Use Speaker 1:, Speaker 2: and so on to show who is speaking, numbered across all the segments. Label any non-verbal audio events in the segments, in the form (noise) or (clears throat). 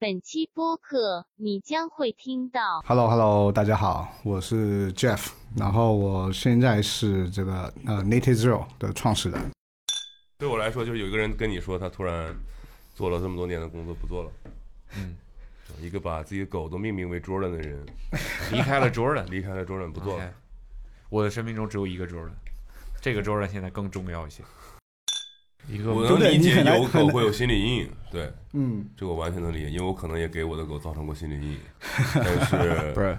Speaker 1: 本期播客你将会听到
Speaker 2: Hello Hello，大家好，我是 Jeff，然后我现在是这个呃 Native Zero 的创始人。
Speaker 3: 对我来说，就是有一个人跟你说，他突然做了这么多年的工作不做了。
Speaker 4: 嗯，
Speaker 3: 一个把自己的狗都命名为 Jordan 的人，离开了
Speaker 4: (laughs) Jordan
Speaker 3: 离开了 Jordan 不做了
Speaker 4: OK。我的生命中只有一个 Jordan，这个 Jordan 现在更重要一些。一个
Speaker 3: 我
Speaker 2: 对
Speaker 3: 能
Speaker 2: 不对
Speaker 3: 理解
Speaker 2: 你很难
Speaker 3: 有
Speaker 2: 很
Speaker 3: 狗
Speaker 2: 难
Speaker 3: 会有心理阴影，对
Speaker 2: 嗯，
Speaker 3: 这个我完全能理解，因为我可能也给我的狗造成过心理阴影。但
Speaker 2: (laughs)
Speaker 3: 是，
Speaker 2: 是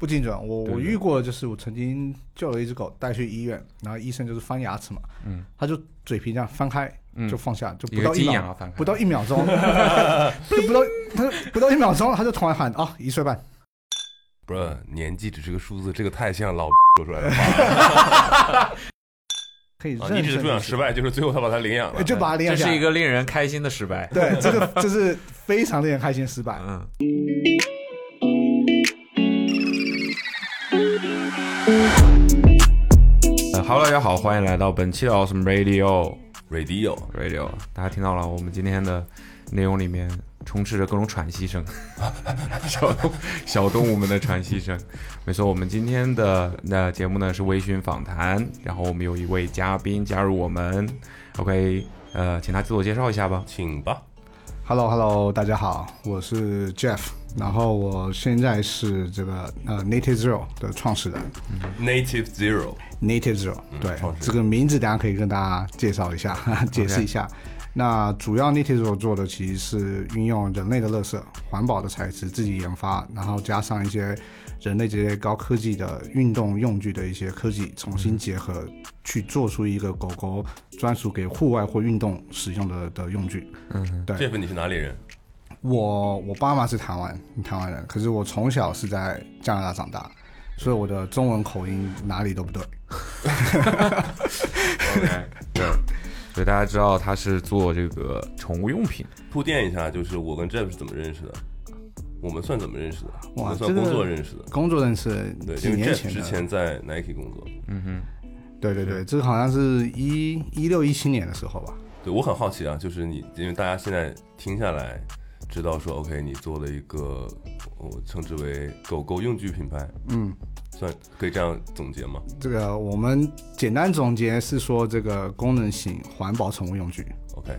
Speaker 2: 不精准。我
Speaker 4: 对
Speaker 2: 我
Speaker 4: 对
Speaker 2: 遇过，就是我曾经救了一只狗，带去医院，然后医生就是翻牙齿嘛，
Speaker 4: 嗯，
Speaker 2: 他就嘴皮这样翻开
Speaker 4: 嗯
Speaker 2: 就放下，就
Speaker 4: 一
Speaker 2: 不
Speaker 4: 个
Speaker 2: 到一
Speaker 4: 金啊
Speaker 2: 秒，
Speaker 4: 牙翻开，
Speaker 2: 不到一秒
Speaker 4: (laughs)
Speaker 2: 钟，就不到他就不到一秒钟，他就突然喊啊一岁半，
Speaker 3: 不是年纪只是个数字，这个太像
Speaker 2: (laughs)
Speaker 3: 老说出来的话了。
Speaker 2: 可以
Speaker 3: 啊
Speaker 2: 认
Speaker 3: 你只
Speaker 2: 真
Speaker 3: 是不想
Speaker 2: 地
Speaker 3: 失败，就是最后他把它领养了
Speaker 2: 哎。 (laughs) 就把它
Speaker 4: 这
Speaker 2: 练下来。
Speaker 4: 是一个令人开心的失败。
Speaker 2: 对，这个这是非常令人开心的失败。
Speaker 4: 嗯，呃，Hello，大家好，欢迎来到本期的 Awesome Radio
Speaker 3: Radio，
Speaker 4: Radio。大家听到了，我们今天的内容里面充斥着各种喘息声， (laughs) 小动小动物们的喘息声。没错，我们今天的那节目呢是微醺访谈，然后我们有一位嘉宾加入我们，OK，呃，请他自我介绍一下吧。
Speaker 3: 请吧。
Speaker 2: Hello Hello，大家好，我是 Jeff，然后我现在是这个呃 Native Zero 的创始人
Speaker 3: Native Zero，
Speaker 2: ，Native Zero，、对
Speaker 3: 嗯创始人
Speaker 2: 这个名字，等下可以跟大家介绍一下， (laughs) 哈哈解释一下。那主要 Native Zero 做的其实是运用人类的垃圾、环保的材质自己研发，然后加上一些人类这些高科技的运动用具的一些科技重新结合，去做出一个狗狗专属给户外或运动使用的的用具。
Speaker 4: 嗯，
Speaker 2: 对，
Speaker 3: 这份你是哪里人？
Speaker 2: 我我爸妈是台湾台湾人，可是我从小是在加拿大长大，所以我的中文口音哪里都不对。
Speaker 4: OK，对，所以大家知道他是做这个宠物用品，
Speaker 3: 铺垫一下，就是我跟 Jeff 是怎么认识的？我们算怎么认识的？我
Speaker 2: 哇
Speaker 3: 们算
Speaker 2: 这个
Speaker 3: 工作认识的。
Speaker 2: 工作认识
Speaker 3: 对，
Speaker 2: 几
Speaker 3: 因为
Speaker 2: 年
Speaker 3: Jeff
Speaker 2: 前
Speaker 3: 之
Speaker 2: 的，
Speaker 3: 前在 Nike 工作。
Speaker 4: 嗯
Speaker 2: 对对对，这好像是一一六一七年的时候吧。
Speaker 3: 对我很好奇啊，就是你，因为大家现在听下来，知道说 OK，你做了一个我称之为狗狗用具品牌，
Speaker 2: 嗯，
Speaker 3: 算可以这样总结吗
Speaker 2: 这个我们简单总结是说，这个功能型环保宠物用具，
Speaker 3: ？OK，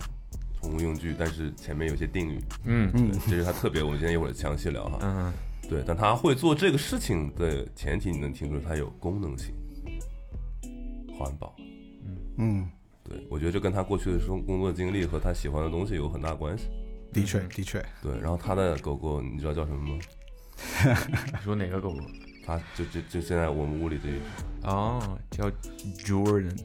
Speaker 3: 宠物用具，但是前面有些定语，
Speaker 4: 哼，嗯
Speaker 3: 对，这是它特别，我们今天一会儿详细聊哈。
Speaker 4: 嗯，
Speaker 3: 对，但它会做这个事情的前提，你能听出来它有功能性、环保。
Speaker 2: 嗯，
Speaker 3: 对，我觉得这跟他过去的生工作经历和他喜欢的东西有很大关系。
Speaker 2: 的确
Speaker 3: 嗯
Speaker 2: 的确，
Speaker 3: 对，然后他的狗狗，你知道叫什么吗？
Speaker 4: 你说哪个狗狗？
Speaker 3: 他就就就现在我们屋里这一只
Speaker 4: 哦，叫 Jordan，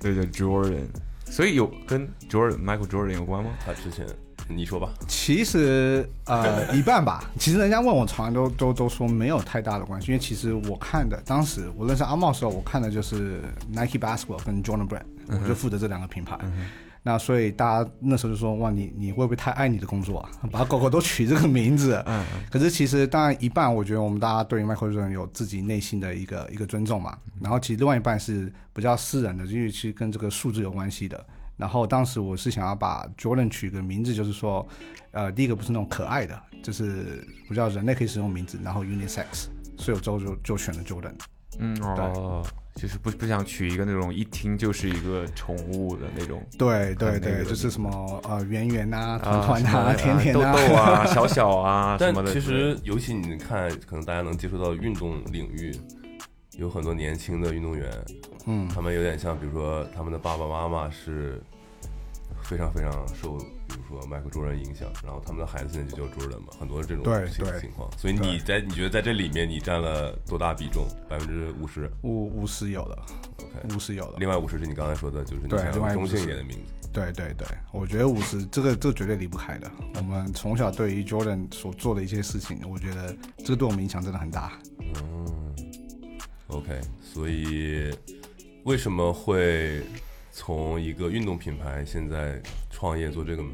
Speaker 4: 对，叫 Jordan，所以有跟 Jordan Michael Jordan 有关吗？
Speaker 3: 他之前你说吧，
Speaker 2: 其实呃一半吧。 (laughs) 其实人家问我，从来都都都说没有太大的关系，因为其实我看的，当时我认识阿茂的时候，我看的就是 Nike Basketball 跟 Jordan Brand，我
Speaker 4: 嗯
Speaker 2: 就负责这两个品牌。那所以大家那时候就说哇，你你会不会太爱你的工作啊？ (laughs) 把狗狗都取这个名字。
Speaker 4: 嗯
Speaker 2: 可是其实当然一半，我觉得我们大家对于 Michael Jordan 有自己内心的一个一个尊重嘛。
Speaker 4: 嗯
Speaker 2: 然后其实另外一半是比较私人的，因为其实跟这个数字有关系的。然后当时我是想要把 Jordan 取一个名字，就是说，呃，第一个不是那种可爱的，就是比较人类可以使用名字，然后 unisex，所以我最后就就选了 Jordan。
Speaker 4: 嗯，哦，就是不不想取一个那种一听就是一个宠物的那种。
Speaker 2: 对对
Speaker 4: 很那
Speaker 2: 对，
Speaker 4: 个
Speaker 2: 就是什么呃圆圆呐、团
Speaker 4: 啊
Speaker 2: 团
Speaker 4: 什么
Speaker 2: 呐、
Speaker 4: 的
Speaker 2: (laughs) 甜甜
Speaker 4: 豆
Speaker 2: 呐，
Speaker 4: 豆啊，小小啊，什
Speaker 3: 但
Speaker 4: 么的。
Speaker 3: 其实尤其你看，可能大家能接触到运动领域，有很多年轻的运动员，
Speaker 2: 嗯，
Speaker 3: 他们有点像，比如说他们的爸爸妈妈是非常非常受，比如说迈克尔·卓人影响，然后他们的孩子现在就叫 Jordan 嘛，很多这种
Speaker 2: 对
Speaker 3: 情
Speaker 2: 对
Speaker 3: 情况。所以你在你觉得在这里面你占了多大比重？百分之五十
Speaker 2: 五五十有了，
Speaker 3: ，OK。
Speaker 2: 五十有了。
Speaker 3: 另外五十是你刚才说的，就是你
Speaker 2: 对
Speaker 3: 想
Speaker 2: 另
Speaker 3: 要
Speaker 2: 外
Speaker 3: 中性
Speaker 2: 50
Speaker 3: 一点的名字。
Speaker 2: 对对对，我觉得五十这个这个绝对离不开的。我们从小对于 Jordan 所做的一些事情，我觉得这个对我们影响真的很大。
Speaker 3: 嗯，OK。所以为什么会从一个运动品牌现在创业做这个呢？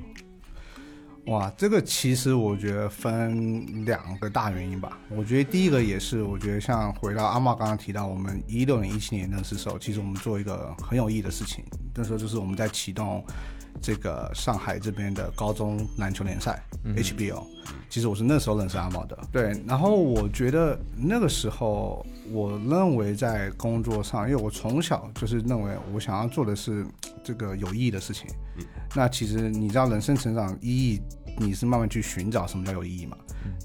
Speaker 2: 哇，这个其实我觉得分两个大原因吧。我觉得第一个也是，我觉得像回到阿茂刚刚提到，我们一六年、一七年那时候，其实我们做一个很有意义的事情。那时候就是我们在启动这个上海这边的高中篮球联赛、HBO。其实我是那时候认识阿茂的，嗯对。然后我觉得那个时候，我认为在工作上，因为我从小就是认为我想要做的是这个有意义的事情。那其实你知道，人生成长意义，你是慢慢去寻找什么叫有意义嘛？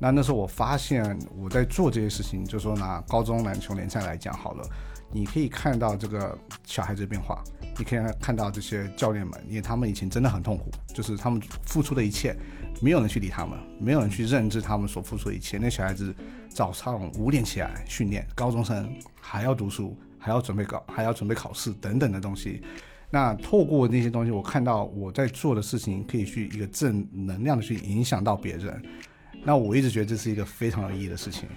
Speaker 2: 那那时候我发现我在做这些事情，就说拿高中篮球联赛来讲好了，你可以看到这个小孩子的变化，你可以看到这些教练们，因为他们以前真的很痛苦，就是他们付出的一切，没有人去理他们，没有人去认知他们所付出的一切。那小孩子早上五点起来训练，高中生还要读书，还要准备考，还要准备考试等等的东西。那透过那些东西，我看到我在做的事情可以去一个正能量的去影响到别人。那我一直觉得这是一个非常有意义的事情。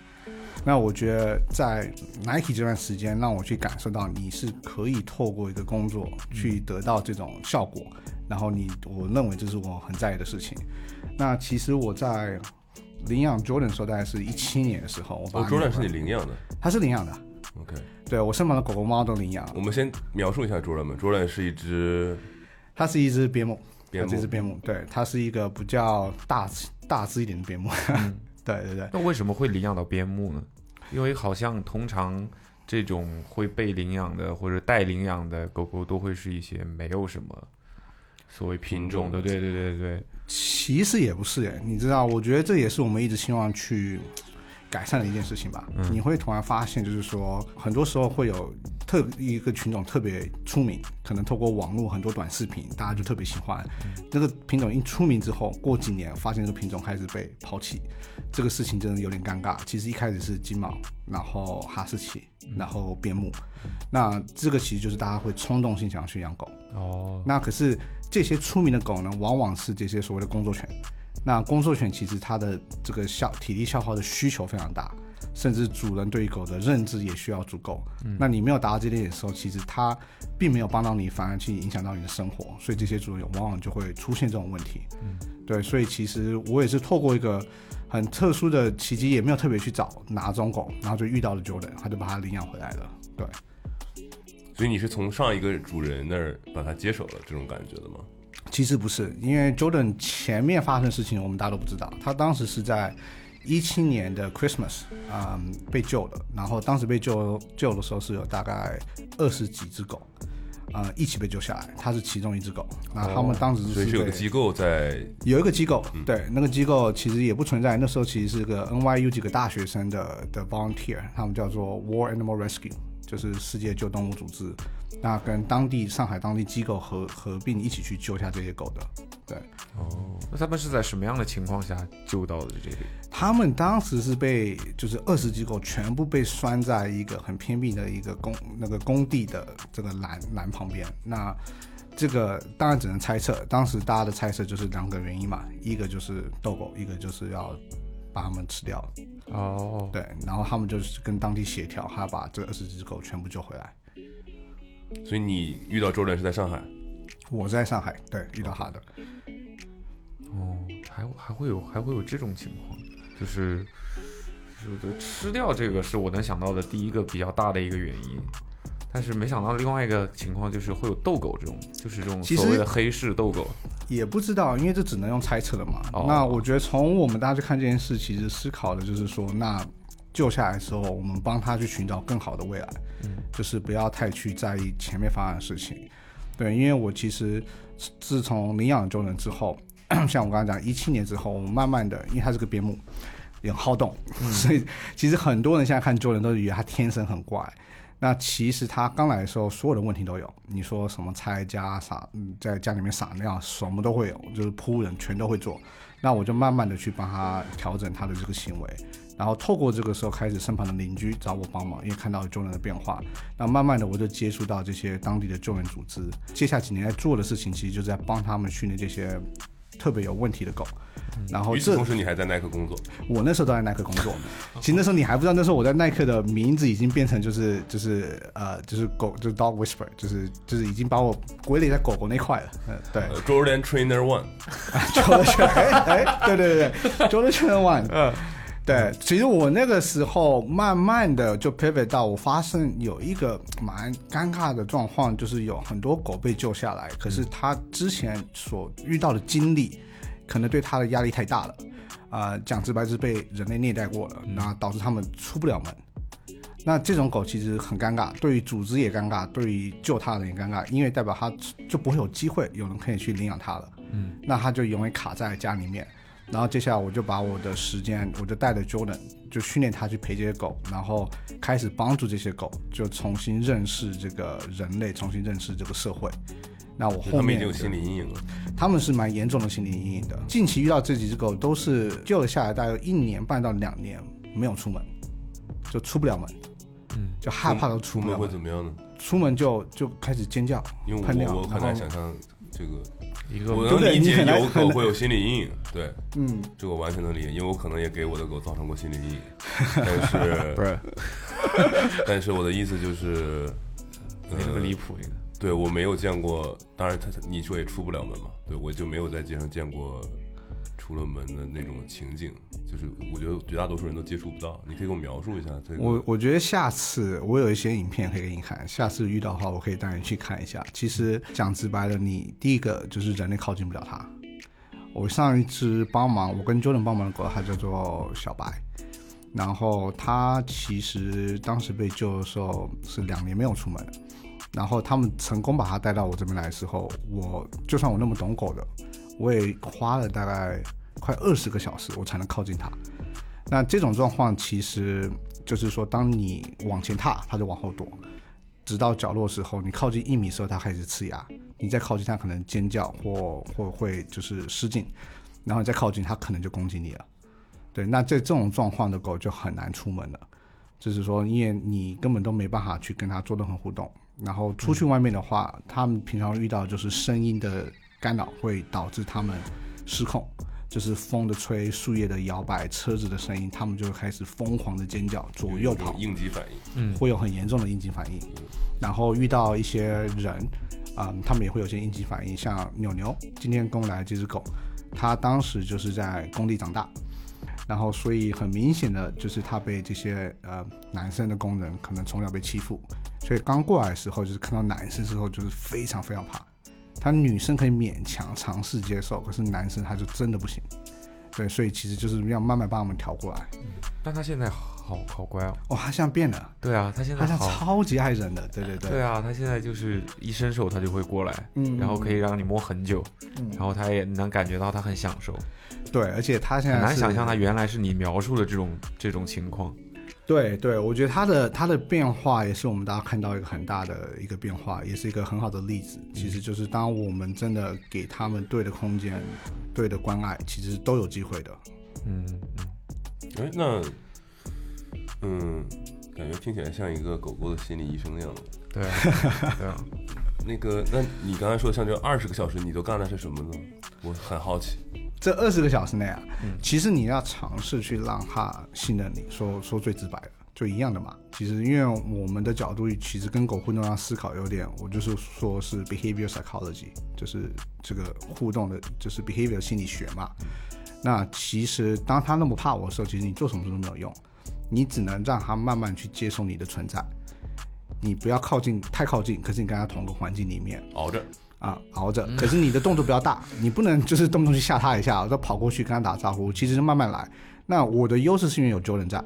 Speaker 2: 那我觉得在 Nike 这段时间，让我去感受到你是可以透过一个工作去得到这种效果，然后你，我认为这是我很在意的事情。那其实我在领养 Jordan 的时候，大概是一七年的时候，我把
Speaker 3: 哦，Jordan 是你
Speaker 2: 领，
Speaker 3: 领养的
Speaker 2: 他是领养的，
Speaker 3: ，OK。
Speaker 2: 对我身旁的狗狗猫都领养，
Speaker 3: 我们先描述一下 Jordan 吧，Jordan 是一只
Speaker 2: 它是一只边牧，
Speaker 3: 边牧
Speaker 2: 啊它是一只边牧，对，它是一个比较大只大只一点的边牧， (laughs) 对对对。
Speaker 4: 那为什么会领养到边牧呢？因为好像通常这种会被领养的或者待领养的狗狗都会是一些没有什么所谓品种的，
Speaker 3: 品
Speaker 4: 对对对对，
Speaker 2: 其实也不是哎，你知道，我觉得这也是我们一直希望去改善的一件事情吧。你会突然发现，就是说，很多时候会有特一个品种特别出名，可能透过网络很多短视频，大家就特别喜欢。这个品种一出名之后，过几年发现这个品种开始被抛弃，这个事情真的有点尴尬。其实一开始是金毛，然后哈士奇，然后边牧，那这个其实就是大家会冲动性想要去养狗。
Speaker 4: 哦，
Speaker 2: 那可是这些出名的狗呢，往往是这些所谓的工作犬。那工作犬其实它的这个消体力消耗的需求非常大，甚至主人对于狗的认知也需要足够。那你没有达到这点的时候，其实它并没有帮到你，反而去影响到你的生活，所以这些主人往往就会出现这种问题。对，所以其实我也是透过一个很特殊的契机，也没有特别去找哪种狗，然后就遇到了 Jordan，他就把它领养回来了。对。
Speaker 3: 所以你是从上一个主人那儿把它接手了这种感觉的吗？
Speaker 2: 其实不是，因为 Jordan 前面发生的事情我们大家都不知道，他当时是在一七年的 Christmas 啊、嗯被救的，然后当时被救救的时候是有大概二十几只狗，呃一起被救下来，他是其中一只狗，那他们当时
Speaker 3: 哦所
Speaker 2: 是
Speaker 3: 以是有个
Speaker 2: 被
Speaker 3: 机构在
Speaker 2: 有一个机构，对，那个机构其实也不存在。那时候其实是个 NYU 几个大学生的的 volunteer，他们叫做 War Animal Rescue，就是世界救动物组织，那跟当地上海当地机构合合并一起去救下这些狗的。对，
Speaker 4: 那他们是在什么样的情况下救到的这里？
Speaker 2: 他们当时是被就是二十几狗全部被拴在一个很偏僻的一个工那个工地的这个栏栏旁边。那这个当然只能猜测，当时大家的猜测就是两个原因嘛，一个就是斗狗，一个就是要把它们吃掉。
Speaker 4: 哦，
Speaker 2: 对，然后他们就是跟当地协调，还要把这二十只狗全部救回来。
Speaker 3: 所以你遇到 Jordan 是在上海，
Speaker 2: 我在上海，对，遇到他的。
Speaker 4: 哦，还还会有还会有这种情况，就是就是吃掉这个是我能想到的第一个比较大的一个原因。但是没想到另外一个情况就是会有斗狗这种，就是这种
Speaker 2: 其实
Speaker 4: 所谓的黑市斗狗。
Speaker 2: 也不知道，因为这只能用猜测了嘛。
Speaker 4: 哦
Speaker 2: 那我觉得从我们大家去看这件事，其实思考的就是说，那救下来之后，我们帮他去寻找更好的未来，就是不要太去在意前面发生的事情。对，因为我其实自自从领养 Jordan 之后， (clears throat) 像我刚刚讲，一七年之后，我们慢慢的，因为他是个边牧，也很好动，所以其实很多人现在看 Jordan 都以为他天生很怪。那其实他刚来的时候，所有的问题都有。你说什么拆家、撒，嗯在家里面撒尿，什么都会有，就是仆人全都会做。那我就慢慢的去帮他调整他的这个行为，然后透过这个时候开始，身旁的邻居找我帮忙，因为看到救人的变化。那慢慢的我就接触到这些当地的救援组织。接下几年在做的事情，其实就是在帮他们训练这些特别有问题的狗。然后
Speaker 3: 与此
Speaker 2: 这
Speaker 3: 同时你还在耐克工作，
Speaker 2: 我那时候都在耐克工作，其实那时候你还不知道，那时候我在耐克的名字已经变成就是就是呃就是狗就是 dog whisper，就是就是已经把我归类在狗狗那块了。嗯、对， (laughs)
Speaker 3: 呃 Jordan Trainer One，
Speaker 2: 周乐圈，哎哎，对对对对，周乐圈 one。对，其实我那个时候慢慢的就 pivot 到，我发现有一个蛮尴尬的状况，就是有很多狗被救下来，可是他之前所遇到的经历，可能对他的压力太大了，啊、讲直白是被人类虐待过了，那导致他们出不了门。那这种狗其实很尴尬，对于组织也尴尬，对于救它的人也尴尬，因为代表它就不会有机会有人可以去领养它了。嗯，那它就永远卡在家里面。然后接下来我就把我的时间，我就带着 Jordan 就训练他去陪这些狗，然后开始帮助这些狗，就重新认识这个人类，重新认识这个社会。那我后
Speaker 3: 他们已
Speaker 2: 面
Speaker 3: 经有心理阴影了。
Speaker 2: 他们是蛮严重的心理阴影的。近期遇到这几只狗都是救了下来，大概一年半到两年没有出门，就出不了门，嗯，就害怕都出
Speaker 3: 出
Speaker 2: 不
Speaker 3: 门
Speaker 2: 了
Speaker 3: 会
Speaker 2: 门，
Speaker 3: 怎么样呢？
Speaker 2: 出门就就开始尖叫
Speaker 3: 因为、
Speaker 2: 喷
Speaker 3: 我
Speaker 2: 尿
Speaker 3: 我，很
Speaker 2: 然后
Speaker 3: 难想象这个，
Speaker 4: 一个
Speaker 3: 我
Speaker 2: 对不
Speaker 3: 能
Speaker 2: 对
Speaker 3: 理
Speaker 2: 你
Speaker 3: 解
Speaker 2: 很难
Speaker 3: 有
Speaker 2: 很
Speaker 3: 狗
Speaker 2: 难
Speaker 3: 会有心理阴影，对，
Speaker 2: 嗯，
Speaker 3: 这个我完全能理解，因为我可能也给我的狗造成过心理阴
Speaker 2: (laughs)
Speaker 3: 影，但是
Speaker 4: 不是
Speaker 3: 但是我的意思就是，
Speaker 4: 没那么
Speaker 3: 呃
Speaker 4: 离谱，这个
Speaker 3: 对我没有见过，当然他他你说也出不了门嘛，对我就没有在街上见过出了门的那种情景，就是我觉得绝大多数人都接触不到。你可以给我描述一下这个，
Speaker 2: 我我觉得下次我有一些影片可以给你看，下次遇到的话，我可以带你去看一下。其实讲直白的，你第一个就是人类靠近不了它。我上一只帮忙，我跟 Jordan 帮忙的狗，它叫做小白。然后它其实当时被救的时候是两年没有出门了，然后他们成功把它带到我这边来的时候，我就算我那么懂狗的，我也花了大概快二十个小时，我才能靠近它。那这种状况其实就是说，当你往前踏，它就往后躲，直到角落的时候，你靠近一米的时候，它开始呲牙；你再靠近它，可能尖叫或或会就是失禁，然后你再靠近它，可能就攻击你了。对，那在这种状况的狗就很难出门了，就是说，因为你根本都没办法去跟它做任何互动。然后出去外面的话，它们平常遇到就是声音的干扰会导致它们失控，就是风的吹、树叶的摇摆、车子的声音，它们就开始疯狂的尖叫，左右
Speaker 3: 有一
Speaker 2: 跑
Speaker 3: 种。应激反应。
Speaker 2: 会有很严重的应激反应，然后遇到一些人，啊、他们也会有些应激反应。像牛牛今天跟我来这只狗，它当时就是在工地长大，然后所以很明显的就是它被这些呃男生的工人可能从小被欺负，所以刚过来的时候就是看到男生之后就是非常非常怕，他女生可以勉强尝试接受，可是男生他就真的不行。对，所以其实就是要慢慢把我们调过来。
Speaker 4: 但他现在好好乖哦。
Speaker 2: 哇、他现在变了，
Speaker 4: 对啊，他现在
Speaker 2: 他现在
Speaker 4: 好。
Speaker 2: 超级爱人的，对对对。
Speaker 4: 对啊，他现在就是一伸手他就会过来，
Speaker 2: 嗯
Speaker 4: 然后可以让你摸很久，然后他也能感觉到他很享受，
Speaker 2: 对，而且他现在
Speaker 4: 很难
Speaker 2: 是
Speaker 4: 想象他原来是你描述的这种这种情况。
Speaker 2: 对对，我觉得他的他的变化也是我们大家看到一个很大的一个变化，也是一个很好的例子。其实就是当我们真的给他们对的空间、对的关爱，其实都有机会的。
Speaker 4: 嗯，
Speaker 3: 哎，那嗯，感觉听起来像一个狗狗的心理医生一样。
Speaker 4: (laughs) 对啊，对啊，
Speaker 3: 那个，那你刚才说像这二十个小时，你都干的是什么呢？我很好奇。
Speaker 2: 这二十个小时内啊，其实你要尝试去让他信任你，说说最直白的，就一样的嘛。其实因为我们的角度其实跟狗互动上思考有点，我就是说是 behavior psychology，就是这个互动的，就是 behavior 心理学嘛。那其实当他那么怕我的时候，其实你做什么事都没有用，你只能让他慢慢去接受你的存在。你不要靠近太靠近，可是你跟他同个环境里面，
Speaker 3: 熬着，
Speaker 2: 啊，熬着。可是你的动作不要大，你不能就是动不动去吓他一下，再跑过去跟他打招呼。其实是慢慢来。那我的优势是因为有 Jordan 在，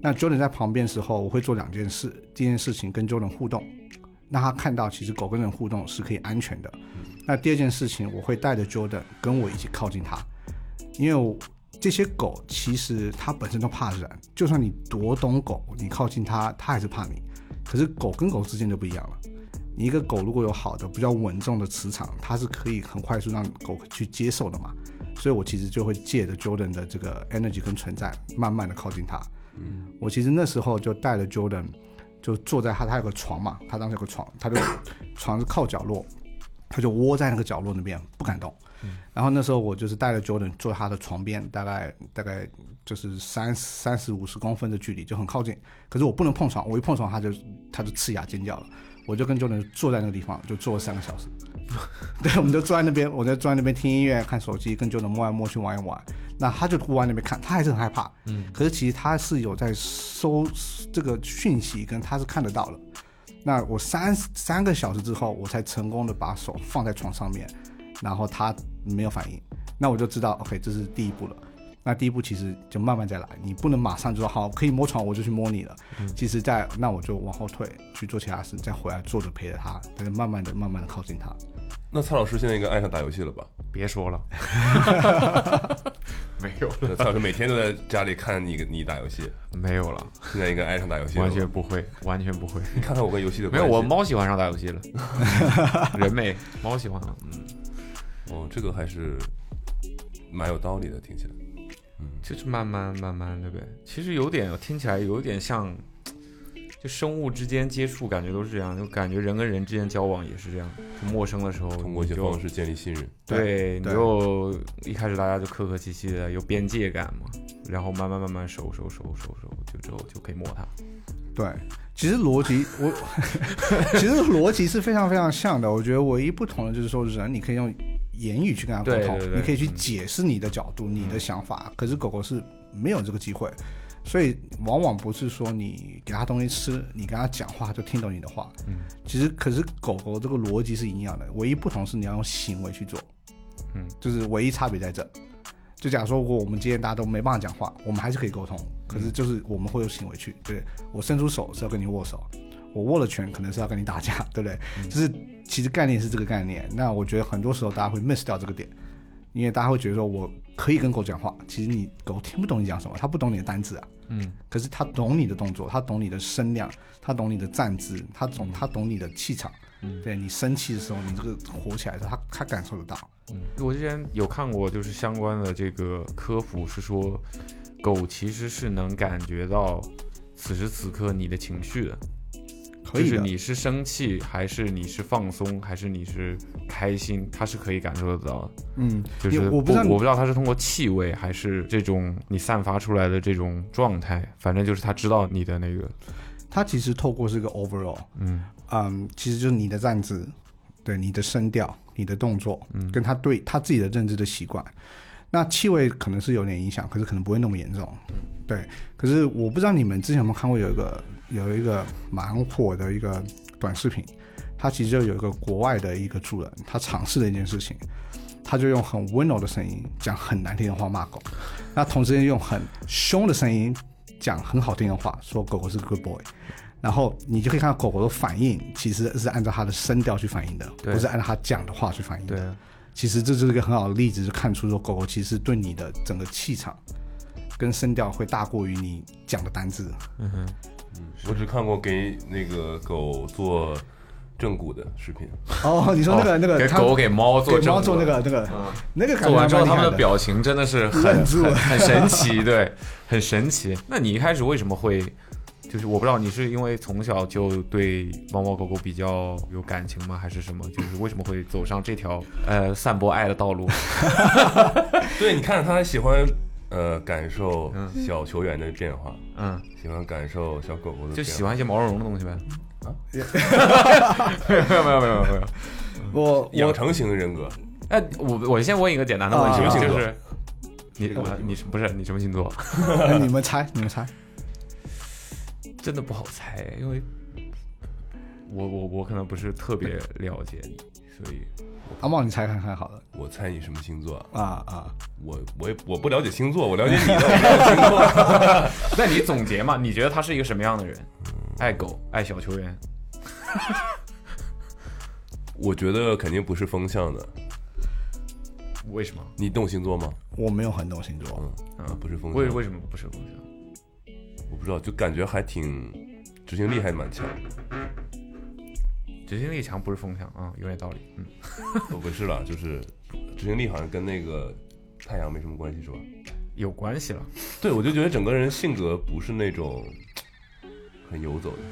Speaker 2: 那 Jordan 在旁边的时候，我会做两件事。第一件事情跟 Jordan 互动，让他看到其实狗跟人互动是可以安全的。那第二件事情，我会带着 Jordan 跟我一起靠近他，因为我这些狗其实它本身都怕人，就算你多懂狗，你靠近它，它还是怕你。可是狗跟狗之间就不一样了。你一个狗如果有好的、比较稳重的磁场，它是可以很快速让狗去接受的嘛。所以我其实就会借着 Jordan 的这个 energy 跟存在，慢慢的靠近它。嗯，我其实那时候就带着 Jordan，就坐在他他有个床嘛，他当时有个床，他就 (coughs) 床是靠角落，他就窝在那个角落那边不敢动。然后那时候我就是带着 Jordan 坐他的床边，大概大概就是三三十五十公分的距离，就很靠近。可是我不能碰床，我一碰床他就他就呲牙尖叫了。我就跟 Jordan 坐在那个地方，就坐了三个小时。 (laughs) 对，我们就坐在那边，我在坐在那边听音乐、看手机，跟 Jordan 摸来摸去、玩一玩。那他就窝在那边看，他还是很害怕。嗯，可是其实他是有在收这个讯息，跟他是看得到的。那我三三个小时之后，我才成功的把手放在床上面，然后他没有反应，那我就知道 OK，这是第一步了。那第一步其实就慢慢再来，你不能马上就说好可以摸床我就去摸你了。其实再那我就往后退去做其他事，再回来坐着陪着他，但是慢慢的、慢慢的靠近他。
Speaker 3: 那蔡老师现在应该爱上打游戏了
Speaker 4: (laughs)
Speaker 3: 吧？
Speaker 4: 别说了，没有了，
Speaker 3: 那蔡老师每天都在家里看你你打游戏，
Speaker 4: 没有了，
Speaker 3: 现在应该爱上打游戏了
Speaker 4: 完
Speaker 3: 吧。
Speaker 4: 全不会，完全不会。
Speaker 3: 你看看我跟游戏的
Speaker 4: 没
Speaker 3: 关
Speaker 4: 有，
Speaker 3: 系。
Speaker 4: 我猫喜欢上打游 (laughs) 戏了，人没，猫喜欢了。嗯，
Speaker 3: 哦，这个还是蛮有道理的，听起来。
Speaker 4: 就是慢慢慢慢，对不对？其实有点听起来有点像，就生物之间接触，感觉都是这样，就感觉人跟人之间交往也是这样，就陌生的时候
Speaker 3: 通过一些
Speaker 4: 你就
Speaker 3: 方式建立信任，
Speaker 4: 对，你
Speaker 2: 对
Speaker 4: 就一开始大家就客客气气的，有边界感嘛，然后慢慢慢慢熟熟熟熟熟，就之后就可以摸它。
Speaker 2: 对，其实逻辑我 (laughs) 其实逻辑是非常非常像的。我觉得唯一不同的就是说，人你可以用言语去跟他沟
Speaker 4: 对
Speaker 2: 通，
Speaker 4: 对对
Speaker 2: 你可以去解释你的角度、你的想法。可是狗狗是没有这个机会，所以往往不是说你给它东西吃，你跟它讲话它就听懂你的话。嗯，其实可是狗狗这个逻辑是一样的，唯一不同是你要用行为去做。
Speaker 4: 嗯，
Speaker 2: 就是唯一差别在这。就假如说，如果我们今天大家都没办法讲话，我们还是可以沟通，可是就是我们会有行为去，对我伸出手是要跟你握手，我握了拳可能是要跟你打架，对不对？
Speaker 4: 嗯
Speaker 2: 就是其实概念是这个概念。那我觉得很多时候大家会 miss 掉这个点，因为大家会觉得说我可以跟狗讲话，其实你狗听不懂你讲什么，它不懂你的单字啊，
Speaker 4: 嗯，
Speaker 2: 可是它懂你的动作，它懂你的声量，它懂你的站姿，它懂它懂你的气场，
Speaker 4: 嗯
Speaker 2: 对你生气的时候，你这个火起来的时候，它它感受得到，
Speaker 4: 嗯，我之前有看过，就是相关的这个科普是说，狗其实是能感觉到此时此刻你的情绪的，
Speaker 2: 可
Speaker 4: 就
Speaker 2: 以
Speaker 4: 是
Speaker 2: 的。
Speaker 4: 你是生气还是你是放松还是你是开心，它是可以感受得到的。
Speaker 2: 嗯，
Speaker 4: 就是
Speaker 2: 你我不知道你
Speaker 4: 我不知道它是通过气味还是这种你散发出来的这种状态，反正就是它知道你的那个，
Speaker 2: 它其实透过这个 overall，
Speaker 4: 嗯。
Speaker 2: 嗯，其实就是你的站姿，对你的声调、你的动作，嗯，跟他对他自己的认知的习惯。那气味可能是有点影响，可是可能不会那么严重。对，可是我不知道你们之前有没有看过有一个有一个蛮火的一个短视频，它其实就有一个国外的一个主人，他尝试了一件事情，他就用很温柔的声音讲很难听的话骂狗，那同时用很凶的声音讲很好听的话，说狗狗是 good boy。然后你就可以看到狗狗的反应，其实是按照它的声调去反应的，
Speaker 4: 对
Speaker 2: 不是按照它讲的话去反应的。
Speaker 4: 对，
Speaker 2: 其实这就是一个很好的例子，就看出说狗狗其实对你的整个气场跟声调会大过于你讲的单字。
Speaker 4: 嗯哼，
Speaker 3: 我只看过给那个狗做正骨的视频，
Speaker 2: 哦，你说那个、那个
Speaker 4: 给
Speaker 2: 它
Speaker 4: 狗给猫做
Speaker 2: 给
Speaker 4: 正
Speaker 2: 猫做那
Speaker 4: 颌
Speaker 2: 个那个、那个感
Speaker 4: 嗯做
Speaker 2: 觉还
Speaker 4: 完之后，
Speaker 2: 蛮厉
Speaker 4: 他们
Speaker 2: 害
Speaker 4: 的表情真的是很
Speaker 2: 愣住
Speaker 4: 很
Speaker 2: 了
Speaker 4: 很神
Speaker 2: (laughs)
Speaker 4: 奇，对，很神奇。那你一开始为什么会，就是我不知道你是因为从小就对猫猫狗狗比较有感情吗，还是什么？就是为什么会走上这条呃散播爱的道
Speaker 2: (laughs)
Speaker 4: 路？
Speaker 3: 对，你看他还喜欢呃感受小球员的变化，
Speaker 4: 嗯，
Speaker 3: 喜欢感受小狗狗的变化，
Speaker 4: 就喜欢一些毛茸茸的东西呗。
Speaker 3: 啊
Speaker 4: 啊， (laughs) 没有没有没有没有没有。 (laughs)
Speaker 2: 我
Speaker 3: 养
Speaker 2: 我
Speaker 3: 成型的人格。
Speaker 4: 哎，我我先问一个简单的问题吧，
Speaker 2: 啊
Speaker 4: 就是你
Speaker 3: 这个
Speaker 4: 我你不是你什么星座？
Speaker 2: 哎你们猜你们猜，
Speaker 4: 真的不好猜，因为我我我可能不是特别了解你，所以
Speaker 2: 阿茂你猜看看好了
Speaker 3: 我猜你什么星座啊？
Speaker 2: 啊啊，
Speaker 3: 我我也我不了解星座，我了解你的， (laughs) 我了解星座。
Speaker 4: (laughs) 那你总结嘛？你觉得他是一个什么样的人？爱狗，爱小球员，
Speaker 3: 我觉得肯定不是风向的，
Speaker 4: 为什么？
Speaker 3: 你懂星座吗？
Speaker 2: 我没有很懂星座，
Speaker 3: 啊，不是风
Speaker 4: 为
Speaker 3: 向，
Speaker 4: 为什么不是风向？
Speaker 3: 我不知道，就感觉还挺执行力还蛮强。
Speaker 4: 执行力强不是风向啊，有点道理。嗯，
Speaker 3: 哦，不是了，就是执行力好像跟那个太阳没什么关系，是吧？
Speaker 4: 有关系了。
Speaker 3: 对，我就觉得整个人性格不是那种很游走的，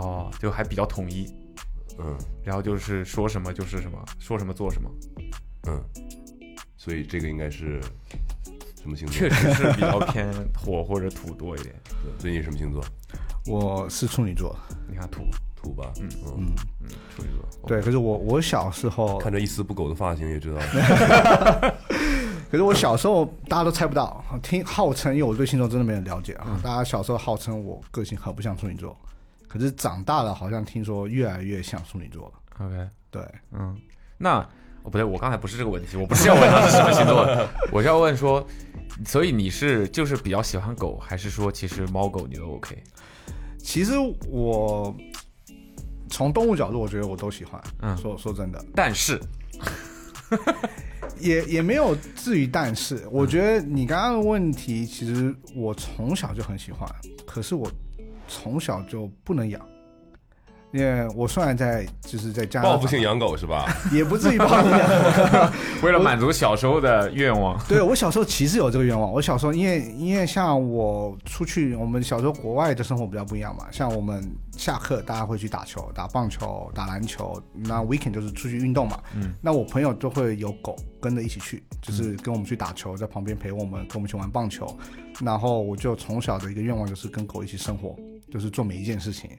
Speaker 4: 哦，就还比较统一，
Speaker 3: 嗯
Speaker 4: 然后就是说什么就是什么，说什么做什么，
Speaker 3: 嗯，所以这个应该是什么星座
Speaker 4: 确？实是比较偏火或者土多一点。
Speaker 3: 对所以你是什么星座？
Speaker 2: 我是处女座，
Speaker 4: 你看土，
Speaker 3: 处吧，嗯嗯
Speaker 2: 嗯，
Speaker 4: 嗯，处女座，
Speaker 2: 对，可是我我小时候，
Speaker 3: 看着一丝不苟的发型也知道，
Speaker 2: 可是我小时候大家都猜不到，听号称，因为我对星座真的没有了解啊，
Speaker 3: 嗯
Speaker 2: 大家小时候号称我个性很不像处女座，可是长大了好像听说越来越像处女座了。
Speaker 4: OK，
Speaker 2: 对，
Speaker 4: 嗯，那哦不对，我刚才不是这个问题，我不是要问他是什么星座的， (laughs) 我是要问说，所以你是就是比较喜欢狗，还是说其实猫狗你都 OK？
Speaker 2: 其实我从动物角度，我觉得我都喜欢。
Speaker 4: 嗯
Speaker 2: 说说真的，
Speaker 4: 但是
Speaker 2: 也也没有至于，但是我觉得你刚刚的问题，其实我从小就很喜欢，可是我从小就不能养，因为我虽然在就是在
Speaker 4: 啊
Speaker 2: 加拿大
Speaker 3: 报复性养狗是吧？
Speaker 2: 也不至于报复性养。
Speaker 4: 为了满足小时候的愿望，
Speaker 2: 对我小时候其实有这个愿望，我小时候因为因为像我出去，我们小时候国外的生活比较不一样嘛，像我们下课大家会去打球、打棒球、打篮球，那 weekend 就是出去运动嘛。
Speaker 4: 嗯，
Speaker 2: 那我朋友都会有狗跟着一起去，就是跟我们去打球，在旁边陪我们，跟我们去玩棒球。然后我就从小的一个愿望就是跟狗一起生活，就是做每一件事情。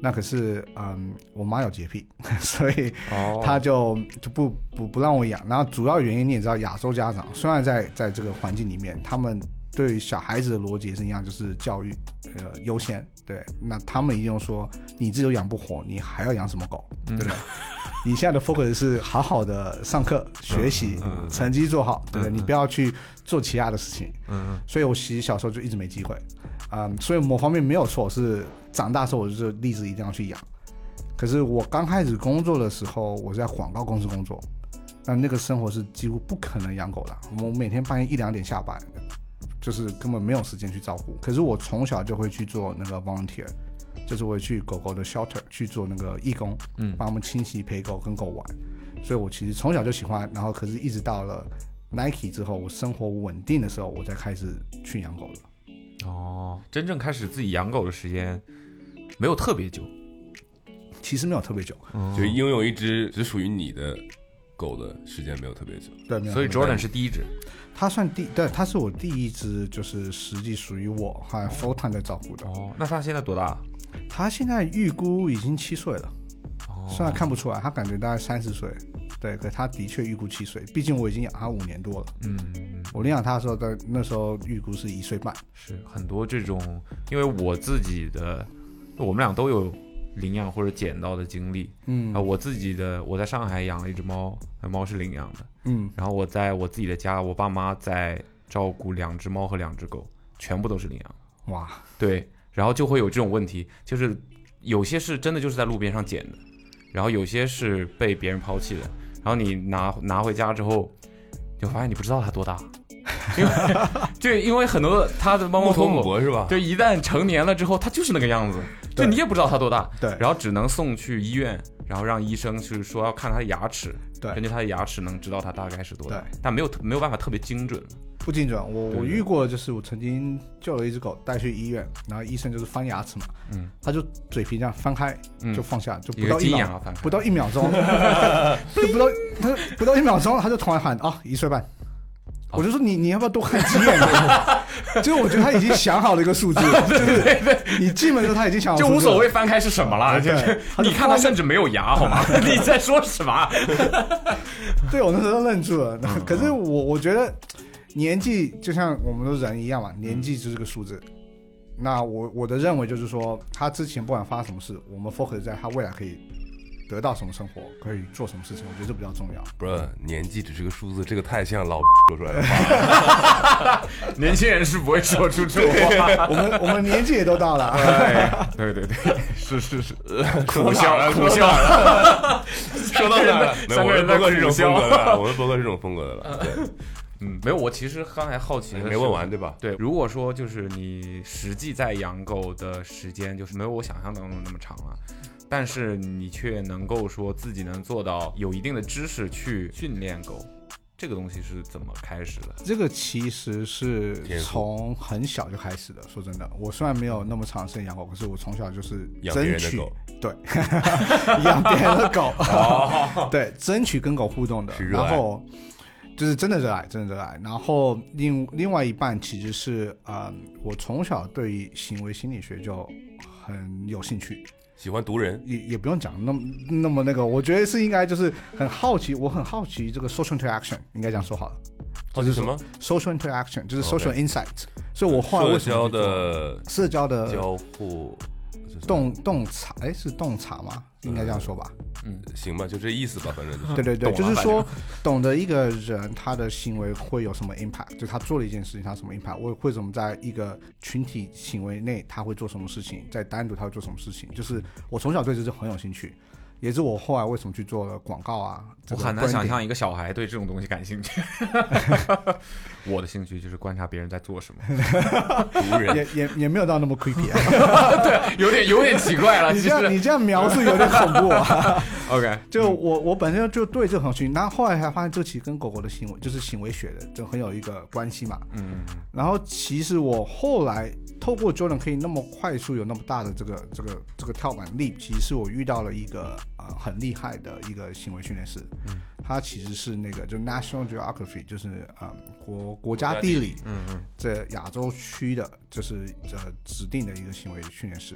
Speaker 2: 那可是，嗯，我妈有洁癖， (laughs) 所以
Speaker 4: 哦
Speaker 2: 他就就不不不让我养。然后主要原因你也知道，亚洲家长虽然在在这个环境里面，他们对于小孩子的逻辑也是一样，就是教育呃优先。对，那他们一定说你自己都养不活，你还要养什么狗？对吧？你现在的 focus 是好好的上课、学习、成绩做好，对不对？你不要去做其他的事情。
Speaker 4: 嗯，
Speaker 2: 所以我其实小时候就一直没机会，啊、所以某方面没有错，是长大之后我就是立志一定要去养。可是我刚开始工作的时候，我是在广告公司工作，那那个生活是几乎不可能养狗的，我每天半夜一两点下班，就是根本没有时间去照顾。可是我从小就会去做那个 volunteer，就是我会去狗狗的 shelter 去做那个义工，
Speaker 4: 嗯
Speaker 2: 帮他们清洗、陪狗、跟狗玩。所以我其实从小就喜欢，然后可是一直到了 Nike 之后，我生活稳定的时候，我才开始去养狗了。
Speaker 4: 哦，真正开始自己养狗的时间没有特别久，
Speaker 2: 其实没有特别久，
Speaker 3: 就拥有一只只属于你的狗的时间没有特别久，
Speaker 2: 对，没有特别久。
Speaker 4: 所以 Jordan 是第一只，
Speaker 2: 它算第，对，它是我第一只，就是实际属于我还 full time 在照顾的。
Speaker 4: 哦，那他现在多大？
Speaker 2: 它现在预估已经七岁了，
Speaker 4: 哦
Speaker 2: 虽然看不出来，它感觉大概三十岁，对，可它的确预估七岁。毕竟我已经养它五年多了，
Speaker 4: 嗯，
Speaker 2: 我领养它的时候，在那时候预估是一岁半。
Speaker 4: 是很多这种，因为我自己的，我们俩都有领养或者捡到的经历啊、
Speaker 2: 嗯
Speaker 4: 我自己的，我在上海养了一只猫，那猫是领养的，
Speaker 2: 嗯，
Speaker 4: 然后我在我自己的家，我爸妈在照顾两只猫和两只狗，全部都是领养。
Speaker 2: 哇，
Speaker 4: 对，然后就会有这种问题，就是有些是真的就是在路边上捡的，然后有些是被别人抛弃的，然后你拿拿回家之后，就发现你不知道它多大， (laughs) 因为就因为很多它的猫猫
Speaker 3: 摸头
Speaker 4: 狗
Speaker 3: 母
Speaker 4: 狗，
Speaker 3: 伯是吧？
Speaker 4: 就一旦成年了之后，它就是那个样子，就
Speaker 2: 对
Speaker 4: 你也不知道它多大，
Speaker 2: 对
Speaker 4: 然后只能送去医院，然后让医生去说要看它的牙齿，
Speaker 2: 对
Speaker 4: 根据它的牙齿能知道它大概是多大
Speaker 2: 对，
Speaker 4: 但没有没有办法特别精准，
Speaker 2: 不精准。我
Speaker 4: 对
Speaker 2: 我遇过，就是我曾经救了一只狗带去医院，然后医生就是翻牙齿嘛，
Speaker 4: 嗯，
Speaker 2: 他就嘴皮这样翻开
Speaker 4: 嗯
Speaker 2: 就放下，就
Speaker 4: 一
Speaker 2: 不
Speaker 4: 个啊
Speaker 2: 到一
Speaker 4: 金
Speaker 2: 秒，
Speaker 4: 牙反正
Speaker 2: 不到一秒
Speaker 4: (laughs)
Speaker 2: 钟，就不到他不到一秒钟，他就突然喊啊一岁半。我就说你你要不要多看几眼？
Speaker 4: (laughs)
Speaker 2: 就是我觉得他已经想好了一个数字，就是你进门的时候他已经想好
Speaker 4: 就
Speaker 2: 数字
Speaker 4: 无
Speaker 2: 了
Speaker 4: 所谓翻开是什么了， (laughs) 就
Speaker 2: 对
Speaker 4: 是你看它甚至没有牙，好 (laughs) 吗？你在说什么？
Speaker 2: 对我那时候愣住
Speaker 4: 嗯
Speaker 2: 了，可是我我觉得年纪就像我们的人一样
Speaker 4: 嗯
Speaker 2: 嘛，年纪就是个数字。那我我的认为就是说，他之前不管发生什么事，我们 focus 在他未来可以得到什么生活，可以做什么事情，我觉得这比较重
Speaker 4: (laughs)
Speaker 2: 要。
Speaker 3: 不是，年纪只是个数字，这个太像老说出来的话了。
Speaker 4: 年轻人是不会说出这种话。
Speaker 2: 我们我们年纪也都到了，
Speaker 4: 哎， (laughs) 对对对，是是是，
Speaker 3: 呃
Speaker 4: (laughs) 苦笑苦笑，
Speaker 3: 说到哪儿了？
Speaker 4: (laughs) 三个人在
Speaker 3: 没有我们博客是这
Speaker 4: 苦
Speaker 3: 种
Speaker 4: 笑
Speaker 3: 风
Speaker 4: (laughs)
Speaker 3: 格的，我们博客是这种风格的了。对，
Speaker 4: 嗯，没有，我其实刚才好奇的
Speaker 3: 你
Speaker 4: (laughs) 是
Speaker 3: 没问完。对吧？
Speaker 4: 对，如果说就是你实际在养狗的时间，就是没有我想象当中那么长了，但是你却能够说自己能做到有一定的知识去训练狗，这个东西是怎么开始的？
Speaker 2: 这个其实是
Speaker 3: 天赋
Speaker 2: 从很小就开始的。说真的，我虽然没有那么长时间养狗，可是我从小就是
Speaker 3: 养别
Speaker 2: 争
Speaker 3: 人的
Speaker 2: 取
Speaker 3: 狗
Speaker 2: 对 (laughs) 养别人的
Speaker 3: (laughs)
Speaker 2: 狗， (laughs) 对，争取跟狗互动的
Speaker 3: 哦是。热
Speaker 2: 然
Speaker 3: 爱
Speaker 2: 后就是真的热爱，真的热爱。然后另另外一半其实是，嗯，我从小对于行为心理学就很有兴趣。
Speaker 3: 喜欢读人，
Speaker 2: 也也不用讲那么那么那个，我觉得是应该就是很好奇，我很好奇这个 social interaction，应该这样说好了
Speaker 4: 哦
Speaker 3: 好奇什么？
Speaker 2: ，social interaction 就是
Speaker 3: OK
Speaker 2: social insight，、所以我后来
Speaker 3: 社
Speaker 2: 为什么
Speaker 3: 交
Speaker 2: 去做
Speaker 3: 的
Speaker 2: 社交的
Speaker 3: 交互，
Speaker 4: 呃
Speaker 3: 这是
Speaker 2: 洞洞察，哎，是洞察吗？应该这样说吧。
Speaker 3: 行吧，就这意思吧，反正就是
Speaker 2: 对对对，
Speaker 3: 嗯懂
Speaker 2: 就
Speaker 3: 了
Speaker 2: 是说，懂得一个人他的行为会有什么 impact，就他做了一件事情，他什么 impact，我会怎么在一个群体行为内他会做什么事情，在单独他会做什么事情，就是我从小对这就很有兴趣，也是我后来为什么去做了广告啊。这
Speaker 4: 我
Speaker 2: 个
Speaker 4: 很难
Speaker 2: branding
Speaker 4: 想象一个小孩对这种东西感
Speaker 2: (laughs)
Speaker 4: 兴趣。 (laughs) 我的兴趣就是观察别人在做什么，
Speaker 3: 读
Speaker 4: (laughs)
Speaker 3: 人，
Speaker 2: 也也也没有到那么 creepy，、啊、
Speaker 3: (laughs)
Speaker 4: 有点有点奇怪
Speaker 2: (laughs)
Speaker 4: 了。
Speaker 2: 你
Speaker 4: 其
Speaker 2: 这
Speaker 4: 实
Speaker 2: 样你这样描述有点恐怖啊。
Speaker 4: OK，
Speaker 2: 就我我本身就对这个很有兴趣，然后后来才发现这其实跟狗狗的行为就是行为学的就很有一个关系嘛。
Speaker 4: 嗯，
Speaker 2: 然后其实我后来透过 Jordan 可以那么快速有那么大的这个这个这个跳板力，其实是我遇到了一个呃很厉害的一个行为训练师，嗯、他其实是那个就 National Geography，就是嗯国国家地理，嗯嗯，这亚洲区的，就是呃指定的一个行为训练师。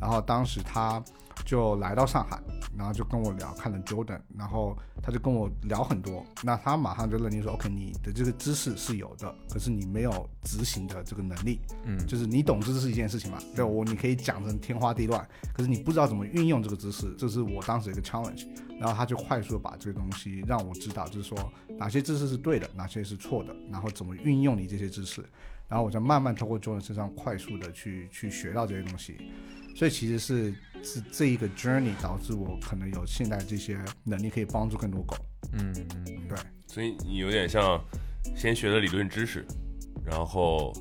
Speaker 2: 然后当时他就来到上海，然后就跟我聊看了 Jordan，然后他就跟我聊很多。那他马上就认定说，OK，你的这个知识是有的，可是你没有执行的这个能力。嗯，就是你懂知识是一件事情嘛，对我你可以讲成天花地乱，可是你不知道怎么运用这个知识，这是我当时的一个 challenge。然后他就快速地把这个东西让我知道，就是说哪些知识是对的，哪些是错的，然后怎么运用你这些知识。然后我再慢慢透过 Jordan 身上快速的去去学到这些东西。所以其实是是这一个 journey 导致我可能有现在这些能力可以帮助更多狗。嗯，对，
Speaker 3: 所以你有点像先学了理论知识，然后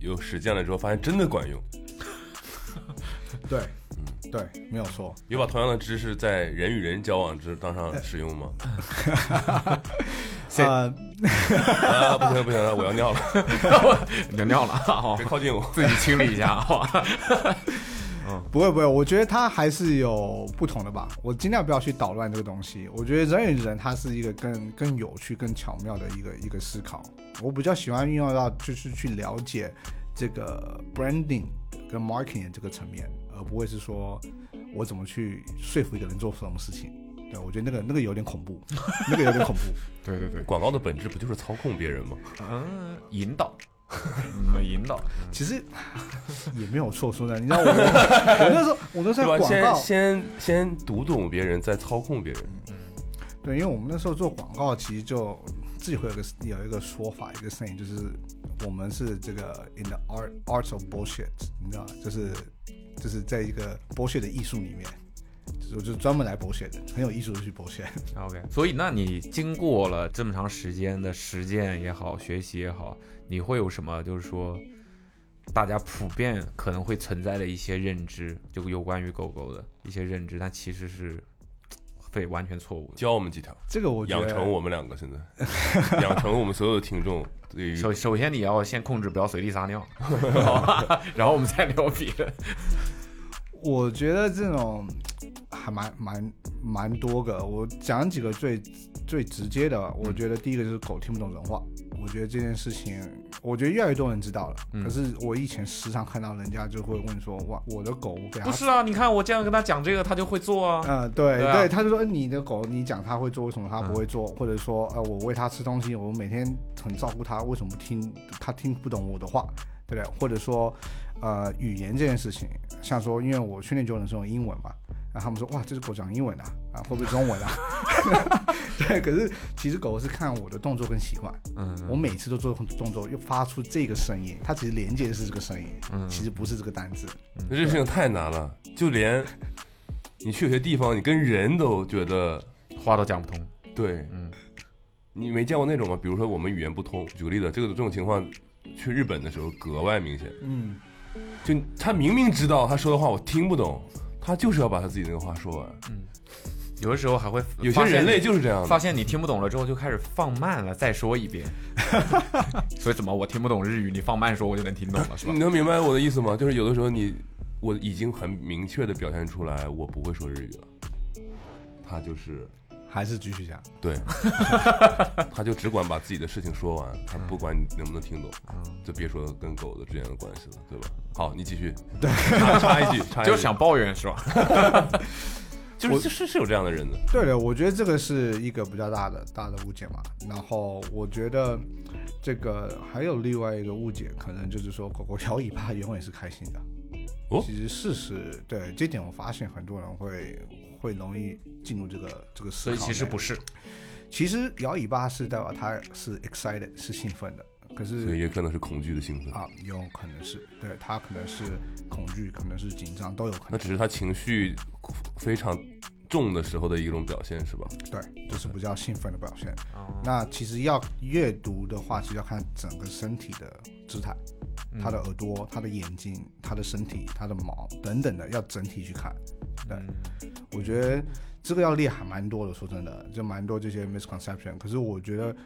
Speaker 3: 又实践了之后，发现真的管用，
Speaker 2: 对，嗯，对，没有错。
Speaker 3: 有把同样的知识在人与人交往之当上
Speaker 2: 哎
Speaker 3: 使用吗？
Speaker 2: 呃，
Speaker 3: 啊，不行不行，我要尿了，
Speaker 4: 尿尿了，好 (laughs)
Speaker 3: 别，靠近我。 (laughs)
Speaker 4: 自己清理一下，好。
Speaker 2: 不会不会，我觉得它还是有不同的吧。我尽量不要去捣乱这个东西。我觉得人与人它是一个更更有趣、更巧妙的一个一个思考。我比较喜欢运用到就是去了解这个 branding 跟 marketing 这个层面，而不会是说我怎么去说服一个人做什么事情。对，我觉得那个那个有点恐怖，那个有点恐怖。
Speaker 4: (laughs) 对对对，
Speaker 3: 广告的本质不就是操控别人吗？
Speaker 4: 嗯，引导， (laughs) 嗯，引导，
Speaker 2: 其实也没有错，说真的，你知道我我那时候我那时
Speaker 3: 对
Speaker 2: 候在
Speaker 3: 吧？
Speaker 2: 广
Speaker 3: 先
Speaker 2: 告，
Speaker 3: 先先读懂别人，再操控别人。
Speaker 2: 对，因为我们那时候做广告，其实就自己会有个有一个说法，一个 saying，就是我们是这个 in the art art of bullshit，你知道吗？就是就是在一个 bullshit 的艺术里面，就是我就专门来 bullshit 的，很有艺术的去 bullshit。
Speaker 4: OK，所以那你经过了这么长时间的实践也好，学习也好，你会有什么就是说，大家普遍可能会存在的一些认知，就有关于狗狗的一些认知，但其实是非完全错误的。
Speaker 3: 教我们几条，
Speaker 2: 这个我觉
Speaker 3: 养
Speaker 2: 得
Speaker 3: 成我们两个现在，养成我们所有的听众对于
Speaker 4: 首首先你要先控制，不要随地撒尿， (laughs) 然后我们再聊别的。
Speaker 2: 我觉得这种还蛮蛮蛮多个，我讲几个最最直接的。我觉得第一个就是狗听不懂人话，我觉得这件事情，我觉得越来越多人知道了。可是我以前时常看到人家就会问说，哇，我的狗我给它
Speaker 4: 不。是啊，你看我这样跟他讲这个，他就会做啊。
Speaker 2: 嗯、对
Speaker 4: 对啊嗯
Speaker 2: 他就说呃你的狗，你讲它会做，为什么它不会做？或者说，呃，我喂它吃东西，我每天很照顾它，为什么不听？它听不懂我的话，对不对？或者说，呃，语言这件事情，像说，因为我训练就能是用英文嘛，然后他们说，哇，这只狗讲英文啊，啊，会不会中文啊？ (laughs) 对，可是其实狗是看我的动作跟习惯，
Speaker 4: 嗯，
Speaker 2: 我每次都做动作，又发出这个声音，它其实连接的是这个声音，
Speaker 4: 嗯
Speaker 2: 其实不是这个单字。
Speaker 3: 这事情太难了，就连你去有些地方，你跟人都觉得
Speaker 4: 话都讲不通。
Speaker 3: 对，
Speaker 4: 嗯，
Speaker 3: 你没见过那种吗？比如说我们语言不通，举个例子，这个这种情况，去日本的时候格外明显。
Speaker 2: 嗯，
Speaker 3: 就他明明知道他说的话我听不懂，他就是要把他自己那个话说完。
Speaker 4: 有的时候还会
Speaker 3: 有些
Speaker 4: 发现
Speaker 3: 人
Speaker 4: 你
Speaker 3: 类就是这样
Speaker 4: 发
Speaker 3: 的，
Speaker 4: 现你听不懂了之后，就开始放慢了再说一 (laughs) 遍。所以怎么我听不懂日语，你放慢说我就能听懂了，是吧
Speaker 3: 你？能明白我的意思吗？就是有的时候你，我已经很明确的表现出来，我不会说日语了，他就是
Speaker 2: 还是继续讲。
Speaker 3: 对， (laughs) 他就只管把自己的事情说完，他不管你能不能听懂，就别说跟狗的之间的关系了，对吧？好，你继续。嗯对， (laughs) 插一句，插一句，
Speaker 4: 就是想抱怨是吧？
Speaker 3: 就是就是是有这样的人的，
Speaker 2: 对的，我觉得这个是一个比较大的大的误解嘛。然后我觉得这个还有另外一个误解，可能就是说狗狗摇尾巴永远是开心的。
Speaker 3: 哦
Speaker 2: 其实事实对这点，我发现很多人会会容易进入这个这个思
Speaker 4: 所
Speaker 2: 考。
Speaker 4: 以其实不，是，
Speaker 2: 其实摇尾巴是代表它是 excited，是兴奋的。可
Speaker 3: 所以
Speaker 2: 是
Speaker 3: 也可能是恐惧的兴奋。
Speaker 2: 啊，有可能是对它可能是恐惧，可能是紧张，都有可
Speaker 3: 那
Speaker 2: 能。
Speaker 3: 只是他情绪非常重的时候的一种表现，是吧？
Speaker 2: 对，这是比较兴奋的表现。那其实要阅读的话，其实要看整个身体的姿态，它的耳朵、它的眼睛、它的身体、它的毛等等的，要整体去看。对，我觉得这个要列还蛮多的，说真的，就蛮多这些 misconception。可是我觉得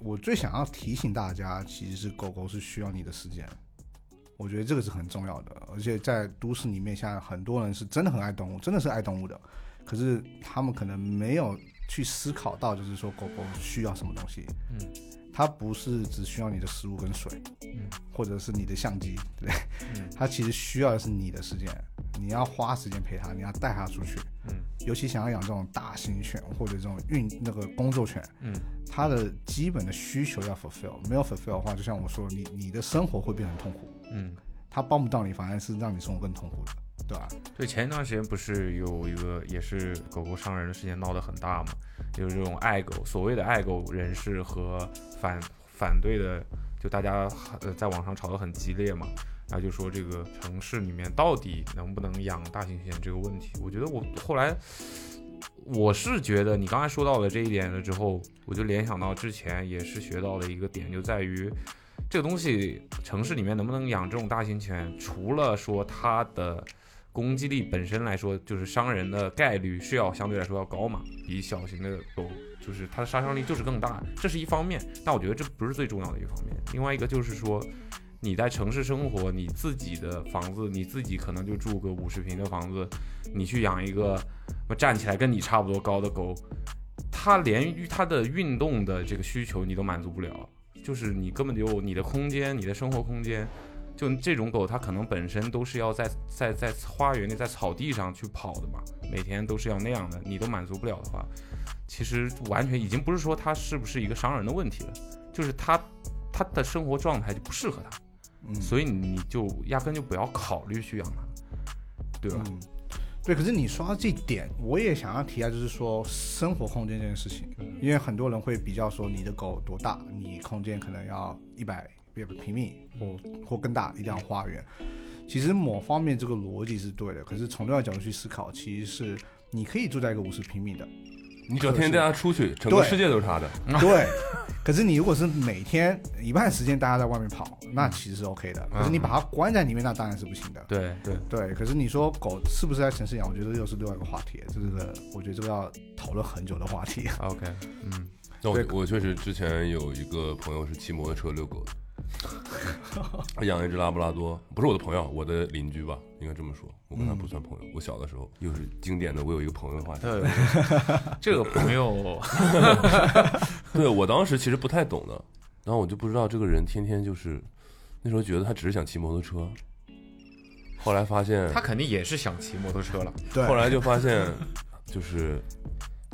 Speaker 2: 我最想要提醒大家，其实是狗狗是需要你的时间。我觉得这个是很重要的，而且在都市里面，现在很多人是真的很爱动物，真的是爱动物的，可是他们可能没有去思考到，就是说狗狗需要什么东西。嗯，它不是只需要你的食物跟水，嗯，或者是你的相机，对，它其实需要的是你的时间，你要花时间陪它，你要带它出去。嗯，尤其想要养这种大型犬或者这种运那个工作犬，嗯，它的基本的需求要 fulfill，没有 fulfill 的话，就像我说，你你的生活会变得很痛苦。
Speaker 4: 嗯，
Speaker 2: 它帮不到你，反而是让你生活更痛苦的，对吧？
Speaker 4: 对，前一段时间不是有一个也是狗狗伤人的事件闹得很大嘛？就是这种爱狗，所谓的爱狗人士和反反对的，就大家呃在网上吵得很激烈嘛。然后就说这个城市里面到底能不能养大型犬这个问题，我觉得我后来我是觉得你刚才说到了这一点了之后，我就联想到之前也是学到的一个点，就在于这个东西城市里面能不能养这种大型犬，除了说它的攻击力本身来说，就是伤人的概率是要相对来说要高嘛，比小型的狗就是它的杀伤力就是更大，这是一方面。但我觉得这不是最重要的一方面，另外一个就是说。你在城市生活，你自己的房子，你自己可能就住个五十平的房子，你去养一个站起来跟你差不多高的狗，它连它的运动的这个需求你都满足不了，就是你根本就你的空间，你的生活空间，就这种狗它可能本身都是要在在在花园里在草地上去跑的嘛，每天都是要那样的，你都满足不了的话，其实完全已经不是说它是不是一个伤人的问题了，就是它它的生活状态就不适合它，
Speaker 2: 嗯，
Speaker 4: 所以你就压根就不要考虑去养它，对吧？
Speaker 2: 嗯，对，可是你说到这一点，我也想要提一下，就是说生活空间这件事情，因为很多人会比较说你的狗多大，你空间可能要一百平米或或更大，一定要花园。其实某方面这个逻辑是对的，可是从另外角度去思考，其实是你可以住在一个五十平米的，
Speaker 3: 你只要天天带他出去，整个
Speaker 2: 对
Speaker 3: 世界都是他的。
Speaker 2: 对，可是你如果是每天一半时间大家在外面跑，那其实是 OK 的。可是你把它关在里面，那当然是不行的。
Speaker 4: 对对，
Speaker 2: 对，可是你说狗是不是在城市养？我觉得又是另外一个话题，这是个我觉得这个要讨论很久的话题。 (laughs)
Speaker 4: OK，嗯，
Speaker 3: 那我我确实之前有一个朋友是骑摩托车遛狗的，他养了一只拉布拉多，不是我的朋友，我的邻居吧，应该这么说。我跟他不算朋友，我小的时候又是经典的，我有一个朋友的话题。
Speaker 4: (laughs) 对，呃这个朋友，
Speaker 3: 对我当时其实不太懂的，然后我就不知道这个人天天就是，那时候觉得他只是想骑摩托车，后来发现
Speaker 4: 他肯定也是想骑摩托车了。
Speaker 2: 对，
Speaker 3: 后来就发现， (laughs) 就是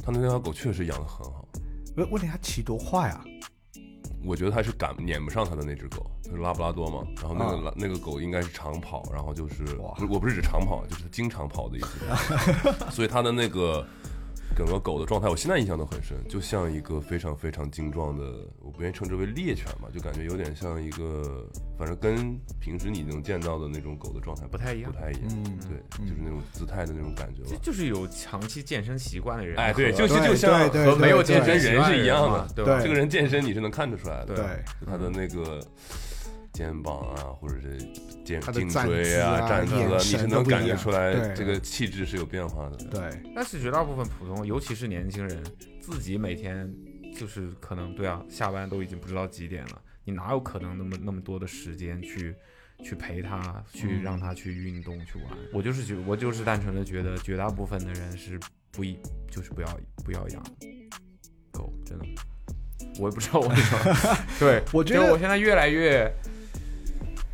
Speaker 3: 他那条狗确实养得很好，
Speaker 2: 问问题它骑多快啊？
Speaker 3: 我觉得他是赶撵不上他的那只狗，就是拉布拉多嘛。然后
Speaker 4: 啊
Speaker 3: 那个拉、那个狗应该是长跑，然后就是
Speaker 2: 哇
Speaker 3: 不是我不是指长跑，就是经常跑的一只，
Speaker 4: (laughs)
Speaker 3: 所以它的那个整个狗的状态，我现在印象都很深，就像一个非常非常精壮的，我不愿意称之为猎犬吧，就感觉有点像一个，反正跟平时你能见到的那种狗的状态
Speaker 4: 不太一样嗯
Speaker 3: 不太一样，对，就是那种姿态的那种感觉吧
Speaker 4: 这。 (laughs) 就是有长期健身习惯的人和，
Speaker 3: 哎，对，就
Speaker 2: 对
Speaker 3: 就就像
Speaker 2: 对
Speaker 3: 和
Speaker 2: 对
Speaker 3: 没有
Speaker 2: 对
Speaker 3: 健身
Speaker 2: 对
Speaker 3: 人是一样的，
Speaker 4: 对
Speaker 2: 对
Speaker 4: 吧？
Speaker 3: 这个人健身你是能看得出来的，
Speaker 4: 对
Speaker 2: 对
Speaker 3: 就他的那个肩膀啊，或者是肩
Speaker 2: 他的
Speaker 3: 颈
Speaker 2: 站
Speaker 3: 椎
Speaker 2: 姿啊
Speaker 3: 站姿啊，
Speaker 2: 眼
Speaker 3: 你
Speaker 2: 神
Speaker 3: 是
Speaker 2: 都
Speaker 3: 能
Speaker 2: 不一
Speaker 3: 感觉
Speaker 2: 样
Speaker 3: 出来
Speaker 2: 对
Speaker 3: 这个气质是有变化的。
Speaker 2: 对，
Speaker 4: 但是绝大部分普通，尤其是年轻人，自己每天就是可能对啊，下班都已经不知道几点了，你哪有可能那么那么多的时间去去陪他，去让他去运动去玩？我就是觉，我就是单纯的觉得，绝大部分的人是不一就是不要不要养狗，真的，我也不知道为什么。对，
Speaker 2: 我觉得
Speaker 4: 就是我现在越来越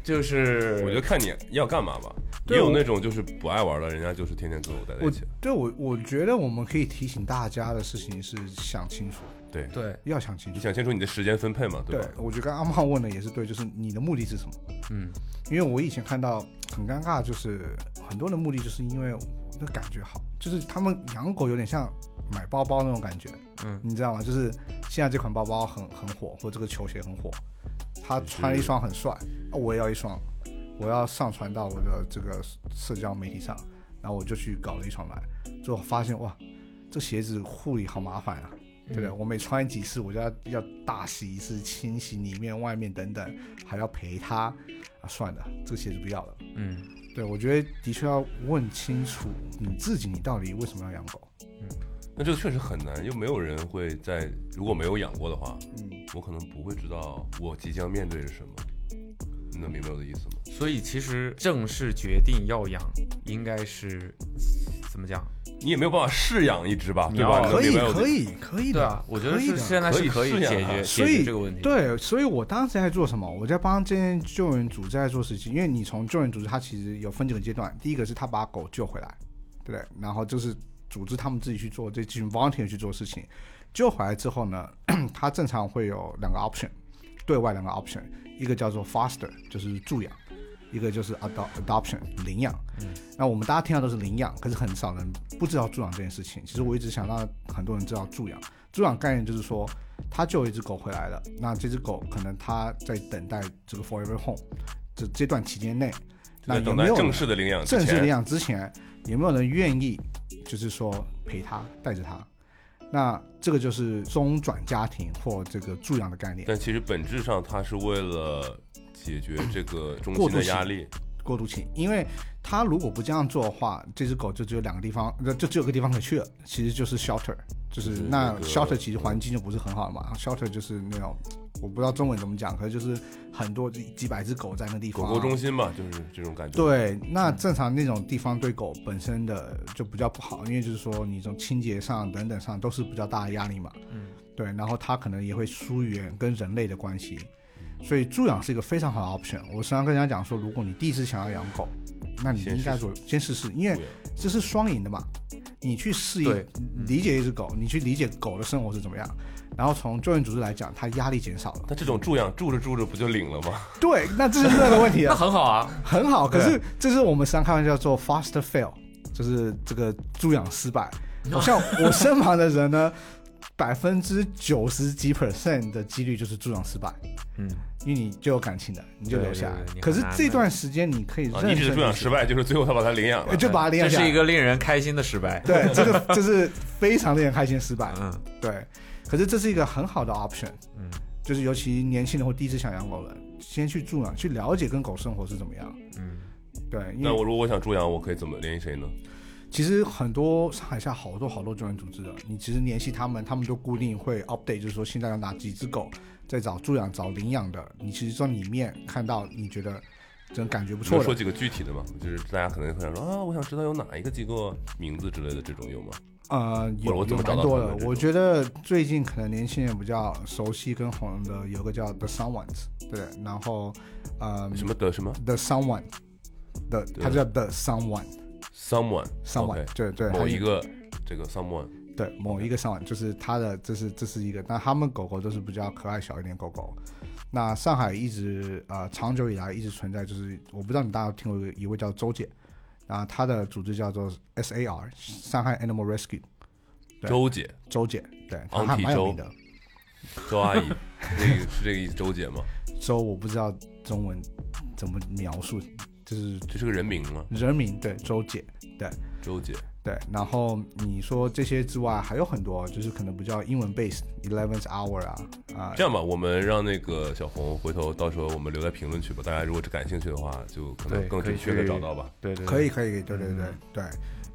Speaker 4: 就是，
Speaker 3: 我觉得看你要干嘛吧。
Speaker 2: 对
Speaker 3: 也有
Speaker 2: 我
Speaker 3: 那种就是不爱玩的，人家就是天天跟我待在
Speaker 2: 我
Speaker 3: 一起。
Speaker 2: 对我我觉得我们可以提醒大家的事情是想清楚，
Speaker 3: 对，
Speaker 4: 对，
Speaker 2: 要想清
Speaker 3: 你
Speaker 2: 楚。
Speaker 3: 想清楚你的时间分配嘛，
Speaker 2: 对
Speaker 3: 吧？，
Speaker 2: 我觉得刚刚阿茂问的也是对，就是你的目的是什么？
Speaker 4: 嗯，
Speaker 2: 因为我以前看到很尴尬，就是很多人的目的就是因为那感觉好，就是他们养狗有点像买包包那种感觉，
Speaker 4: 嗯
Speaker 2: 你知道吗？就是现在这款包包很很火，或者这个球鞋很火，他穿了一双很帅，啊我也要一双，我要上传到我的这个社交媒体上，然后我就去搞了一双来，最后发现哇，这鞋子护理好麻烦啊。对不对？我每穿几次，我就要要大洗一次，清洗里面、外面等等，还要陪它啊。算了，这个鞋子不要了。
Speaker 4: 嗯，
Speaker 2: 对，我觉得的确要问清楚你自己，你到底为什么要养狗？
Speaker 3: 那这个确实很难，又没有人会在如果没有养过的话，
Speaker 2: 嗯，
Speaker 3: 我可能不会知道我即将面对着什么。你能明白我的意思吗？
Speaker 4: 所以其实正式决定要养，应该是怎么讲？
Speaker 3: 你也没有办法试养一只吧，
Speaker 4: 你
Speaker 3: 对吧？
Speaker 4: 要
Speaker 3: 你
Speaker 2: 可
Speaker 3: 能
Speaker 2: 以
Speaker 3: 明白我的
Speaker 2: 可以可以
Speaker 4: 对
Speaker 2: 的
Speaker 4: 啊，我觉得
Speaker 2: 可以
Speaker 4: 是
Speaker 2: 的
Speaker 4: 现在是可以
Speaker 3: 可以试
Speaker 4: 解
Speaker 3: 养啊
Speaker 4: 决
Speaker 2: 所
Speaker 4: 解决
Speaker 2: 以
Speaker 4: 这个问题。，
Speaker 2: 对，所以我当时在做什么？我在帮这些救援组织在做事情，因为你从救援组织，它其实有分几个阶段。第一个是他把狗救回来，对不对？然后就是组织他们自己去做，这群 volunteer 去做事情。救回来之后呢， (clears throat) 它正常会有两个 option，对外两个 option，一个叫做 foster，就是助养。一个就是 adopt adoption 领养，
Speaker 3: 嗯
Speaker 2: 那我们大家听到都是领养，可是很少人不知道助养这件事情。其实我一直想让很多人知道助养，助养概念就是说，他救一只狗回来了，那这只狗可能它在等待这个 forever home 这这段期间内，
Speaker 3: 就
Speaker 2: 那
Speaker 3: 在
Speaker 2: 有
Speaker 3: 等
Speaker 2: 没
Speaker 3: 待
Speaker 2: 有
Speaker 3: 正
Speaker 2: 人
Speaker 3: 式的领养之
Speaker 2: 正式领
Speaker 3: 前，
Speaker 2: 养之前，有没有人愿意就是说陪它带着它？那这个就是中转家庭或这个助养的概念，
Speaker 3: 但其实本质上它是为了解决这个中
Speaker 2: 过
Speaker 3: 心
Speaker 2: 渡
Speaker 3: 的
Speaker 2: 期
Speaker 3: 压力。
Speaker 2: 过渡期，因为它如果不这样做的话，这只狗就只有两个地方，呃就只有个地方可去了，其实就是 shelter，就是
Speaker 3: 就是
Speaker 2: 那
Speaker 3: 那个
Speaker 2: shelter 其实环境就不是很好嘛，shelter 就是那种我不知道中文怎么讲，可能就是很多几几百只狗在那个地方
Speaker 3: 狗
Speaker 2: 啊，
Speaker 3: 狗中心吧，就是这种感觉。，
Speaker 2: 对，那正常那种地方对狗本身的就比较不好，因为就是说你从清洁上等等上都是比较大的压力嘛。
Speaker 4: 嗯，
Speaker 2: 对，然后它可能也会疏远跟人类的关系，所以助养是一个非常好的 option。我时常跟人家讲说，如果你第一次想要养狗，那你
Speaker 3: 先
Speaker 2: 应该
Speaker 3: 试
Speaker 2: 做先试试，因为这是双赢的嘛。你去适
Speaker 4: 对
Speaker 2: 应理解一只狗，你去理解狗的生活是怎么样，然后从救援组织来讲，它压力减少了。
Speaker 3: 那这种助养住着住着不就领了吗？
Speaker 2: 对，那这就是那个问题 (laughs) 了
Speaker 4: 那。很好啊。
Speaker 2: 很好，可
Speaker 4: 对
Speaker 2: 是这是我们常开玩笑做 fast fail，就是这个猪养失
Speaker 4: (laughs)
Speaker 2: 败。好像我身旁的人呢， (laughs) 百分之九十几 percent 的几率就是助养失败， (laughs)
Speaker 4: 嗯，
Speaker 2: 因为你就有感情了，你就留下来。
Speaker 4: 对对对你很
Speaker 2: 可是
Speaker 4: 难哦
Speaker 2: 这段时间你可以
Speaker 3: 啊，
Speaker 2: 认
Speaker 3: 你
Speaker 2: 真
Speaker 3: 只
Speaker 2: 地
Speaker 3: 是助养失败，就是最后他把它领养
Speaker 2: 呃，
Speaker 3: 了。
Speaker 2: 就把它
Speaker 4: 这
Speaker 2: 练下来。
Speaker 4: 是一个令人开心的失败。
Speaker 2: (laughs) 对，
Speaker 4: (laughs)
Speaker 2: 这个这是非常令人开心的失败。
Speaker 4: 嗯，
Speaker 2: 对，可是这是一个很好的 option，
Speaker 4: 嗯，
Speaker 2: 就是尤其年轻人或第一次想养狗的，先去助养，去了解跟狗生活是怎么样。
Speaker 4: 嗯，
Speaker 2: 对，因为
Speaker 3: 那我如果我想助养，我可以怎么联系谁呢？
Speaker 2: 其实很多上海下好多好多救援组织的，你其实联系他们，他们都固定会 update，就是说现在有哪几只狗在找助养、找领养的。你其实从里面看到你觉得真感觉不
Speaker 3: 能
Speaker 2: 错
Speaker 3: 说
Speaker 2: 的，
Speaker 3: 几个具体的吗？就是大家可能会想说啊，我想知道有哪一个机构名字之类的，这种有吗？
Speaker 2: 呃，
Speaker 3: 或者
Speaker 2: 有
Speaker 3: 我怎
Speaker 2: 有
Speaker 3: 么找
Speaker 2: 蛮
Speaker 3: 到
Speaker 2: 多
Speaker 3: 他们这
Speaker 2: 的。
Speaker 3: 种
Speaker 2: 我觉得最近可能年轻人比较熟悉跟红的有个叫 The Someones，对，然后呃
Speaker 3: 什么的什么
Speaker 2: The Someone。的，它
Speaker 3: 对
Speaker 2: 叫 The Someone，Someone，
Speaker 3: someone OK，
Speaker 2: 对对，
Speaker 3: 某
Speaker 2: 它是
Speaker 3: 一个这个 someone，
Speaker 2: 对，某一个上海就是它的，这是这是一个，那他们狗狗都是比较可爱小一点狗狗。那上海一直呃长久以来一直存在，就是我不知道你大家有听过一位叫周姐，啊，她的组织叫做 SAR 上海 Animal Rescue 对
Speaker 3: 周姐，
Speaker 2: 周姐，对，她还蛮有名的。
Speaker 3: 周阿姨， (laughs) 那个是这个意思，周姐吗？
Speaker 2: 周我不知道中文怎么描述，就是
Speaker 3: 这是个人名吗？
Speaker 2: 人名对周姐，
Speaker 3: 周姐，
Speaker 2: 对，然后你说这些之外还有很多，就是可能比较英文 based Eleventh Hour 啊啊、
Speaker 3: 这样吧，我们让那个小红回头，到时候我们留在评论区吧。大家如果感兴趣的话，就可能
Speaker 4: 对
Speaker 3: 更
Speaker 4: 可以
Speaker 3: 准确的
Speaker 4: 去
Speaker 3: 找到吧。
Speaker 4: 对对，
Speaker 2: 可以，可以，对对对
Speaker 4: 嗯
Speaker 2: 对，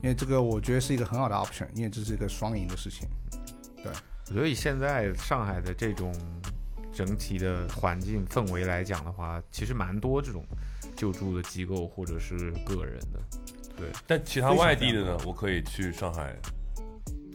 Speaker 2: 因为这个我觉得是一个很好的 option，因为这是一个双赢的事情。
Speaker 4: 所以现在上海的这种整体的环境氛围来讲的话，其实蛮多这种救助的机构或者是个人的。
Speaker 3: 对，但其他外地的呢，我可以去上海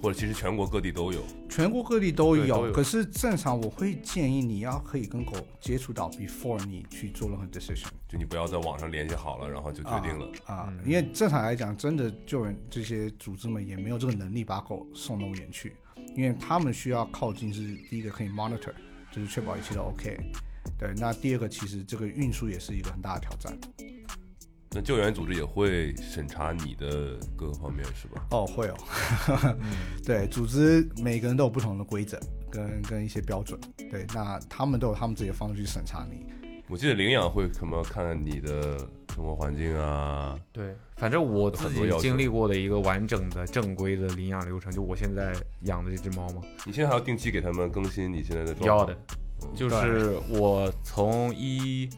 Speaker 3: 或者其实全国各地都有。
Speaker 2: 全国各地都
Speaker 4: 对都
Speaker 2: 有，
Speaker 4: 有
Speaker 2: 可是正常我会建议你要可以跟狗接触到 before 你去做任何 decision。
Speaker 3: 就你不要在网上联系好了，然后就决定了。
Speaker 2: 啊，
Speaker 4: 嗯
Speaker 2: 因为正常来讲，真的救援这些组织们也没有这个能力把狗送动物园去，因为他们需要靠近是第一个可以 monitor，就是确保一切都 OK。对，那第二个其实这个运输也是一个很大的挑战。
Speaker 3: 那救援组织也会审查你的各个方面，是吧？
Speaker 2: 哦，会哦。(laughs)
Speaker 3: 嗯
Speaker 2: 对，组织每个人都有不同的规则跟跟一些标准，对，那他们都有他们自己的方式去审查你。
Speaker 3: 我记得领养会什么看看你的生活环境啊，
Speaker 4: 对，反正我自
Speaker 3: 很多
Speaker 4: 己
Speaker 3: 要求
Speaker 4: 经历过的一个完整的正规的领养流程，就我现在养的这只猫嘛，
Speaker 3: 你现在还要定期给他们更新你现在的状
Speaker 4: 要
Speaker 3: 况。
Speaker 4: 的，就是我从一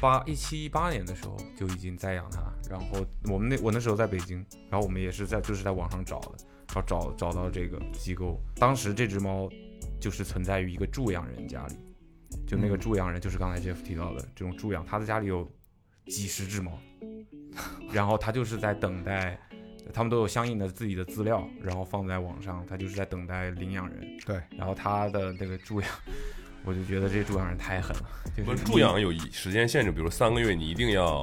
Speaker 4: 八一七一八年的时候就已经在养它，然后我们那我那时候在北京，然后我们也是在就是在网上找的，然后找找到这个机构，当时这只猫就是存在于一个助养人家里，就那个助养人就是刚才 Jeff 提到的这种助养，他的家里有几十只猫，然后他就是在等待。他们都有相应的自己的资料，然后放在网上，他就是在等待领养人。
Speaker 2: 对，
Speaker 4: 然后他的那个助养， (laughs) 我就觉得这助养人太狠了。就
Speaker 3: 不
Speaker 4: 是
Speaker 3: 是助养有一时间限制，比如三个月你一定要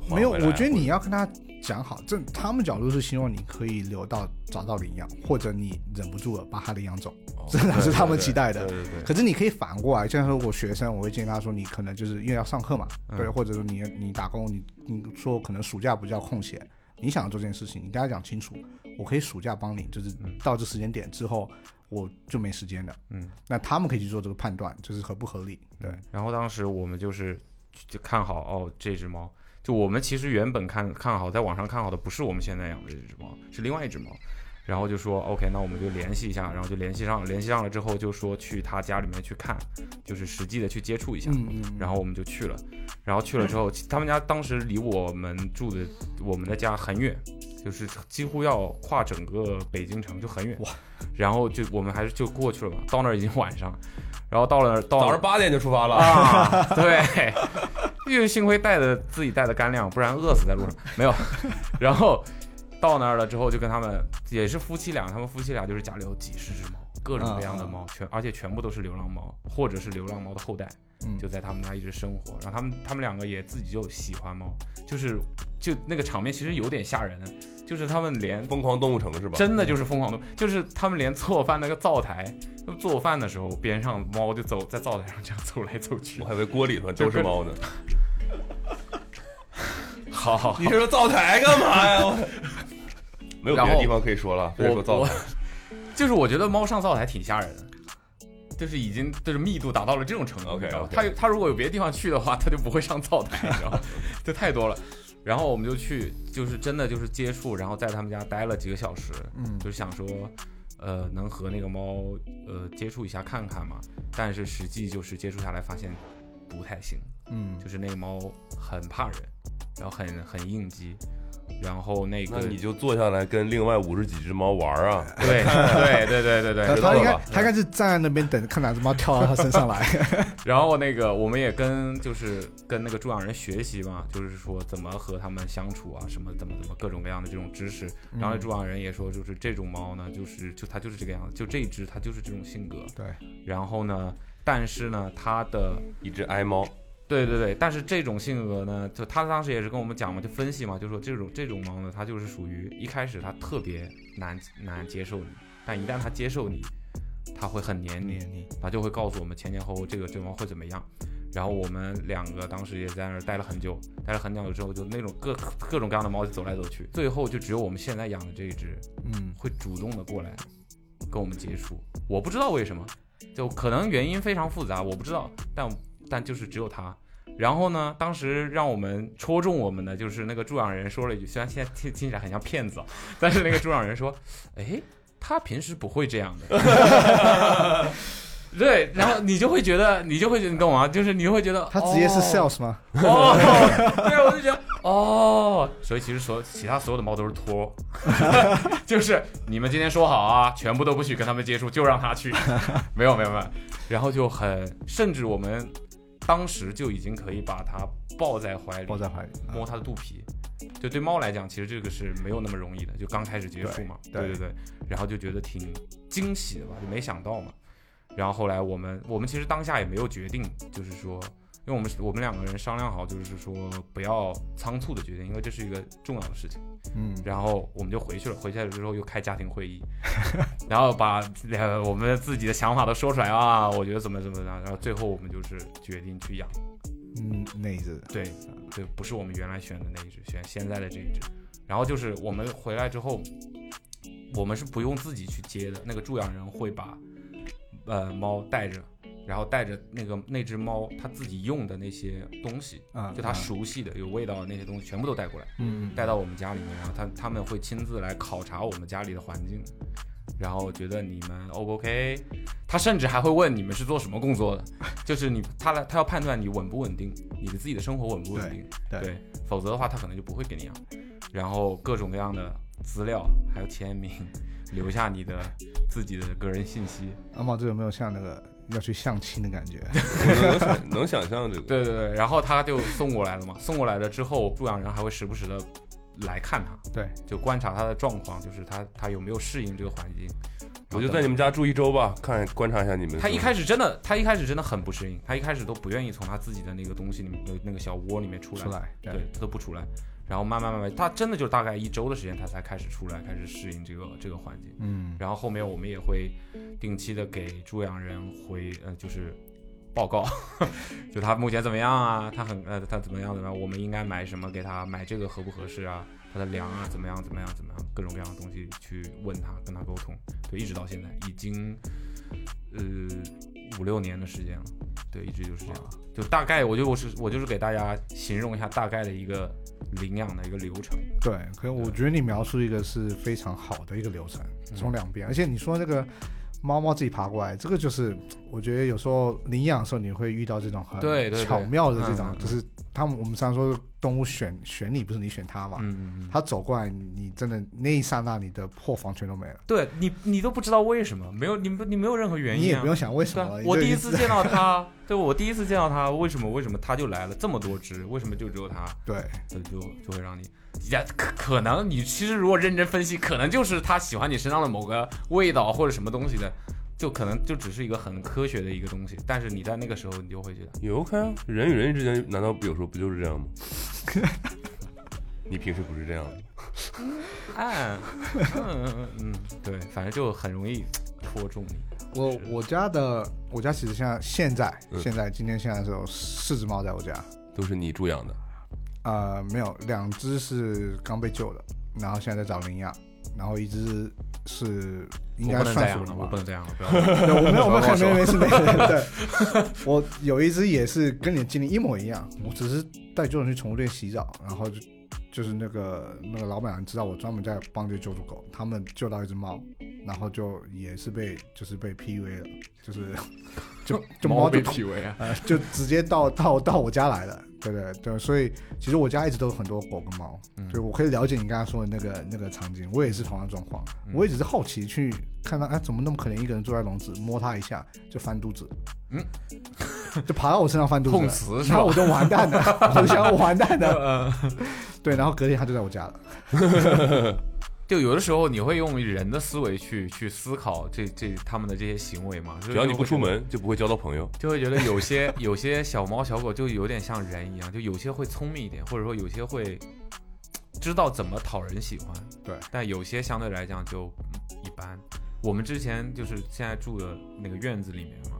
Speaker 3: 还回来。
Speaker 2: 没有，我觉得
Speaker 3: 或者
Speaker 2: 你要跟他讲好，这他们角度是希望你可以留到找到领养，或者你忍不住了把他领养走，
Speaker 3: 哦
Speaker 2: (laughs) 这才是他们期待
Speaker 4: 对
Speaker 2: 的。
Speaker 4: 对对，
Speaker 2: 可是你可以反过来，像是我学生，我会建议他说，你可能就是因为要上课嘛，
Speaker 4: 嗯
Speaker 2: 对，或者说你你打工，你你说可能暑假比较空闲，你想做这件事情，你跟他讲清楚，我可以暑假帮你，就是到这时间点之后我就没时间了。
Speaker 4: 嗯，
Speaker 2: 那他们可以去做这个判断，就是合不合理。对，
Speaker 4: 然后当时我们就是就看好哦这只猫，就我们其实原本看看好在网上看好的不是我们现在养的这只猫，是另外一只猫。然后就说 OK，那我们就联系一下，然后就联系上，联系上了之后就说去他家里面去看，就是实际的去接触一下。
Speaker 2: 嗯嗯，
Speaker 4: 然后我们就去了，然后去了之后，其他们家当时离我们住的我们的家很远，就是几乎要跨整个北京城，就很远。哇！然后就我们还是就过去了嘛，到那儿已经晚上了，然后到了到
Speaker 3: 早上八点就出发了，
Speaker 4: 啊， (laughs) 对，因为幸亏带的自己带的干粮，不然饿死在路上。没有， (laughs) 然后到那儿了之后，就跟他们也是夫妻俩，他们夫妻俩就是家里有几十只猫，各种各样的
Speaker 2: 嗯嗯
Speaker 4: 猫，全而且全部都是流浪猫，或者是流浪猫的后代，
Speaker 2: 嗯
Speaker 4: 就在他们家一直生活。然后他们他们两个也自己就喜欢猫，就是就那个场面其实有点吓人，就是他们连
Speaker 3: (laughs) 疯狂动物城是吧？
Speaker 4: 真的就是疯狂的，就是他们连做饭那个灶台，做饭的时候边上猫就走在灶台上这样走来走去
Speaker 3: 我。还以为锅里头都是猫呢。
Speaker 4: 好好好，
Speaker 3: 你说灶台干嘛 (laughs) 呀？我没有别
Speaker 4: 然
Speaker 3: 的
Speaker 4: 后
Speaker 3: 地方可以说了，别说灶
Speaker 4: 我
Speaker 3: 台。
Speaker 4: 就是我觉得猫上灶台挺吓人的，就是已经就是密度达到了这种程度。
Speaker 3: OK，
Speaker 4: 你知道吗
Speaker 3: OK
Speaker 4: 它有它如果有别的地方去的话，它就不会上灶台，你知道吗？ (laughs) 就太多了。然后我们就去，就是真的就是接触，然后在他们家待了几个小时，
Speaker 2: 嗯
Speaker 4: 就是想说，呃，能和那个猫呃接触一下看看嘛。但是实际就是接触下来发现不太行，
Speaker 2: 嗯
Speaker 4: 就是那个猫很怕人，然后很很应激，然后那
Speaker 3: 那
Speaker 4: 个
Speaker 3: 你就坐下来跟另外五十几只猫玩儿啊！
Speaker 4: 对对对对对对，
Speaker 2: 呃
Speaker 3: 知道
Speaker 2: (laughs) 他应
Speaker 3: 了
Speaker 2: 该
Speaker 3: 吧
Speaker 2: 他应该是站在那边等，看哪只猫跳到他身
Speaker 4: (laughs)
Speaker 2: 上来。
Speaker 4: 然后那个我们也跟就是跟那个助养人学习嘛，就是说怎么和他们相处啊，什么怎么怎么各种各样的这种知识。然后那助养人也说，就是这种猫呢，就是就它就是这个样子，就这一只它就是这种性格。
Speaker 2: (laughs) 对，
Speaker 4: 然后呢，但是呢，它的
Speaker 3: 一只哀 (laughs) 猫，
Speaker 4: 对对对，但是这种性格呢，就他当时也是跟我们讲嘛，就分析嘛，就说这种这种猫呢，它就是属于一开始它特别难难接受你，但一旦它接受你，它会很黏你，他就会告诉我们前前后后这个这猫会怎么样。然后我们两个当时也在那儿待了很久，待了很久之后，就那种各各种各样的猫就走来走去，最后就只有我们现在养的这一只
Speaker 2: 嗯，
Speaker 4: 会主动的过来跟我们接触。我不知道为什么，就可能原因非常复杂，我不知道，但但就是只有它。然后呢，当时让我们戳中我们的就是那个助养人说了一句，虽然现在听听起来很像骗子啊，但是那个助养人说，哎，他平时不会这样的。对，然后你就会觉得，你就会觉得，你懂吗？就是你会觉得
Speaker 2: 他职业是
Speaker 4: 哦
Speaker 2: sales 吗？
Speaker 4: (laughs) 哦，对，我就觉得哦，所以其实所其他所有的猫都是托， (laughs) 就是你们今天说好啊，全部都不许跟他们接触，就让他去， (laughs) 没有没有没有，然后就很，甚至我们当时就已经可以把它抱在怀里，
Speaker 2: 抱在怀里。
Speaker 4: 摸它的肚皮，就对猫来讲，其实这个是没有那么容易的，就刚开始接触嘛，
Speaker 2: 对
Speaker 4: 对对对，然后就觉得挺惊喜的吧，就没想到嘛。然后后来我们我们其实当下也没有决定，就是说，因为我们我们两个人商量好，就是说不要仓促的决定，因为这是一个重要的事情。
Speaker 2: 嗯，
Speaker 4: 然后我们就回去了，回去了之后又开家庭
Speaker 2: (laughs)
Speaker 4: 会议，然后把呃我们自己的想法都说出来啊，我觉得怎么怎么的，然后最后我们就是决定去养，
Speaker 2: 嗯，那一只，
Speaker 4: 对对，不是我们原来选的那一只，选现在的这一只。然后就是我们回来之后，我们是不用自己去接的，那个助养人会把呃猫带着，然后带着那个那只猫它自己用的那些东西，
Speaker 2: 啊，
Speaker 4: 就它
Speaker 2: 啊，
Speaker 4: 熟悉的有味道的那些东西全部都带过来。
Speaker 2: 嗯，
Speaker 4: 带到我们家里面，然后他他们会亲自来考察我们家里的环境，然后觉得你们 O 不 OK，他甚至还会问你们是做什么工作的，就是你他来他要判断你稳不稳定，你的自己的生活稳不稳定，
Speaker 2: 对对
Speaker 4: 否则的话他可能就不会给你养。然后各种各样的资料，还有签名，留下你的自己的个人信息。
Speaker 2: 阿茂啊这有没有像那个要去相亲的感
Speaker 4: (laughs)
Speaker 2: 觉？
Speaker 3: 我能想能想象这个，
Speaker 4: 对对对，然后他就送过来了嘛，送过来了之后，助养人还会时不时的来看他，
Speaker 2: 对，
Speaker 4: 就观察它的状况，就是它它有没有适应这个环境。
Speaker 3: 我就在你们家住一周吧，看观察一下你们。
Speaker 4: 它一开始真的，它一开始真的很不适应，它一开始都不愿意从它自己的那个东西里面，那个小窝里面出来，
Speaker 2: 出来，
Speaker 4: 对，它都不出来。然后慢慢慢慢，它真的就大概一周的时间，它才开始出来，开始适应这个这个环境。
Speaker 2: 嗯，
Speaker 4: 然后后面我们也会定期的给助养人回，呃，就是报告， (laughs) 就他目前怎么样啊？他很呃，他怎么样怎么样？我们应该买什么给他？买这个合不合适啊？他的粮啊，怎么样怎么样怎么样？各种各样的东西去问他，跟他沟通，对，一直到现在已经呃五六年的时间了，对，一直就是这样，就大概我就我是我就是给大家形容一下大概的一个领养的一个流程，
Speaker 2: 对，可是我觉得你描述一个是非常好的一个流程，
Speaker 4: 嗯
Speaker 2: 从两边，而且你说那个猫猫自己爬过来，这个就是我觉得有时候领养的时候你会遇到这种很
Speaker 4: 对对对
Speaker 2: 巧妙的这种
Speaker 4: 嗯，嗯
Speaker 2: 就是他们我们常说动物选选你不是你选它嘛，
Speaker 4: 嗯嗯嗯。
Speaker 2: 它走过来，你真的那一刹那你的破防全都没了，
Speaker 4: 对你，你都不知道为什么，没有你不，你没有任何原因、啊，
Speaker 2: 你也不用想为什
Speaker 4: 对
Speaker 2: 么
Speaker 4: 啊，
Speaker 2: 了，
Speaker 4: 我
Speaker 2: 就
Speaker 4: 第
Speaker 2: 已
Speaker 4: 一
Speaker 2: 经
Speaker 4: 次见到他，对我第一次见到他，为什么为什么他就来了这么多只，为什么就只有他，
Speaker 2: 对
Speaker 4: 对，就就会让你，呀，可可能你其实如果认真分析，可能就是他喜欢你身上的某个味道或者什么东西的，就可能就只是一个很科学的一个东西，但是你在那个时候你就会觉得，
Speaker 3: 也 OK 啊，人与人之间难道不有时候不就是这 (laughs) 样吗？你平时不是这样的，
Speaker 4: 哎，嗯嗯，对，反正就很容易戳中你，
Speaker 2: 我我家的我家其实现在现在
Speaker 3: 嗯
Speaker 2: 现在今天现在是有四只猫在我家，
Speaker 3: 都是你助养的。
Speaker 2: 呃，没有，两只是刚被救的，然后现在在找领养，然后一只是应
Speaker 4: 我
Speaker 2: 该
Speaker 4: 不能
Speaker 2: 算
Speaker 4: 再
Speaker 2: 属
Speaker 4: 养
Speaker 2: 于
Speaker 4: 了，
Speaker 2: 吧
Speaker 4: 我不能再养了，不要
Speaker 2: 对，我没有，我
Speaker 4: 不
Speaker 2: 们
Speaker 4: 要跟我
Speaker 2: 还
Speaker 4: 说
Speaker 2: 没没事没事。对，我有一只也是跟你的经历一模一样，我只是带救人去宠物店洗澡，然后就就是那个那个老板娘知道我专门在帮这些救助狗，他们救到一只猫，然后就也是被就是被 PUA 了，就是就 (laughs) 就猫就
Speaker 4: PUA
Speaker 2: (laughs)
Speaker 4: 啊，
Speaker 2: 呃，就直接到到到我家来了，对对对，所以其实我家一直都有很多狗跟猫，
Speaker 4: 嗯
Speaker 2: 所以我可以了解你刚才说的那个那个场景，我也是同样状况，
Speaker 4: 嗯
Speaker 2: 我也只是好奇去看到，哎，怎么那么可怜，一个人坐在笼子，摸它一下就翻肚子，
Speaker 4: 嗯，
Speaker 2: 就爬到我身上翻肚
Speaker 4: 碰
Speaker 2: 子，
Speaker 4: 瓷是
Speaker 2: 然
Speaker 4: 吧
Speaker 2: 后？我就完蛋了，我就想我完蛋
Speaker 4: (laughs)
Speaker 2: 了，
Speaker 4: 呃，
Speaker 2: 对，然后隔天它就在我家了，
Speaker 4: 就有的时候你会用人的思维去去思考这这他们的这些行为嘛？只
Speaker 3: 只要你不出，门，就不会交到朋友。
Speaker 4: 就会觉得有些 (laughs) 有些小猫小狗就有点像人一样，就有些会聪明一点，或者说有些会知道怎么讨人喜欢，
Speaker 2: 对，
Speaker 4: 但有些相对来讲就嗯一般。我们之前就是现在住的那个院子里面嘛，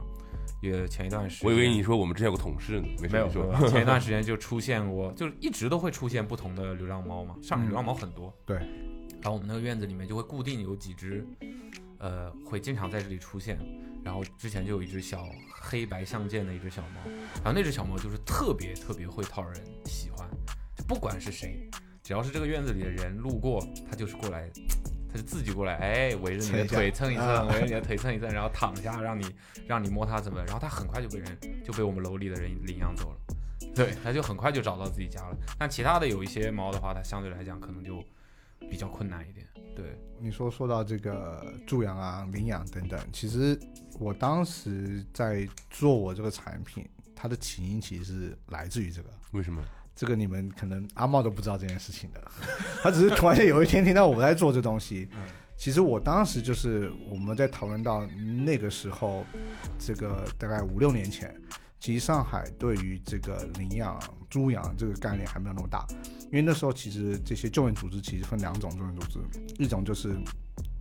Speaker 4: 也前一段时间
Speaker 3: 我以为你说我们之前有个同事呢，没事
Speaker 4: 没有
Speaker 3: 你说。
Speaker 4: 没有前
Speaker 3: (laughs)
Speaker 4: 一段时间就出现过，就是一直都会出现不同的流浪猫嘛，上海流浪
Speaker 3: 嗯
Speaker 4: 猫很多。
Speaker 2: 对，
Speaker 4: 然后我们那个院子里面就会固定有几只，呃，会经常在这里出现。然后之前就有一只小黑白相间的一只小猫，然后那只小猫就是特别特别会讨人喜欢，就不管是谁，只要是这个院子里的人路过，它就是过来，它就自己过来，哎，围着你的腿蹭一蹭，围着你的腿蹭一蹭，然后躺下让你让你摸它怎么，然后它很快就被人就被我们楼里的人领养走了。对，它就很快就找到自己家了。但其他的有一些猫的话，它相对来讲可能就比较困难一点。对，
Speaker 2: 你说说到这个助养啊、领养等等，其实我当时在做我这个产品，它的起因其实是来自于这个。
Speaker 3: 为什么？
Speaker 2: 这个你们可能阿茂都不知道这件事情的， (laughs) 他只是突然间有一天听到我在做这东西。其实我当时就是我们在讨论到那个时候，这个大概五六年前，其实上海对于这个领养猪养这个概念还没有那么大，因为那时候其实这些救援组织其实分两种救援组织，一种就是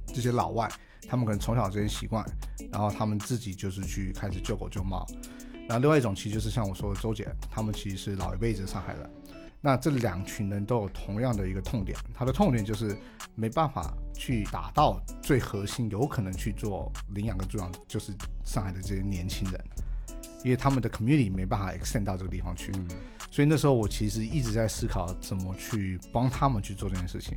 Speaker 2: 这些老外，他们可能从小这些习惯，然后他们自己就是去开始救狗救猫。然后另外一种其实就是像我说的周姐，他们其实是老一辈子上海人。那这两群人都有同样的一个痛点，他的痛点就是没办法去打到最核心，有可能去做领养跟助养，就是上海的这些年轻人，因为他们的 community 没办法 extend 到这个地方去。所以那时候我其实一直在思考怎么去帮他们去做这件事情。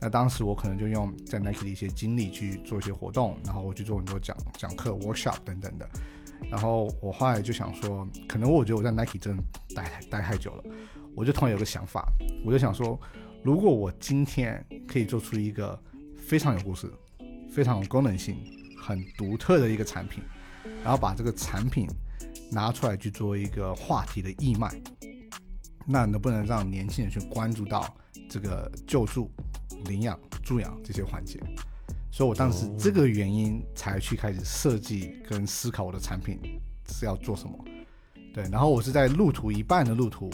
Speaker 2: 那当时我可能就用在 Nike 的一些经历去做一些活动，然后我去做很多讲讲课、workshop 等等的。然后我后来就想说，可能我觉得我在 Nike 真的待待太久了，我就突然有个想法，我就想说，如果我今天可以做出一个非常有故事、非常有功能性、很独特的一个产品，然后把这个产品拿出来去做一个话题的义卖，那能不能让年轻人去关注到这个救助、领养、助养这些环节？所以我当时这个原因才去开始设计跟思考我的产品是要做什么。对，然后我是在路途一半的路途，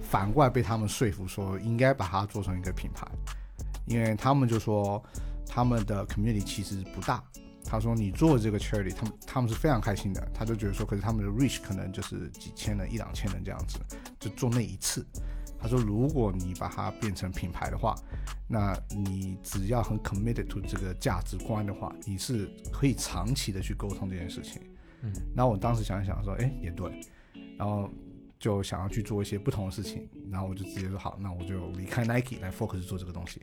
Speaker 2: 反过来被他们说服，说应该把它做成一个品牌，因为他们就说他们的 community 其实不大。他说你做这个 charity，他们他们是非常开心的，他就觉得说，可是他们的 reach 可能就是几千人、一两千人这样子，就做那一次。他说，如果你把它变成品牌的话，那你只要很 committed to 这个价值观的话，你是可以长期的去沟通这件事情。
Speaker 4: 嗯，
Speaker 2: 然后我当时想一想说，哎，也对，然后就想要去做一些不同的事情，然后我就直接说好，那我就离开 Nike 来 focus 做这个东西。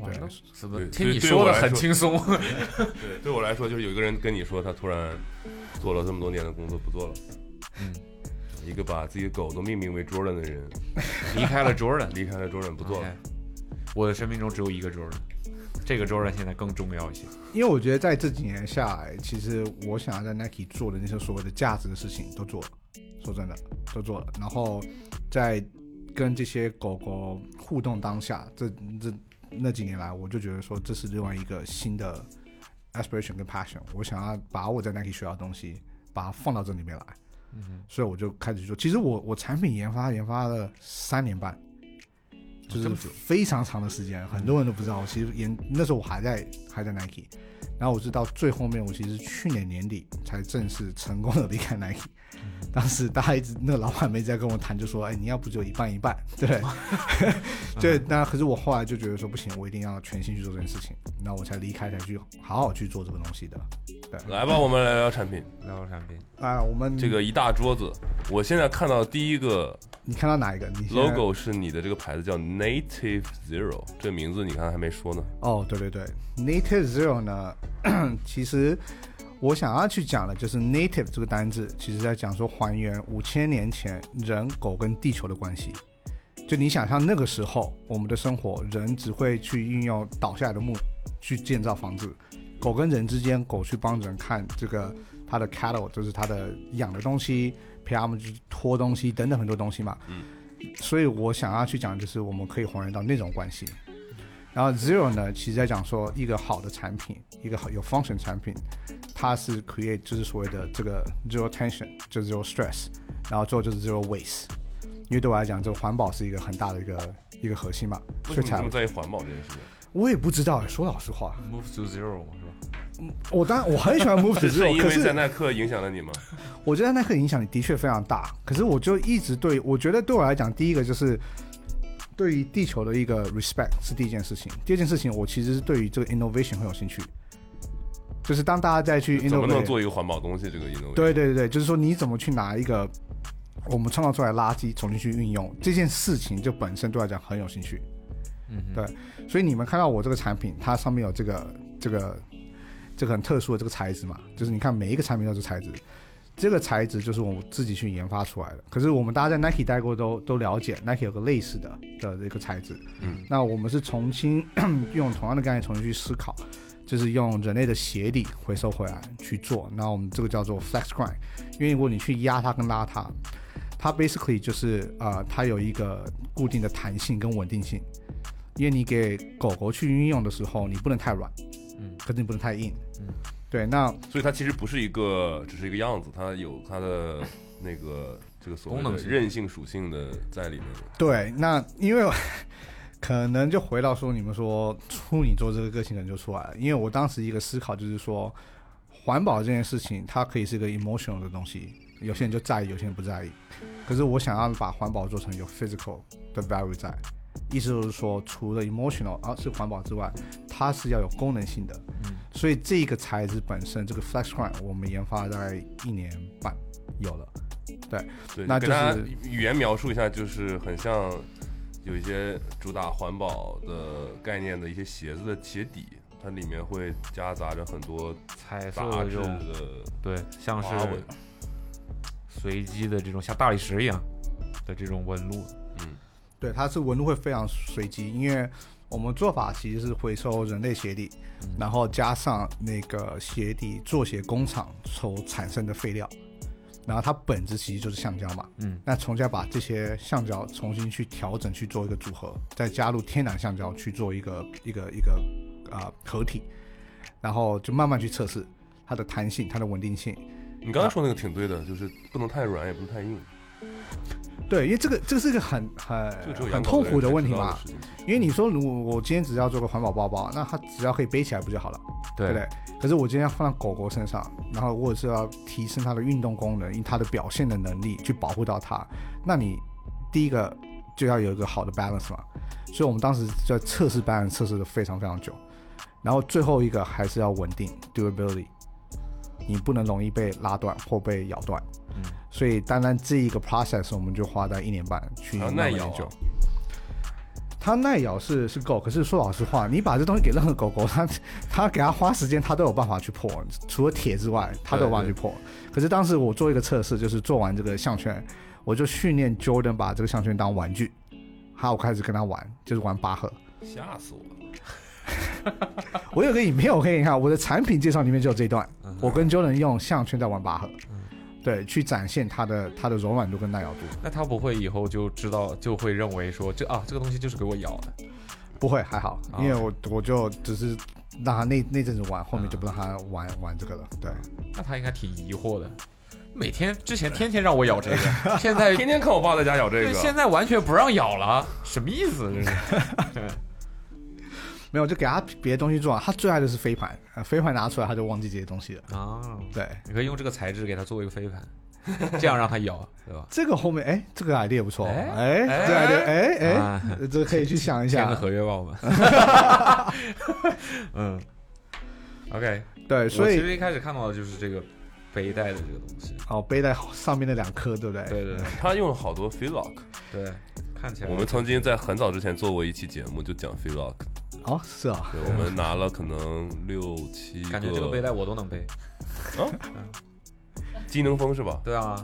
Speaker 4: 哇
Speaker 2: 对，
Speaker 4: 怎么
Speaker 3: 对
Speaker 4: 听
Speaker 3: 对
Speaker 4: 你
Speaker 3: 对
Speaker 4: 说
Speaker 3: 我
Speaker 4: 的
Speaker 3: 来
Speaker 4: 很
Speaker 3: 说
Speaker 4: 轻松？
Speaker 3: 对，对我来说就是有一个人跟你说他突然做了这么多年的工作不做了，
Speaker 4: (laughs) 嗯，
Speaker 3: 一个把自己的狗都命名为 Jordan 的人
Speaker 4: 离开了 (laughs) Jordan，
Speaker 3: 离开了 Jordan 不做了
Speaker 4: OK，我的生命中只有一个 Jordan，这个 Jordan 现在更重要一些。
Speaker 2: 因为我觉得在这几年下来，其实我想要在 Nike 做的那些所谓的价值的事情都做了，说真的都做了。然后在跟这些狗狗互动当下，这这那几年来，我就觉得说这是另外一个新的 aspiration 跟 passion，我想要把我在 Nike 学到的东西，把它放到这里面来。嗯，所以我就开始做。其实我我产品研发研发了三年半，就
Speaker 4: 哦这
Speaker 2: 是
Speaker 4: 么久
Speaker 2: 非常长的时间，很多人都不知道。我其实研那时候我还在还在 Nike，然后我是到最后面，我其实去年年底才正式成功的离开 Nike。当
Speaker 4: 嗯
Speaker 2: 时大家一直那个老板们一直在跟我谈，就说：“哎，你要不就一半一半。”对，
Speaker 3: 嗯
Speaker 2: 对。那可是我后来就觉得说不行，我一定要全心去做这件事情，那我才离开，才去好好去做这个东西的。
Speaker 3: 来吧，我们来聊产品。
Speaker 4: 聊产品，
Speaker 2: 啊、我们
Speaker 3: 这个一大桌子，我现在看到第一个
Speaker 2: 你看到哪一个？你现在
Speaker 3: logo 是你的这个牌子叫 Native Zero，这名字你看还没说呢。
Speaker 2: 哦，对对对，native zero 呢，其实我想要去讲的就是 native 这个单字，其实在讲说还原五千年前人、狗跟地球的关系。就你想象那个时候，我们的生活，人只会去运用倒下来的木去建造房子，狗跟人之间，狗去帮人看这个它的 cattle，就是它的养的东西，陪它们去拖东西等等很多东西嘛。嗯。所以我想要去讲，就是我们可以还原到那种关系。然后 Zero 呢，其实在讲说一个好的产品，一个好有 function 产品，它是 create 就是所谓的这个 zero tension，就是 zero stress，然后最后就是 zero waste。因为对我来讲，这个环保是一个很大的一个一个核心嘛，
Speaker 3: 为
Speaker 2: 所以
Speaker 3: 什么你这
Speaker 2: 才
Speaker 3: 么在意环保这件事情？
Speaker 2: 我也不知道，说老实话，
Speaker 4: Move to Zero 嘛，是吧？
Speaker 2: 我当然我很喜
Speaker 3: (laughs)
Speaker 2: 欢 Move to
Speaker 3: 这是
Speaker 2: Zero，
Speaker 3: 因
Speaker 2: 可
Speaker 3: 为
Speaker 2: 是
Speaker 3: 在耐克影响了你吗？
Speaker 2: 我觉得那个影响力的确非常大。可是我就一直对我觉得对我来讲，第一个就是对于地球的一个 respect 是第一件事情。第二件事情，我其实是对于这个 innovation 很有兴趣，就是当大家再去
Speaker 3: 怎么能
Speaker 2: innovate，
Speaker 3: 做一个环保东西？这个 innovation
Speaker 2: 对对对对，就是说你怎么去拿一个我们创造出来的垃圾重新去运用这件事情，就本身对我来讲很有兴趣。
Speaker 4: 嗯哼，
Speaker 2: 对，所以你们看到我这个产品，它上面有这个这个这个很特殊的这个材质嘛，就是你看每一个产品都是材质，这个材质就是我自己去研发出来的。可是我们大家在 Nike 待过都都了解，Nike 有个类似的的这个材质，
Speaker 3: 嗯，
Speaker 2: 那我们是重新 (clears throat) 用同样的概念重新去思考。就是用人类的鞋底回收回来去做，那我们这个叫做 flex grind，因为如果你去压它跟拉它，它 basically 就是呃，它有一个固定的弹性跟稳定性，因为你给狗狗去运用的时候，你不能太软，
Speaker 4: 嗯，
Speaker 2: 可是你不能太硬，嗯，对，那
Speaker 3: 所以它其实不是一个，只是一个样子，它有它的那个这个所谓
Speaker 4: 功
Speaker 3: 的
Speaker 4: 能性
Speaker 3: 韧性属性的在里面。
Speaker 2: 对，那因为可能就回到说，你们说处女座这个个性可能就出来了，因为我当时一个思考就是说，环保这件事情它可以是个 emotional 的东西，有些人就在意，有些人不在意。可是我想要把环保做成有 physical 的 value 在，意思就是说，除了 emotional 啊是环保之外，它是要有功能性的。
Speaker 4: 嗯
Speaker 2: 所以这个材质本身，这个 flash c r a n 我们研发了大概一年半有了。
Speaker 3: 对，
Speaker 2: 那
Speaker 3: 给
Speaker 2: 就
Speaker 3: 大家
Speaker 2: 是
Speaker 3: 语言描述一下，就是很像有一些主打环保的概念的一些鞋子的鞋底，它里面会夹杂着很多
Speaker 4: 彩色
Speaker 3: 杂
Speaker 4: 的
Speaker 3: 质
Speaker 4: 这种，
Speaker 3: 的
Speaker 4: 对，像
Speaker 3: 花纹
Speaker 4: 是。随机的这种像大理石一样的这种纹路，
Speaker 3: 嗯，
Speaker 2: 对，它是纹路会非常随机，因为我们做法其实是回收人类鞋底，然后加上那个鞋底做鞋工厂所产生的废料，然后它本质其实就是橡胶嘛。
Speaker 4: 嗯，
Speaker 2: 那重新把这些橡胶重新去调整去做一个组合，再加入天然橡胶去做一个一个一个啊、呃合体，然后就慢慢去测试它的弹性、它的稳定性。
Speaker 3: 你刚才说那个挺对的，就是不能太软，也不能太硬，
Speaker 2: 对，因为这个这个是一个很很
Speaker 3: 这个只有
Speaker 2: 很
Speaker 3: 养狗
Speaker 2: 痛
Speaker 3: 的
Speaker 2: 苦
Speaker 3: 人
Speaker 2: 的
Speaker 3: 才
Speaker 2: 问
Speaker 3: 知
Speaker 2: 题
Speaker 3: 道的
Speaker 2: 嘛。
Speaker 3: 事情。
Speaker 2: 因为你说，如果我今天只要做个环保包包，那它只要可以背起来不就好了，对不
Speaker 4: 对
Speaker 2: 对？可是我今天要放到狗狗身上，然后我也是要提升它的运动功能，以它的表现的能力去保护到它。那你第一个就要有一个好的 balance 嘛。所以我们当时在测试 balance 测试的非常非常久，然后最后一个还是要稳定 durability，你不能容易被拉断或被咬断。
Speaker 4: 嗯
Speaker 2: 所以单单这一个 process 我们就花在一年半去
Speaker 4: 哦
Speaker 3: 还要
Speaker 2: 慢
Speaker 3: 耐
Speaker 2: 慢
Speaker 3: 咬
Speaker 2: 研
Speaker 3: 啊
Speaker 2: 究。它耐咬是是够，可是说老实话，你把这东西给任何狗狗，它它给它花时间，它都有办法去破，除了铁之外，它都有办法去破。可是当时我做一个测试，就是做完这个项圈，我就训练 Jordan 把这个项圈当玩具，好，我开始跟他玩，就是玩拔河。
Speaker 3: 吓死我了！
Speaker 2: 我有个影片，我可以给你看，我的产品介绍里面就有这一段，我跟 Jordan 用项圈在玩拔河，对，去展现它的它的柔软度跟耐咬度。
Speaker 4: 那他不会以后就知道，就会认为说这啊这个东西就是给我咬的，
Speaker 2: 不会，还好，
Speaker 4: 啊
Speaker 2: 因为我我就只是让他那那阵子玩，后面就不让他玩、玩这个了。对，
Speaker 4: 那他应该挺疑惑的。每天之前天天让我
Speaker 2: (laughs)
Speaker 4: 咬这个，现在 (laughs)
Speaker 3: 天天看我爸在家咬这
Speaker 4: 对现
Speaker 3: 个，
Speaker 4: 在完全不让咬了，什么意思？
Speaker 2: (laughs)
Speaker 4: 这是
Speaker 2: 没有就给他别的东西做啊，他最爱的是飞盘，呃飞盘拿出来他就忘记这些东西了。
Speaker 4: 啊，
Speaker 2: 对，
Speaker 4: 你可以用这个材质给它做一个飞盘，这样让它咬，对吧？
Speaker 2: 这个后面哎，这个 idea 也不错，
Speaker 4: 哎
Speaker 2: 哎，
Speaker 4: 哎
Speaker 2: 这个 idea 哎
Speaker 4: 啊
Speaker 2: 哎，这个可以去想一
Speaker 4: 签个
Speaker 2: 下。
Speaker 4: 合约吧，我
Speaker 2: (laughs)
Speaker 4: 们。嗯，OK，
Speaker 2: 对，所
Speaker 4: 我其
Speaker 2: 以
Speaker 4: 实一开始看到的就是这个背带的这个东西，
Speaker 2: 哦，背在上面那两颗，对不对？
Speaker 4: 对对对
Speaker 3: 他用了好多 f e l o c k
Speaker 4: 对，看起来
Speaker 3: 我们曾经在很早之前做过一期节目，就讲 f e l o c k
Speaker 2: 哦，是啊，
Speaker 3: 对，我
Speaker 4: (laughs)
Speaker 3: 们拿了可能六七
Speaker 4: 感觉这个背带我都能背，
Speaker 3: 机能风是吧？
Speaker 4: 对啊，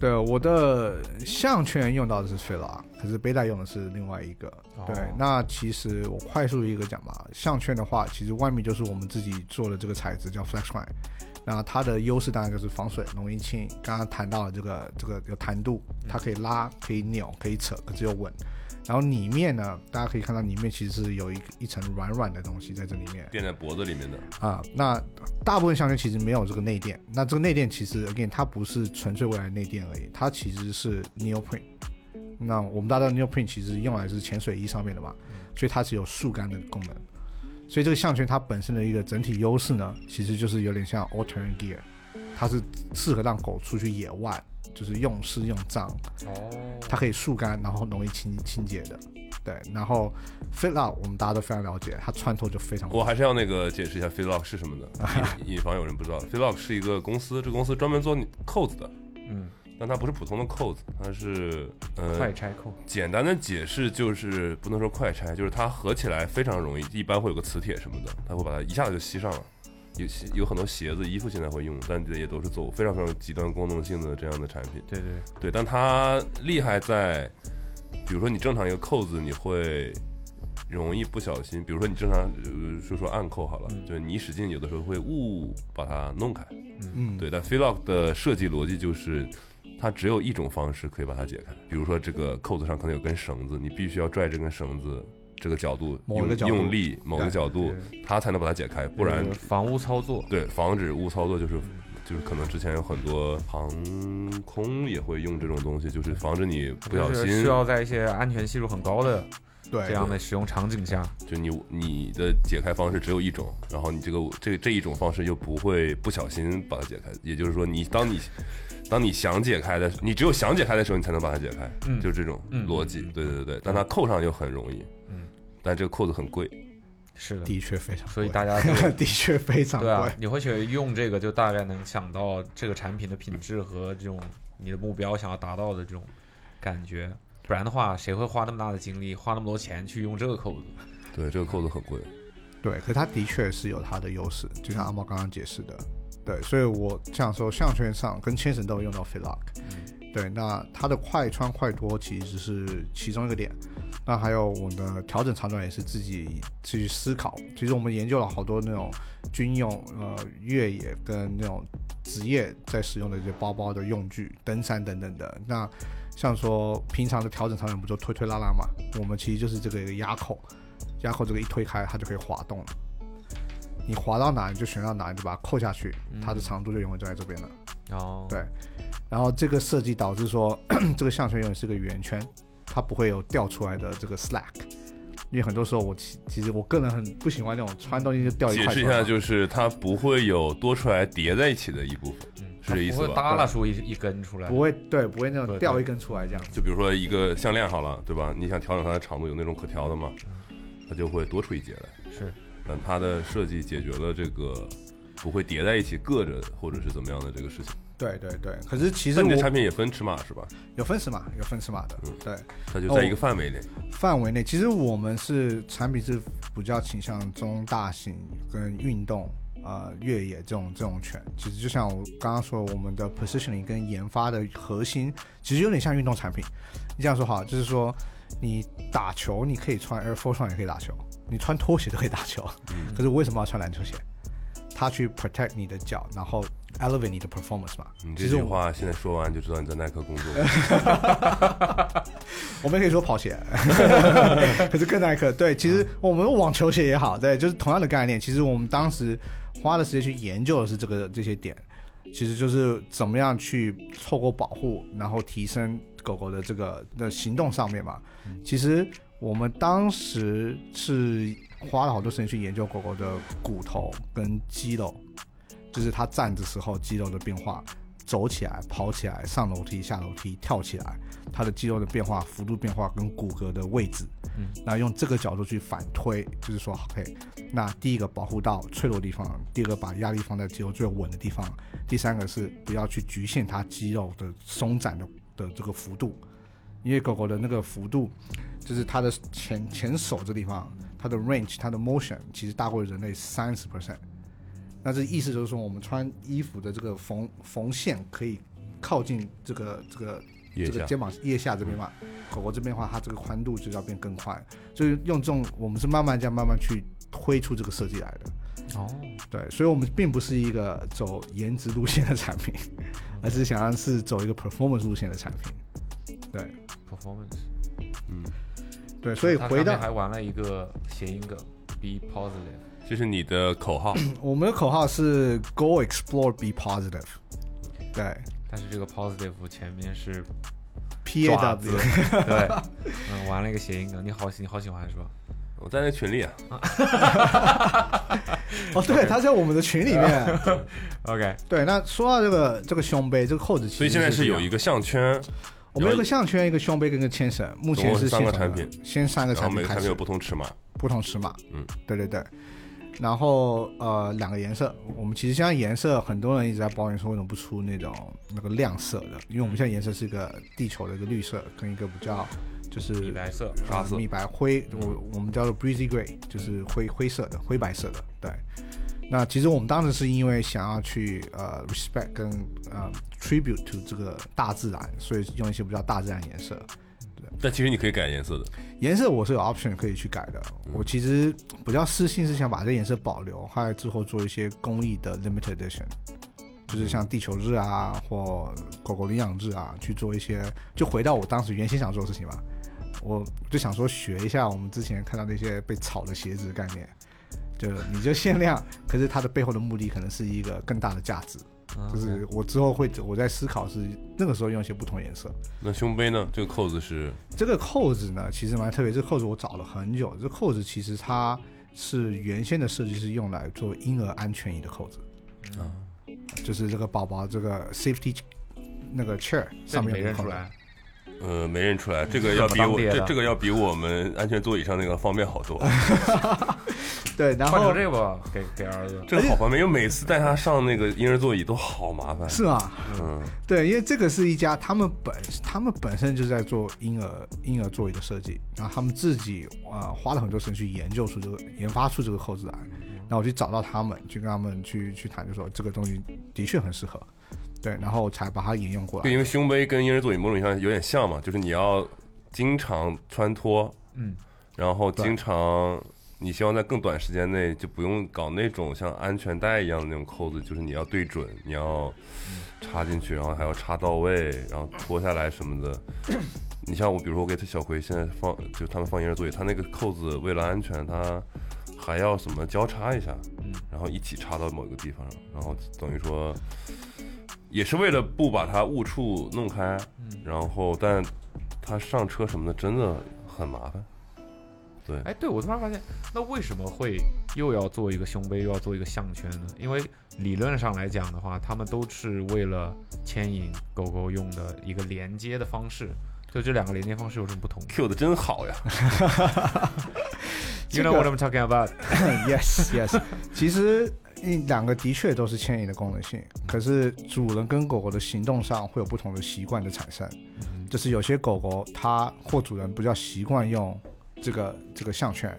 Speaker 2: 对，我的项圈用到的是菲拉，可是背带用的是另外一个。对
Speaker 4: 哦，
Speaker 2: 那其实我快速一个讲吧，项圈的话，其实外面就是我们自己做的这个材质叫 FlexRide，那它的优势当然就是防水、容易轻。刚刚谈到了这个这个有弹度，它可以拉、可以扭、可以扯，可是又稳。然后里面呢，大家可以看到里面其实是有一一层软软的东西在这里面。
Speaker 3: 垫在脖子里面的，
Speaker 2: 啊、那大部分项圈其实没有这个内垫，那这个内垫其实 again 它不是纯粹为了内垫而已，它其实是 neoprene。那我们大家知道 neoprene 其实用来是潜水衣上面的嘛，
Speaker 4: 嗯
Speaker 2: 所以它是有速干的功能。所以这个项圈它本身的一个整体优势呢，其实就是有点像 alternate gear，它是适合让狗出去野外，就是用湿用脏，
Speaker 4: 哦，
Speaker 2: 它可以速干，然后容易清清洁的。对，然后 fit out 我们大家都非常了解，它穿透就非常
Speaker 3: 我还是要那个解释一下 f e l o c k 是什么的，以以防有人不知道 f e l o c k 是一个公司，这个公司专门做扣子的，
Speaker 4: 嗯，
Speaker 3: 但它不是普通的扣子，它是
Speaker 4: 快
Speaker 3: 呃，
Speaker 4: 拆扣，
Speaker 3: 简单的解释就是不能说快拆，就是它合起来非常容易，一般会有个磁铁什么的，它会把它一下子就吸上了。有有很多鞋子、衣服现在会用，但也都是走非常非常极端功能性的这样的产品。
Speaker 4: 对对对，
Speaker 3: 对，但它厉害在，比如说你正常一个扣子，你会容易不小心，比如说你正常呃说说暗扣好了，就是你一使劲，有的时候会误把它弄开。
Speaker 2: 嗯
Speaker 3: 对，但 f e l o c k 的设计逻辑就是，它只有一种方式可以把它解开。比如说这个扣子上可能有根绳子，你必须要拽这根绳子。这个角度，
Speaker 2: 某个
Speaker 3: 用
Speaker 2: 角度
Speaker 3: 用力，某个角度，它才能把它解开，不然
Speaker 4: 就是房屋操作，
Speaker 3: 对，防止误操作就是就是可能之前有很多航空也会用这种东西，就是防止你不小
Speaker 4: 就是
Speaker 3: 心
Speaker 4: 需，要在一些安全系数很高的
Speaker 2: 对
Speaker 4: 这样的使用场景下，
Speaker 3: 就你你的解开方式只有一种，然后你这个这这一种方式又不会不小心把它解开，也就是说你当你。当你想解开的，你只有想解开的时候，你才能把它解开，
Speaker 4: 嗯
Speaker 3: 就是这种
Speaker 4: 嗯
Speaker 3: 逻辑。对对对，但它扣上又很容易，
Speaker 4: 嗯，
Speaker 3: 但这个扣子很贵，
Speaker 4: 是的，
Speaker 2: 的确非常贵，(laughs)
Speaker 4: 所以大家 (laughs)
Speaker 2: 的确非常
Speaker 4: 对啊
Speaker 2: 贵，，
Speaker 4: 你会去用这个，就大概能想到这个产品的品质和这种你的目标想要达到的这种感觉。不然的话，谁会花那么大的精力，花那么多钱去用这个扣子？
Speaker 3: 对，这个扣子很贵。
Speaker 2: 对，可它的确是有它的优势，就像阿猫刚刚解释的，对，所以我想说项圈上跟牵绳都会用到 f i l o c k 对，那它的快穿快脱其实是其中一个点，那还有我们的调整长短也是自己去思考。其实我们研究了好多那种军用、呃越野跟那种职业在使用的这些包包的用具、登山等等的。那像说平常的调整长短不就推推拉拉嘛，我们其实就是这个一个压扣，压扣这个一推开它就可以滑动了。你滑到哪你就旋到哪，你就把它扣下去，它的长度就永远就在这边了。
Speaker 4: 哦，
Speaker 2: 对然后这个设计导致说 (clears throat) 这个项圈永远是个圆圈，它不会有掉出来的这个 slack。因为很多时候我其其实我个人很不喜欢那种穿东西就掉一
Speaker 3: 解
Speaker 2: 块
Speaker 3: 释一
Speaker 2: 出来
Speaker 3: 下，
Speaker 2: 嘛。
Speaker 3: 就是它不会有多出来叠在一起的一部分，是这意
Speaker 4: 嗯不
Speaker 3: 思
Speaker 4: 会
Speaker 3: 吧？
Speaker 4: 耷拉出一一根出来。
Speaker 2: 不会对，不会那
Speaker 4: 对
Speaker 2: 种掉一根出来这样子。
Speaker 3: 就比如说一个项链好了，对吧？你想调整它的长度，有那种可调的嘛，它就会多出一节来。
Speaker 4: 是，
Speaker 3: 但它的设计解决了这个不会叠在一起硌着或者是怎么样的这个事情。
Speaker 2: 对对对，可是其实
Speaker 3: 但你的
Speaker 2: 我
Speaker 3: 产品嗯也分尺码是吧？
Speaker 2: 有分尺码，有分尺码的，对
Speaker 3: 它就在一个范围内。
Speaker 2: 范围内，其实我们是产品是比较倾向中大型跟运动。呃，越野这种这种犬，其实就像我刚刚说，我们的 positioning 跟研发的核心，其实有点像运动产品。你这样说好，就是说你打球，你可以穿 Air Force One 也可以打球，你穿拖鞋都可以打球。
Speaker 3: 嗯
Speaker 2: 可是我为什么要穿篮球鞋？它去 protect 你的脚，然后 elevate 你的 performance 嘛。
Speaker 3: 你
Speaker 2: 嗯其
Speaker 3: 嗯这
Speaker 2: 实
Speaker 3: 句
Speaker 2: 我
Speaker 3: 话现在说完就知道你在耐克
Speaker 2: (laughs)
Speaker 3: 工作。
Speaker 2: 我们也可以说跑鞋，可是更耐克。对，其实我们网球鞋也好，对，就是同样的概念。其实我们当时花的时间去研究的是这个这些点，其实就是怎么样去透过保护，然后提升狗狗的这个的行动上面嘛。其实我们当时是花了好多时间去研究狗狗的骨头跟肌肉，就是它站的时候肌肉的变化。走起来、跑起来、上楼梯、下楼梯、跳起来，它的肌肉的变化、幅度变化跟骨骼的位置，
Speaker 4: 嗯，
Speaker 2: 那用这个角度去反推，就是说，OK，那第一个保护到脆弱地方，第二个把压力放在肌肉最稳的地方，第三个是不要去局限它肌肉的松展的的这个幅度，因为狗狗的那个幅度，就是它的前前手这地方，它的 range，它的 motion 其实大过人类三十 percent。那这意思就是说，我们穿衣服的这个缝缝线可以靠近这个这个
Speaker 3: 腋
Speaker 2: 这个
Speaker 3: 下
Speaker 2: 肩膀腋下这边嘛，狗狗这边的话，它这个宽度就要变更宽，所以用这种我们是慢慢这样慢慢去推出这个设计来的。
Speaker 4: 哦，
Speaker 2: 对，所以我们并不是一个走颜值路线的产品，而是想要是走一个 performance 路线的产品。对
Speaker 4: performance。
Speaker 3: 嗯，
Speaker 2: 对，所以
Speaker 4: 它
Speaker 2: 回
Speaker 4: 上面
Speaker 2: 到
Speaker 4: 还玩了一个谐音梗，be positive，
Speaker 3: 这是你的口
Speaker 2: (laughs)
Speaker 3: 号，
Speaker 2: 我们的口号是 Go explore, be positive。对
Speaker 4: 但是这个 positive 前面是
Speaker 2: ，P A (laughs)
Speaker 4: 爪子
Speaker 2: W，
Speaker 4: 对，嗯，玩了一个谐音梗，你好喜你好喜欢是吧？
Speaker 3: 我在那个群里啊，
Speaker 2: 哦，对，它在我们的群里面。
Speaker 4: OK，
Speaker 2: 对，那说到这个这个胸杯，这个扣子，
Speaker 3: 所以现在是有一
Speaker 2: 个，
Speaker 3: 个项圈，
Speaker 2: 我们有个项圈、一个胸杯跟个牵绳，目前是
Speaker 3: 总共
Speaker 2: 现
Speaker 3: 是三个
Speaker 2: 场
Speaker 3: 产
Speaker 2: 的
Speaker 3: 品，
Speaker 2: 先三个
Speaker 3: 然后
Speaker 2: 产
Speaker 3: 每
Speaker 2: 品
Speaker 3: 个
Speaker 2: 开
Speaker 3: 产品
Speaker 2: 始
Speaker 3: 有，不同尺码。
Speaker 2: 不同尺码，
Speaker 3: 嗯，
Speaker 2: 对对对。然后呃，两个颜色，我们其实现在颜色，很多人一直在抱怨说为什么不出那种那个亮色的，因为我们现在颜色是一个地球的一个绿色跟一个比较就是嗯
Speaker 4: 米白色，
Speaker 3: 沙
Speaker 2: 啊，
Speaker 3: 色
Speaker 2: 米白灰，我我们叫做 breezy gray，就是灰灰色的、灰白色的。对，那其实我们当时是因为想要去呃 respect 跟呃 tribute to 这个大自然，所以用一些比较大自然颜色。
Speaker 3: 但其实你可以改颜色的，
Speaker 2: 颜色我是有 option 可以去改的。我其实比较私心是想把这颜色保留，后来之后做一些公益的 limited edition。就是像地球日啊或狗狗领养日啊，去做一些，就回到我当时原先想做的事情吧。我就想说学一下我们之前看到那些被炒的鞋子概念，就你就限量，可是它的背后的目的可能是一个更大的价值。
Speaker 4: 嗯
Speaker 2: 就是我之后会我在思考是那个时候用一些不同颜色。
Speaker 3: 那胸杯呢？这个扣子是
Speaker 2: 这个扣子呢，其实蛮特别。这个扣子我找了很久。这个扣子其实它是原先的设计是用来做婴儿安全椅的扣子，
Speaker 3: 啊，
Speaker 2: 就是这个宝宝这个 safety 那个 chair 上面
Speaker 4: 没
Speaker 2: 有
Speaker 4: 认
Speaker 2: 个扣
Speaker 4: 出
Speaker 2: 子。
Speaker 4: 来，
Speaker 3: 呃，没认出来，这个要比我
Speaker 4: 嗯当地的
Speaker 3: 这这个要比我们安全座椅上那个方便好多，
Speaker 2: 对，然
Speaker 4: 换
Speaker 2: 后
Speaker 4: 成这个吧，给给儿子。
Speaker 3: 这个好方便，因为每次带他上那个婴儿座椅都好麻烦。
Speaker 2: 是吗？
Speaker 3: 嗯，
Speaker 2: (laughs) 对，因为这个是一家他们本他们本身就在做婴儿婴儿座椅的设计，然后他们自己呃花了很多时间去研究出这个研发出这个扣子来。然后我去找到他们，去跟他们去去谈，就说这个东西的确很适合，对，然后我才把它引用过
Speaker 3: 对，
Speaker 2: 来。
Speaker 3: 因为胸杯跟婴儿座椅某种意义上有点像嘛，就是你要经常穿脱，
Speaker 4: 嗯，
Speaker 3: 然后经常你希望在更短时间内就不用搞那种像安全带一样的那种扣子，就是你要对准，你要插进去，然后还要插到位，然后脱下来什么的。 (coughs) 你像我，比如说我给他小葵现在放，就他们放婴儿座椅，他那个扣子为了安全，他还要什么交叉一下，
Speaker 2: 嗯
Speaker 3: 然后一起插到某个地方，然后等于说也是为了不把它误触弄开，
Speaker 2: 嗯
Speaker 3: 然后但他上车什么的真的很麻烦。对，
Speaker 4: 哎，对我突然发现，那为什么会又要做一个胸杯，又要做一个项圈呢？因为理论上来讲的话，他们都是为了牵引狗狗用的一个连接的方式。就这两个连接方式有什
Speaker 2: (laughs)
Speaker 4: 么不同
Speaker 3: Q 的真好呀！
Speaker 4: ？You know what I'm talking about？
Speaker 2: (laughs) yes yes，其 (laughs) 实嗯两个的确都是牵引的功能性，可是主人跟狗狗的行动上会有不同的习惯的产生。
Speaker 3: 嗯
Speaker 2: 就是有些狗狗它或主人比较习惯用这个这个项圈，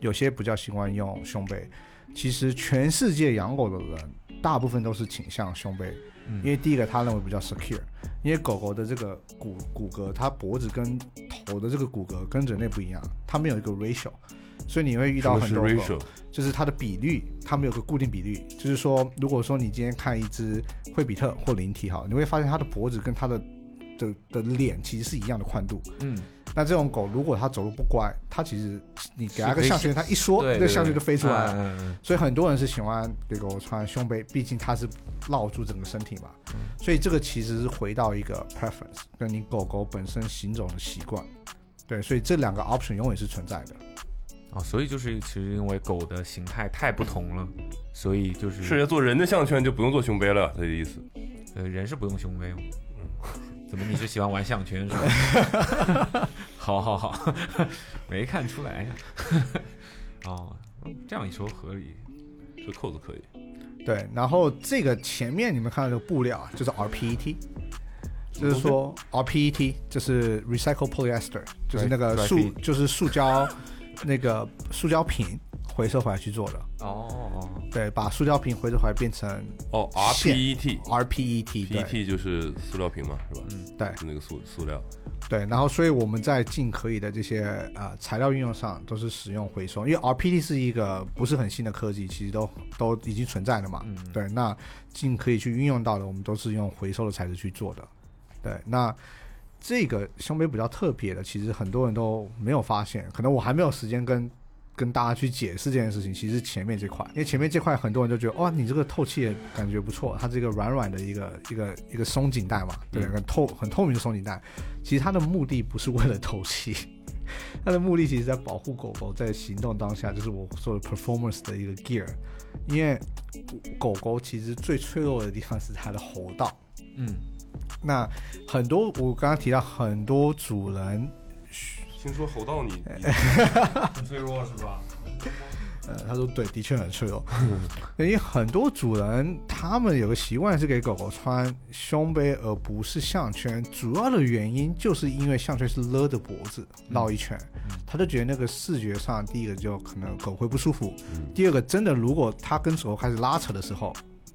Speaker 2: 有些比较习惯用胸背。其实全世界养狗的人，大部分都是倾向胸背，
Speaker 3: 嗯
Speaker 2: 因为第一个他认为比较 secure，因为狗狗的这个骨骨骼，它脖子跟头的这个骨骼跟人类不一样，它们有一个 ratio，所以你会遇
Speaker 3: 什
Speaker 2: 到
Speaker 3: 么
Speaker 2: 很
Speaker 3: 是
Speaker 2: 多狗
Speaker 3: ratio？
Speaker 2: 就是它的比率，它们有个固定比率，就是说，如果说你今天看一只惠比特或灵体哈，你会发现它的脖子跟它的的的脸其实是一样的宽度。
Speaker 4: 嗯，
Speaker 2: 那这种狗如果它走路不乖，它其实你给它个
Speaker 4: 是可以
Speaker 2: 项圈，它一缩，
Speaker 4: 对，
Speaker 2: 那项圈就飞出来了。
Speaker 4: 嗯嗯嗯
Speaker 2: 所以很多人是喜欢给狗穿胸背，毕竟它是绕住整个身体嘛。
Speaker 4: 嗯
Speaker 2: 所以这个其实是回到一个 preference，跟你狗狗本身行走的习惯。对，所以这两个 option 永远是存在的。
Speaker 4: 哦，所以就是其实因为狗的形态太不同了，所以就是
Speaker 2: 嗯
Speaker 3: 是要做人的项圈就不用做胸杯了，他的意思。
Speaker 4: 呃人是不用胸杯吗？怎么你是喜欢玩项圈是吧？ (laughs) 好好好，没看出来呀、哦，这样一说合理。
Speaker 3: 这扣子可以，
Speaker 2: 对，然后这个前面你们看到的布料啊就是 RPET，就是说 RPET 就是 recycle polyester，就是那个
Speaker 4: Right-
Speaker 2: 塑
Speaker 4: right-
Speaker 2: 就是塑胶那个塑胶瓶回收回来去做的。
Speaker 4: 哦，
Speaker 2: 对，把塑胶瓶回收回来变成
Speaker 3: 哦
Speaker 2: 线
Speaker 3: ，RPET。
Speaker 2: RPET，对
Speaker 4: E
Speaker 3: PET E 就是塑料瓶嘛，是吧？嗯，
Speaker 2: 对
Speaker 3: 是那个塑塑料。
Speaker 2: 对，然后所以我们在尽可以的这些呃材料运用上都是使用回收，因为 RPT 是一个不是很新的科技，其实都都已经存在了嘛。对，那尽可以去运用到的，我们都是用回收的材质去做的。对，那这个胸杯比较特别的，其实很多人都没有发现，可能我还没有时间跟。跟大家去解释这件事情，其实前面这块，因为前面这块很多人就觉得，哦，你这个透气的感觉不错，它这个软软的一个一个一个松紧带嘛，对，很透很透明的松紧带，其实它的目的不是为了透 (laughs) 气，它的目的其实在保护狗狗在行动当下，就是我说的 performance 的一个 gear。因为狗狗其实最脆弱的地方是它的喉道。
Speaker 4: 嗯，
Speaker 2: 那很多我刚刚提到很多主人，
Speaker 3: 听说猴到你，
Speaker 4: 很脆弱是吧？
Speaker 2: 呃，他说对，的确很脆弱。 (laughs) 因为很多主人他们有个习惯是给狗狗穿胸杯而不是项圈，主要的原因就是因为项圈是勒着脖子绕一圈，他就觉得那个视觉上，第一个就可能狗会不舒服，第二个真的如果它跟手开始拉扯的时候，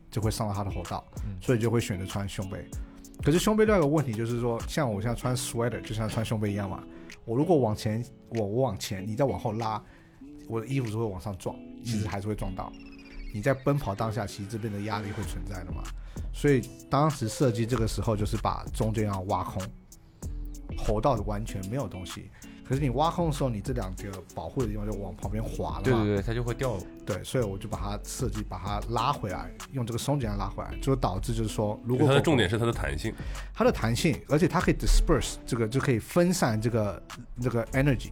Speaker 2: 就会伤到它的喉道，
Speaker 4: 嗯
Speaker 2: 所以就会选择穿胸杯。可是胸杯另外一个问题就是说，像我现在穿 sweater 就像穿胸杯一样嘛，我如果往前，我我往前，你再往后拉，我的衣服是会往上撞，其实还是会撞到。你在奔跑当下，其实这边的压力会存在的嘛。所以当时设计这个时候就是把中间要挖空，吼到完全没有东西。可是你挖空的时候，你这两个保护的地方就往旁边滑了嘛。
Speaker 4: 对对对，它就会掉。
Speaker 2: 对，所以我就把它设计把它拉回来，用这个松紧来拉回来，就导致就是说，如
Speaker 3: 因为
Speaker 2: 果
Speaker 3: 它的
Speaker 2: 狗狗
Speaker 3: 重点是它的弹性，
Speaker 2: 它的弹性，而且它可以 disperse 这个就可以分散这个这个 energy。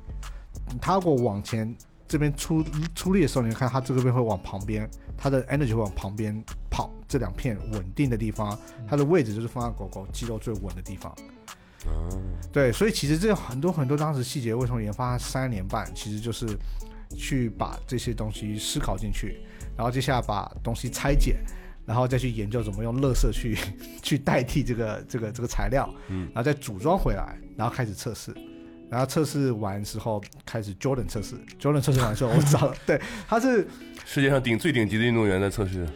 Speaker 2: 它如果往前这边出出力的时候，你看它这个边会往旁边，它的 energy 会往旁边跑。这两片稳定的地方，它的位置就是放在狗狗肌肉最稳的地方。
Speaker 3: 嗯，
Speaker 2: 对，所以其实这有很多很多当时细节，为什么研发三年半，其实就是去把这些东西思考进去，然后接下来把东西拆解，然后再去研究怎么用乐色去去代替这个这个这个材料，嗯，然后再组装回来，然后开始测试。然后测试完之后，开始 Jordan 测试。Jordan 测试完之后，我找对，他是
Speaker 3: 世界上顶最顶级的运动员在测试，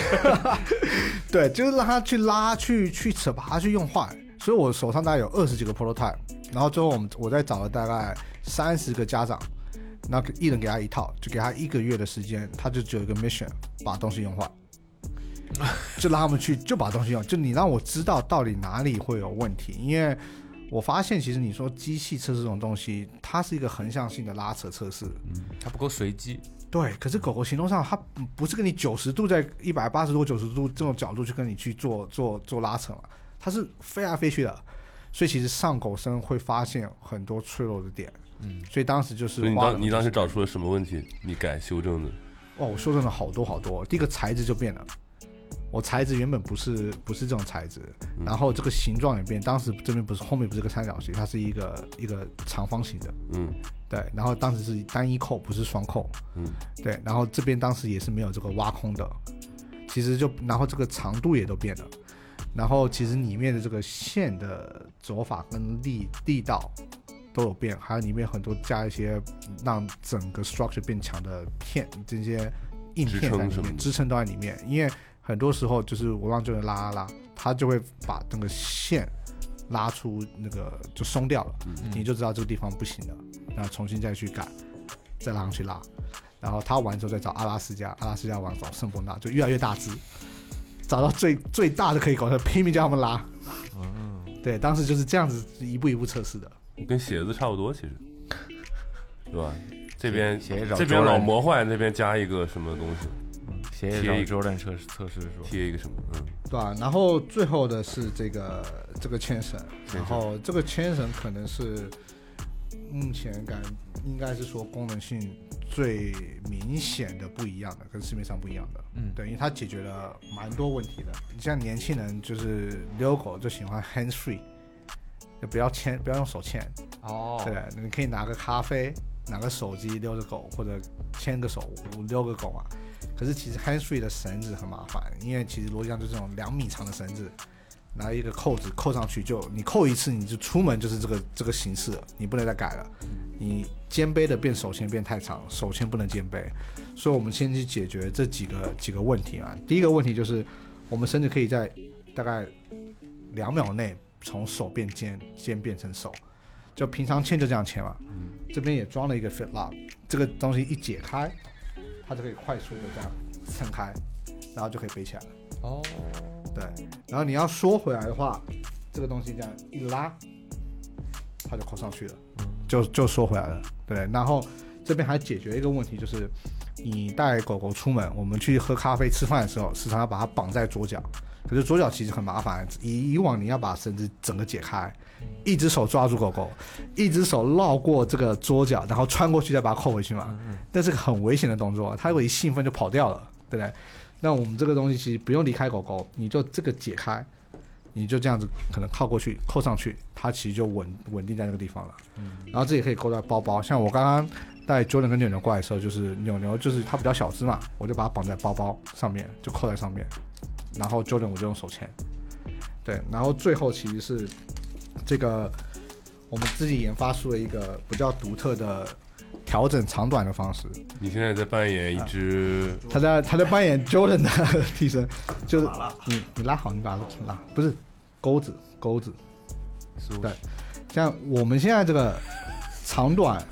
Speaker 2: (laughs) 对，就是让他去拉、去去扯，把它去用坏。所以我手上大概有二十几个 prototype，然后最后我们我再找了大概三十个家长，那一人给他一套，就给他一个月的时间，他就只有一个 mission，把东西用坏， (laughs) 就让他们去就把东西用，就你让我知道到底哪里会有问题，因为。我发现，其实你说机器测试这种东西，它是一个横向性的拉扯测试，
Speaker 4: 它不够随机，
Speaker 2: 对，可是狗狗行动上，它不不是跟你九十度在一百八十度、九十度这种角度去跟你去做做做拉扯嘛，它是飞来飞去的，所以其实上狗身会发现很多脆弱的点，嗯，所以当时就
Speaker 3: 所以
Speaker 2: 是
Speaker 3: 你
Speaker 2: 花了
Speaker 3: 当你当时找出了什么问题？你改修正的，
Speaker 2: 哦，我说真的好多好多，第一个材质就变了。我材质原本不是不是这种材质，
Speaker 3: 嗯
Speaker 2: 然后这个形状也变。当时这边不是后面不是个三角形，它是一个一个长方形的，
Speaker 3: 嗯，
Speaker 2: 对，然后当时是单一扣，不是双扣，
Speaker 3: 嗯，
Speaker 2: 对，然后这边当时也是没有这个挖空的，其实就然后这个长度也都变了，然后其实里面的这个线的走法跟力力道都有变，还有里面很多加一些让整个 structure 变强的片，这些硬
Speaker 3: 支
Speaker 2: 片在
Speaker 3: 撑
Speaker 2: 里
Speaker 3: 什么
Speaker 2: 面，
Speaker 3: 的
Speaker 2: 支撑都在里面，因为很多时候就是我让这个拉拉拉，它就会把那个线拉出那个就松掉了，
Speaker 3: 嗯
Speaker 2: 你就知道这个地方不行了，然后重新再去改，再拉上去拉，然后他完之后再找阿拉斯加，阿拉斯加完找圣伯纳，就越来越大只，找到最最大的可以搞，拼命叫他们拉。对，当时就是这样子一步一步测试的。
Speaker 3: 跟鞋子差不多，其实，是吧？这边
Speaker 4: 鞋子找
Speaker 3: 这边老
Speaker 4: Jordan
Speaker 3: 磨坏，那边加一个什么东西，
Speaker 4: 写
Speaker 3: 贴一
Speaker 4: 一
Speaker 3: 个
Speaker 4: 周 o 测试测试说，
Speaker 3: 贴一个什么，嗯，
Speaker 2: 对吧、然后最后的是这个这个牵绳，然后这个牵绳可能是目前感应该是说功能性最明显的不一样的，跟市面上不一样的。
Speaker 4: 嗯
Speaker 2: 对，因为它解决了蛮多问题的。你像年轻人就是遛狗就喜欢 hands free，就不要牵，不要用手牵。
Speaker 4: 哦
Speaker 2: 对，你可以拿个咖啡，拿个手机遛着狗，或者牵个手遛个狗嘛。啊可是其实 hands free 的绳子很麻烦，因为其实逻辑上就是这种两米长的绳子，拿一个扣子扣上去就，你扣一次你就出门就是这个这个形式了，你不能再改了。你肩背的变手牵变太长，手牵不能肩背，所以我们先去解决这几个几个问题啊。第一个问题就是，我们甚至可以在大概两秒内从手变肩，肩变成手。就平常牵就这样牵嘛，这边也装了一个 fit lock，这个东西一解开，它就可以快速的这样撑开，然后就可以背起来了。
Speaker 4: 哦，
Speaker 2: 对，然后你要缩回来的话，这个东西这样一拉，它就扣上去了，就就缩回来了。对，然后这边还解决一个问题，就是你带狗狗出门，我们去喝咖啡、吃饭的时候，时常要把它绑在左脚。可是左脚其实很麻烦，以以往你要把绳子整个解开，一只手抓住狗狗，一只手绕过这个桌角，然后穿过去再把它扣回去嘛。那是个很危险的动作，它如果一兴奋就跑掉了，对不对？那我们这个东西其实不用离开狗狗，你就这个解开，你就这样子可能靠过去扣上去，它其实就稳稳定在那个地方了。然后这也可以扣在包包，像我刚刚带 Jordan 跟扭扭过来的时候，就是扭扭就是它比较小只嘛，我就把它绑在包包上面，就扣在上面，然后 Jordan 我就用手牵。对，然后最后其实是这个我们自己研发出了一个比较独特的调整长短的方式，
Speaker 3: 你现在在扮演一只
Speaker 2: 他在他在扮演 Jordan 的 (laughs) 替身，就是你你拉好，你把它拉，不是钩子钩子，对，像我们现在这个长短，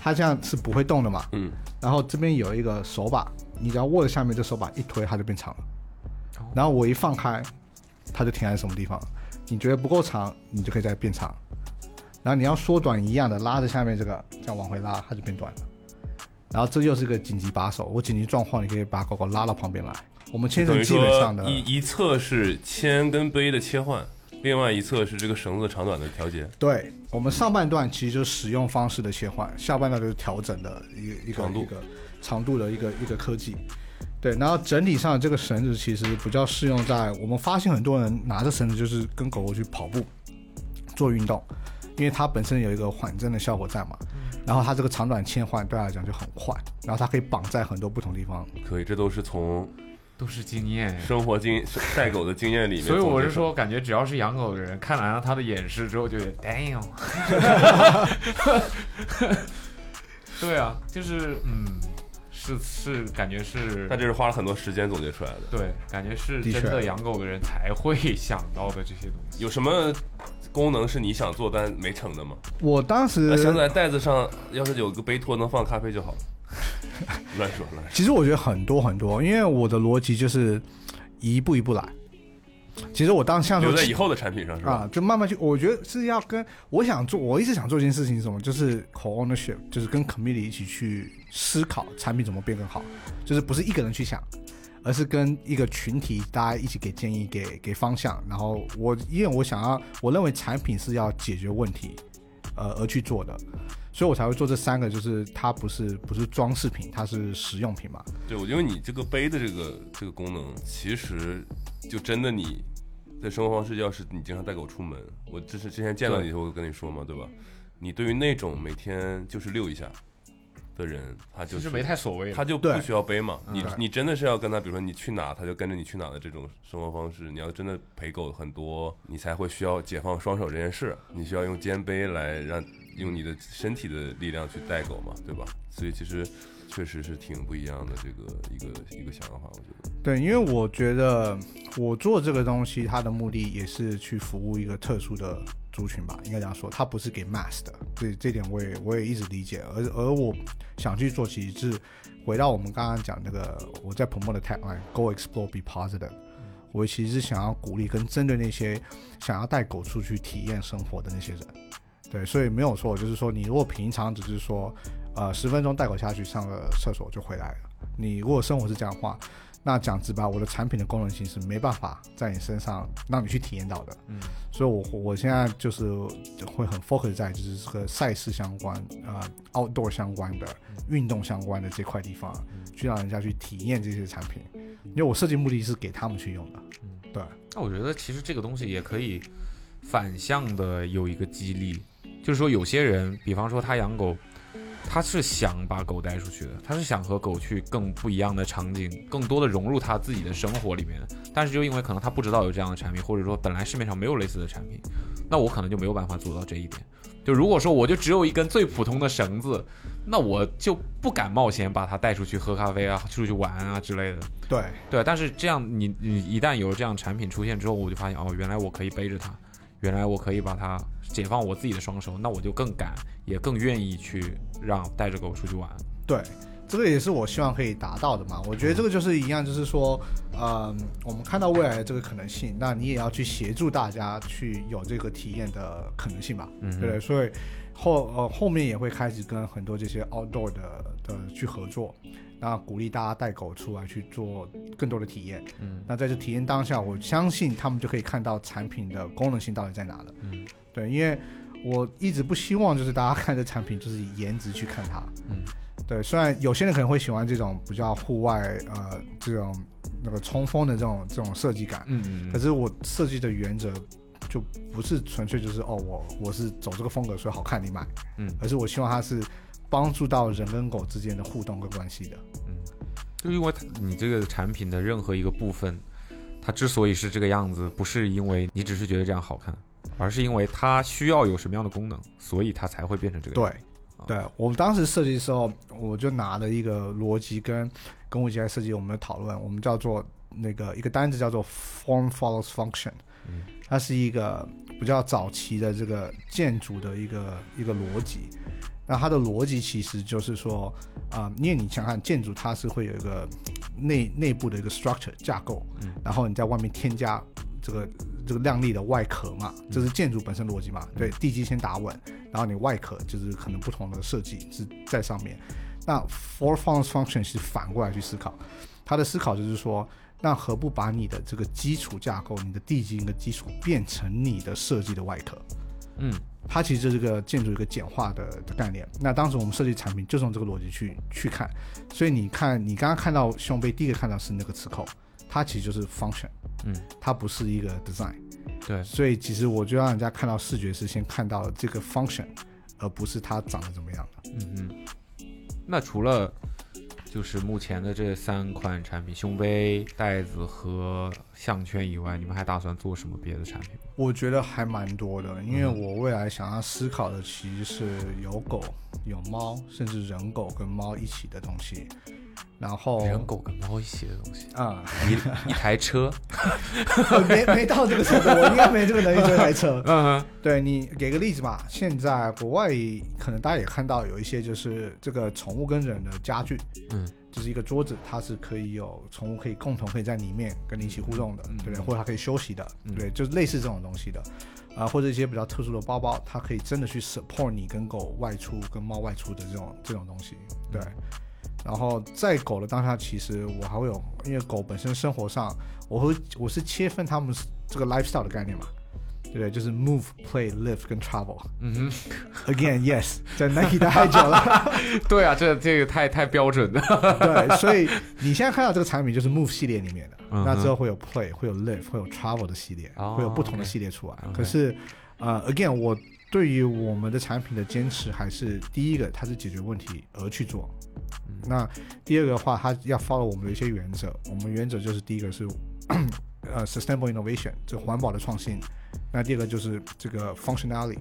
Speaker 2: 它这样是不会动的嘛，
Speaker 3: 嗯，
Speaker 2: 然后这边有一个手把，你只要握着下面这手把一推，它就变长了
Speaker 4: 哦。
Speaker 2: 然后我一放开，它就停在什么地方。你觉得不够长，你就可以再变长。然后你要缩短一样的，拉着下面这个，这样往回拉，它就变短了。然后这又是个紧急把手，我紧急状况，你可以把狗狗拉到旁边来。我们牵
Speaker 3: 等
Speaker 2: 绳
Speaker 3: 于
Speaker 2: 基本
Speaker 3: 说
Speaker 2: 上的
Speaker 3: 一一侧是铅跟杯的切换，另外一侧是这个绳子长短的调节。
Speaker 2: 对，我们上半段其实就是使用方式的切换，下半段就是调整的一个一个
Speaker 3: 长度
Speaker 2: 一个长度的一个一个科技。对，然后整体上这个绳子其实比较适用在我们发现很多人拿着绳子就是跟狗狗去跑步做运动，因为它本身有一个缓震的效果在嘛，
Speaker 3: 嗯
Speaker 2: 然后它这个长短切换对它来讲就很快，然后它可以绑在很多不同地方。
Speaker 3: 可以，这都是从
Speaker 4: 都是经验。
Speaker 3: 生活经带狗的经验里面。
Speaker 4: 所以我是，说，感觉只要是养狗的人，看完了他的演示之后，就觉得 damn。对啊，就是嗯，是是，感觉是
Speaker 3: 那这是花了很多时间总结出来的。
Speaker 4: 对，感觉是
Speaker 2: 的确
Speaker 4: 真的养狗的人才会想到的这些东西。
Speaker 3: 有什么功能是你想做但没成的吗？
Speaker 2: 我当时
Speaker 3: 那想在袋子上，要是有个杯托能放咖啡就好了。 (laughs) 乱说乱说。
Speaker 2: 其实我觉得很多很多，因为我的逻辑就是一步一步来。其实我当下
Speaker 3: 留在以后的产品上是吧？
Speaker 2: 啊，就慢慢去。我觉得是要跟我想做，我一直想做一件事情是什么，就是 co ownership，就是跟 committee 一起去思考产品怎么变更好，就是不是一个人去想，而是跟一个群体大家一起给建议、给给方向。然后我因为我想要，我认为产品是要解决问题，呃，而去做的。所以我才会做这三个，就是它不是不是装饰品，它是实用品嘛。
Speaker 3: 对，我觉得你这个杯的这个这个功能，其实就真的你在生活方式，要是你经常带狗出门，我这是之前见到你的时候我跟你说嘛，对吧？你对于那种每天就是遛一下的人，他就
Speaker 4: 其实
Speaker 3: 是
Speaker 4: 没太所谓了，
Speaker 3: 他就不
Speaker 2: 对嗯
Speaker 3: 需要背嘛。你
Speaker 2: 对
Speaker 3: 你真的是要跟他，比如说你去哪，他就跟着你去哪的这种生活方式。你要真的陪狗很多，你才会需要解放双手这件事。你需要用肩背来让用你的身体的力量去带狗嘛，对吧？所以其实确实是挺不一样的这个一个一个想法，我觉得。
Speaker 2: 对，因为我觉得我做这个东西，它的目的也是去服务一个特殊的族群吧，应该这样说，它不是给 mass 的，这这点我也我也一直理解，而而我想去做，其实是回到我们刚刚讲那个我在 promote 的 tagline，go explore be positive，我其实是想要鼓励跟针对那些想要带狗出去体验生活的那些人，对，所以没有错，就是说你如果平常只是说，呃，十分钟带狗下去上个厕所就回来了，你如果生活是这样的话。那讲直白，我的产品的功能性是没办法在你身上让你去体验到的。
Speaker 4: 嗯，
Speaker 2: 所以我我现在就是会很 focus 在就是这个赛事相关、啊、呃、outdoor 相关的、运动相关的这块地方，去让人家去体验这些产品，因为我设计目的是给他们去用的。对，
Speaker 4: 那我觉得其实这个东西也可以反向的有一个激励，就是说有些人，比方说他养狗，他是想把狗带出去的，他是想和狗去更不一样的场景，更多的融入他自己的生活里面。但是就因为可能他不知道有这样的产品，或者说本来市面上没有类似的产品，那我可能就没有办法做到这一点。就如果说我就只有一根最普通的绳子，那我就不敢冒险把它带出去喝咖啡啊、出去玩啊之类的。
Speaker 2: 对，
Speaker 4: 对，啊但是这样你你一旦有这样产品出现之后，我就发现哦，原来我可以背着它，原来我可以把它解放我自己的双手，那我就更敢，也更愿意去让带着狗出去玩。
Speaker 2: 对，这个也是我希望可以达到的嘛。我觉得这个就是一样，就是说，嗯，我们看到未来的这个可能性，那你也要去协助大家去有这个体验的可能性吧，嗯、对不对？所以后呃后面也会开始跟很多这些 outdoor 的的去合作。那鼓励大家带狗出来去做更多的体验，嗯，那在这体验当下，我相信他们就可以看到产品的功能性到底在哪了，嗯，对，因为我一直不希望就是大家看这产品就是以颜值去看它，对，虽然有些人可能会喜欢这种比较户外，呃，这种那个冲锋的这种这种设计感，
Speaker 4: 嗯
Speaker 2: 可是我设计的原则就不是纯粹就是哦，我我是走这个风格所以好看你买，
Speaker 4: 嗯，
Speaker 2: 而是我希望它是帮助到人跟狗之间的互动跟关系的。
Speaker 4: 就因为它你这个产品的任何一个部分，它之所以是这个样子，不是因为你只是觉得这样好看，而是因为它需要有什么样的功能，所以它才会变成这个样啊
Speaker 2: 对，对我们当时设计的时候，我就拿了一个逻辑跟跟我一起来设计我们的讨论，我们叫做那个一个单词叫做 form follows function，、它是一个比较早期的这个建筑的一个一个逻辑。那它的逻辑其实就是说，啊、因为你想想看建筑它是会有一个内内部的一个 structure 架构，
Speaker 4: 嗯
Speaker 2: 然后你在外面添加这个这个亮丽的外壳嘛，这
Speaker 4: 嗯
Speaker 2: 是建筑本身逻辑嘛，对，地基先打稳，然后你外壳就是可能不同的设计是在上面。那 four forms function 是反过来去思考，他的思考就是说，那何不把你的这个基础架构、你的地基、你的基础变成你的设计的外壳？
Speaker 4: 嗯，
Speaker 2: 它其实就是个建筑一个简化的的概念。那当时我们设计产品就是用这个逻辑去去看，所以你看，你刚刚看到胸杯，第一个看到是那个磁扣，它其实就是 function，
Speaker 4: 嗯，
Speaker 2: 它不是一个 design。
Speaker 4: 对，
Speaker 2: 所以其实我就让人家看到视觉是先看到这个 function，而不是它长得怎么样的。
Speaker 4: 嗯嗯。那除了就是目前的这三款产品，胸杯、袋子和项圈以外，你们还打算做什么别的产品吗？
Speaker 2: 我觉得还蛮多的，因为我未来想要思考的其实是有狗、有猫，甚至人狗跟猫一起的东西。然后
Speaker 4: 人狗跟猫一起的东西，
Speaker 2: 啊、
Speaker 4: 哦 (laughs) 一一台车，
Speaker 2: (laughs) 没没到这个程度，我应该没这个能力追台车。
Speaker 4: 嗯
Speaker 2: 对你给个例子吧，现在国外可能大家也看到有一些就是这个宠物跟人的家具，
Speaker 4: 嗯，
Speaker 2: 就是一个桌子，它是可以有宠物可以共同可以在里面跟你一起互动的，
Speaker 4: 嗯
Speaker 2: 对不对？或者它可以休息的，对不对，就是类似这种东西的，啊、或者一些比较特殊的包包，它可以真的去 support 你跟狗外出、跟猫外出的这种这种东西，对。
Speaker 4: 嗯
Speaker 2: 然后在狗的当下，其实我还会有，因为狗本身生活上，我会我是切分它们这个 lifestyle 的概念嘛，对不对？就是 move、play、live 跟 travel。
Speaker 4: 嗯
Speaker 2: Again, yes，在 Nike 待太久
Speaker 4: (laughs)
Speaker 2: 了，
Speaker 4: 哼，对啊，这这个太太标准了。
Speaker 2: 对，所以你现在看到这个产品就是 Move 系列里面的，
Speaker 4: 嗯哼
Speaker 2: 那之后会有 Play，会有 Live，会有 Travel 的系列，
Speaker 4: 哦
Speaker 2: 会有不同的
Speaker 4: OK
Speaker 2: 系列出来。
Speaker 4: OK
Speaker 2: 可是，呃，Again，我对于我们的产品的坚持还是第一个，它是解决问题而去做。那第二个的话，它要 follow 我们的一些原则。我们原则就是第一个是 (clears throat) 呃 sustainable innovation，这个环保的创新。那第二个就是这个 functionality，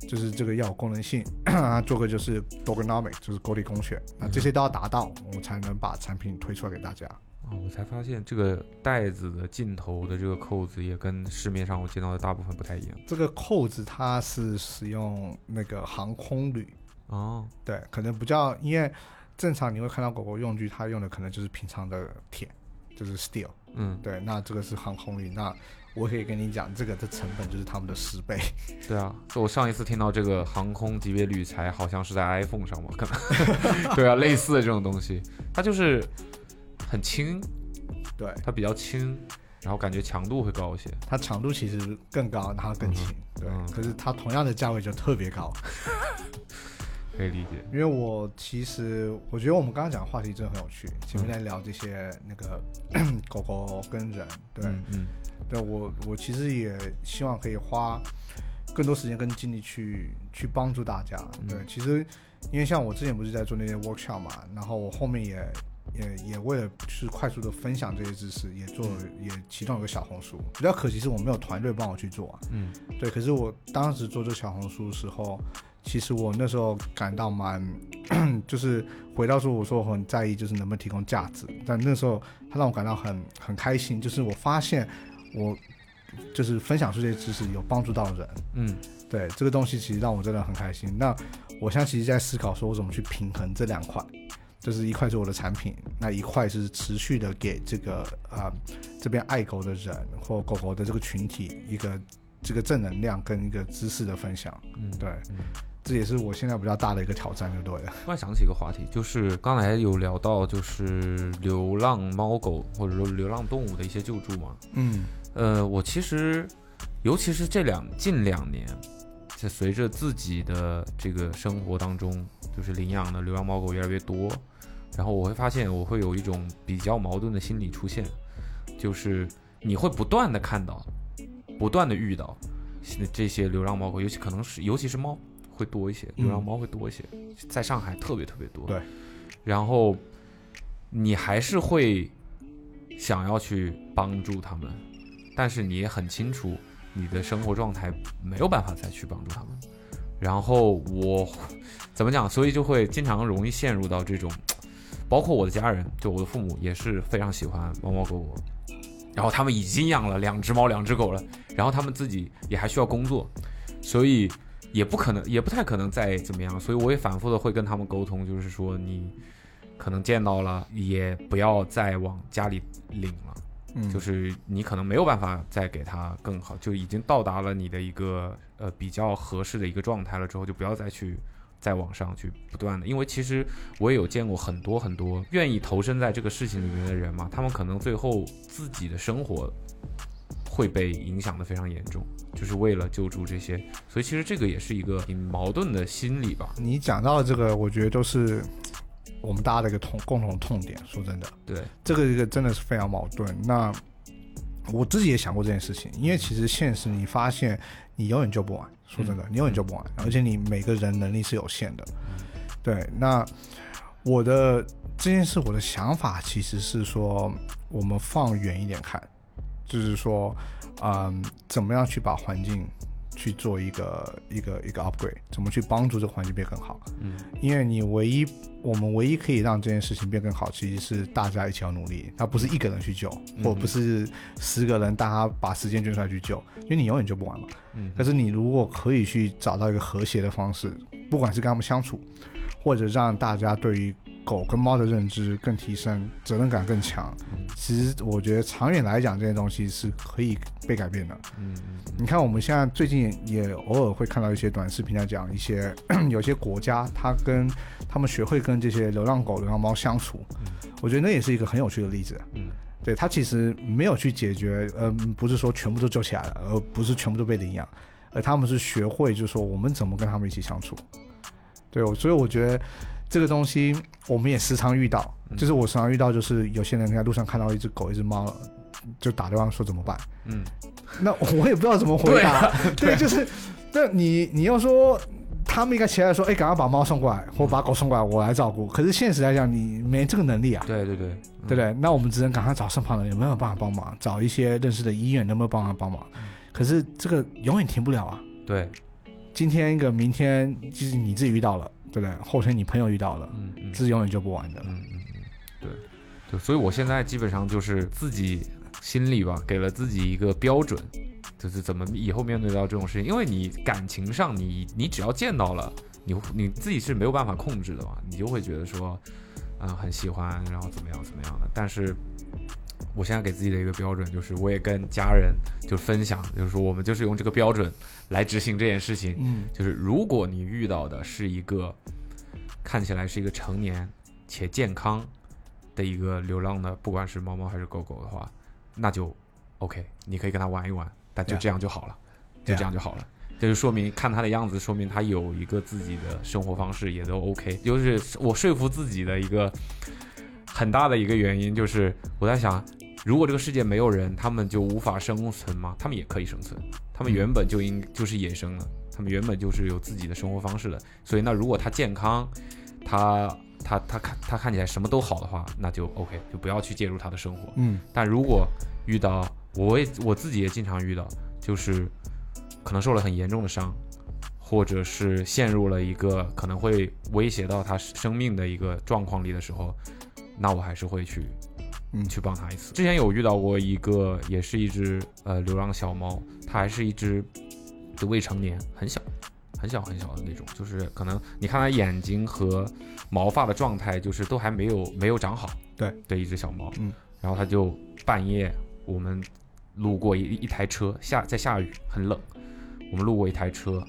Speaker 2: 就是这个要有功能性。 (clears throat) 啊，做个就是 ergonomic，就是狗理工学。那这些都要达到，我才能把产品推出来给大家。
Speaker 4: 哦，我才发现这个袋子的尽头的这个扣子也跟市面上我见到的大部分不太一样。
Speaker 2: 这个扣子它是使用那个航空铝，
Speaker 4: 哦，
Speaker 2: 对，可能不叫，因为正常你会看到狗狗用具，它用的可能就是平常的铁，就是 steel。
Speaker 4: 嗯，
Speaker 2: 对，那这个是航空铝，那我可以跟你讲，这个的成本就是他们的十倍。
Speaker 4: 对啊，就我上一次听到这个航空级别铝材，好像是在 iPhone 上嘛，可能。 (laughs) 对啊，类似的这种东西，它就是很轻，
Speaker 2: 对，
Speaker 4: 它比较轻，然后感觉强度会高一些。
Speaker 2: 它长度其实更高，然后更轻。对，
Speaker 4: 嗯
Speaker 2: 可是它同样的价位就特别高。
Speaker 4: 可以理解。
Speaker 2: 因为我其实我觉得我们刚刚讲的话题真的很有趣，前
Speaker 4: 嗯
Speaker 2: 面在聊这些那个 (coughs) 狗狗跟人，对，
Speaker 4: 嗯嗯
Speaker 2: 对我我其实也希望可以花更多时间跟精力去去帮助大家。对，其实因为像我之前不是在做那些 workshop 嘛，然后我后面也也也为了就是快速的分享这些知识，也做了也其中有个小红书。比较可惜是我没有团队帮我去做啊。
Speaker 4: 嗯，
Speaker 2: 对，可是我当时做这小红书的时候。其实我那时候感到蛮， (clears throat) 就是回到说，我说我很在意，就是能不能提供价值。但那时候他让我感到很很开心，就是我发现我就是分享出这些知识有帮助到人，
Speaker 4: 嗯，
Speaker 2: 对这个东西其实让我真的很开心。那我现在其实在思考说，我怎么去平衡这两块，就是一块是我的产品，那一块是持续的给这个啊、呃这边爱狗的人或狗狗的这个群体一个这个正能量跟一个知识的分享，
Speaker 4: 嗯
Speaker 2: 对，这也是我现在比较大的一个挑战，就对了。
Speaker 4: 突然想起一个话题，就是刚才有聊到就是流浪猫狗或者说流浪动物的一些救助嘛。
Speaker 2: 嗯
Speaker 4: 呃，我其实，尤其是这两近两年，在随着自己的这个生活当中，就是领养的流浪猫狗越来越多，然后我会发现我会有一种比较矛盾的心理出现，就是你会不断的看到，不断的遇到这些流浪猫狗，尤其可能是尤其是猫会多一些，流浪
Speaker 2: 嗯
Speaker 4: 猫会多一些，在上海特别特别多。
Speaker 2: 对，
Speaker 4: 然后你还是会想要去帮助他们，但是你也很清楚你的生活状态没有办法再去帮助他们。然后我怎么讲，所以就会经常容易陷入到这种，包括我的家人，就我的父母也是非常喜欢猫猫狗狗，然后他们已经养了两只猫两只狗了，然后他们自己也还需要工作，所以也不可能，也不太可能再怎么样，所以我也反复的会跟他们沟通，就是说你可能见到了，也不要再往家里领了。
Speaker 2: 嗯，
Speaker 4: 就是你可能没有办法再给他更好，就已经到达了你的一个呃比较合适的一个状态了之后，就不要再去再往上去不断的，因为其实我也有见过很多很多愿意投身在这个事情里面的人嘛，他们可能最后自己的生活会被影响的非常严重，就是为了救助这些，所以其实这个也是一个挺矛盾的心理吧。
Speaker 2: 你讲到的这个，我觉得都是我们大家的一个痛共同痛点。说真的，
Speaker 4: 对，
Speaker 2: 这个一个真的是非常矛盾。那我自己也想过这件事情，因为其实现实你发现你永远救不完，说真的，你永远救不完，而且你每个人能力是有限的。对，那我的这件事，我的想法其实是说，我们放远一点看，就是说，嗯，怎么样去把环境去做一个一个一个 upgrade，怎么去帮助这个环境变更好？
Speaker 4: 嗯，
Speaker 2: 因为你唯一我们唯一可以让这件事情变更好，其实是大家一起要努力，它不是一个人去救，或不是十个人大家把时间捐出来去救，因为你永远救不完嘛。
Speaker 4: 嗯
Speaker 2: 但是你如果可以去找到一个和谐的方式，不管是跟他们相处，或者让大家对于狗跟猫的认知更提升，责任感更强，其实我觉得长远来讲，这些东西是可以被改变的。
Speaker 4: 嗯
Speaker 2: 你看，我们现在最近也偶尔会看到一些短视频在讲一些 (clears throat) 有些国家，它跟他们学会跟这些流浪狗、流浪猫相处，我觉得那也是一个很有趣的例子。
Speaker 4: 嗯，
Speaker 2: 对，它其实没有去解决，呃，不是说全部都救起来了，而不是全部都被领养，而他们是学会就是说我们怎么跟他们一起相处。对，我所以我觉得这个东西我们也时常遇到，就是我时常遇到，就是有些人在路上看到一只狗、一只猫，就打电话说怎么办。
Speaker 4: 嗯，
Speaker 2: 那我也不知道怎么回答。对,、啊就是，那你你要说他们应该起来说，哎，赶快把猫送过来，或把狗送过来，我来照顾。可是现实来讲，你没这个能力啊，
Speaker 4: 对对对，嗯
Speaker 2: 对不对？那我们只能赶快找身旁的人，有没有办法帮忙？找一些认识的医院，能不能帮忙帮忙？可是这个永远停不了啊。
Speaker 4: 对，
Speaker 2: 今天一个，明天就是你自己遇到了，对不对？后天你朋友遇到了，
Speaker 4: 嗯嗯。
Speaker 2: 这是永远救不完的。
Speaker 4: 嗯嗯，嗯，对，对，所以我现在基本上就是自己心里吧，给了自己一个标准，就是怎么以后面对到这种事情，因为你感情上你你只要见到了，你你自己是没有办法控制的嘛，你就会觉得说，嗯，很喜欢，然后怎么样怎么样的，但是。我现在给自己的一个标准就是，我也跟家人就分享，就是说我们就是用这个标准来执行这件事情。
Speaker 2: 嗯
Speaker 4: 就是如果你遇到的是一个看起来是一个成年且健康的一个流浪的，不管是猫猫还是狗狗的话，那就 OK，你可以跟它玩一玩，但就
Speaker 2: Yeah.
Speaker 4: 这样就好了就这样就好了。这就说明看它的样子，说明它有一个自己的生活方式，也都 OK。就是我说服自己的一个很大的一个原因，就是我在想，如果这个世界没有人，他们就无法生存吗？他们也可以生存，他们原本就应就是野生的，他们原本就是有自己的生活方式的。所以，那如果它健康，它它它看它看起来什么都好的话，那就 OK，就不要去介入它的生活。
Speaker 2: 嗯
Speaker 4: 但如果遇到，我也我自己也经常遇到，就是可能受了很严重的伤，或者是陷入了一个可能会威胁到他生命的一个状况里的时候，那我还是会去
Speaker 2: 嗯，
Speaker 4: 去帮他一次。之前有遇到过一个，也是一只呃流浪小猫，它还是一只就未成年，很小。很小很小的那种，就是可能你看它眼睛和毛发的状态，就是都还没有没有长好。
Speaker 2: 对
Speaker 4: 的一只小猫，
Speaker 2: 嗯，
Speaker 4: 然后它就半夜我们路过一一台车，下在下雨，很冷，我们路过一台车，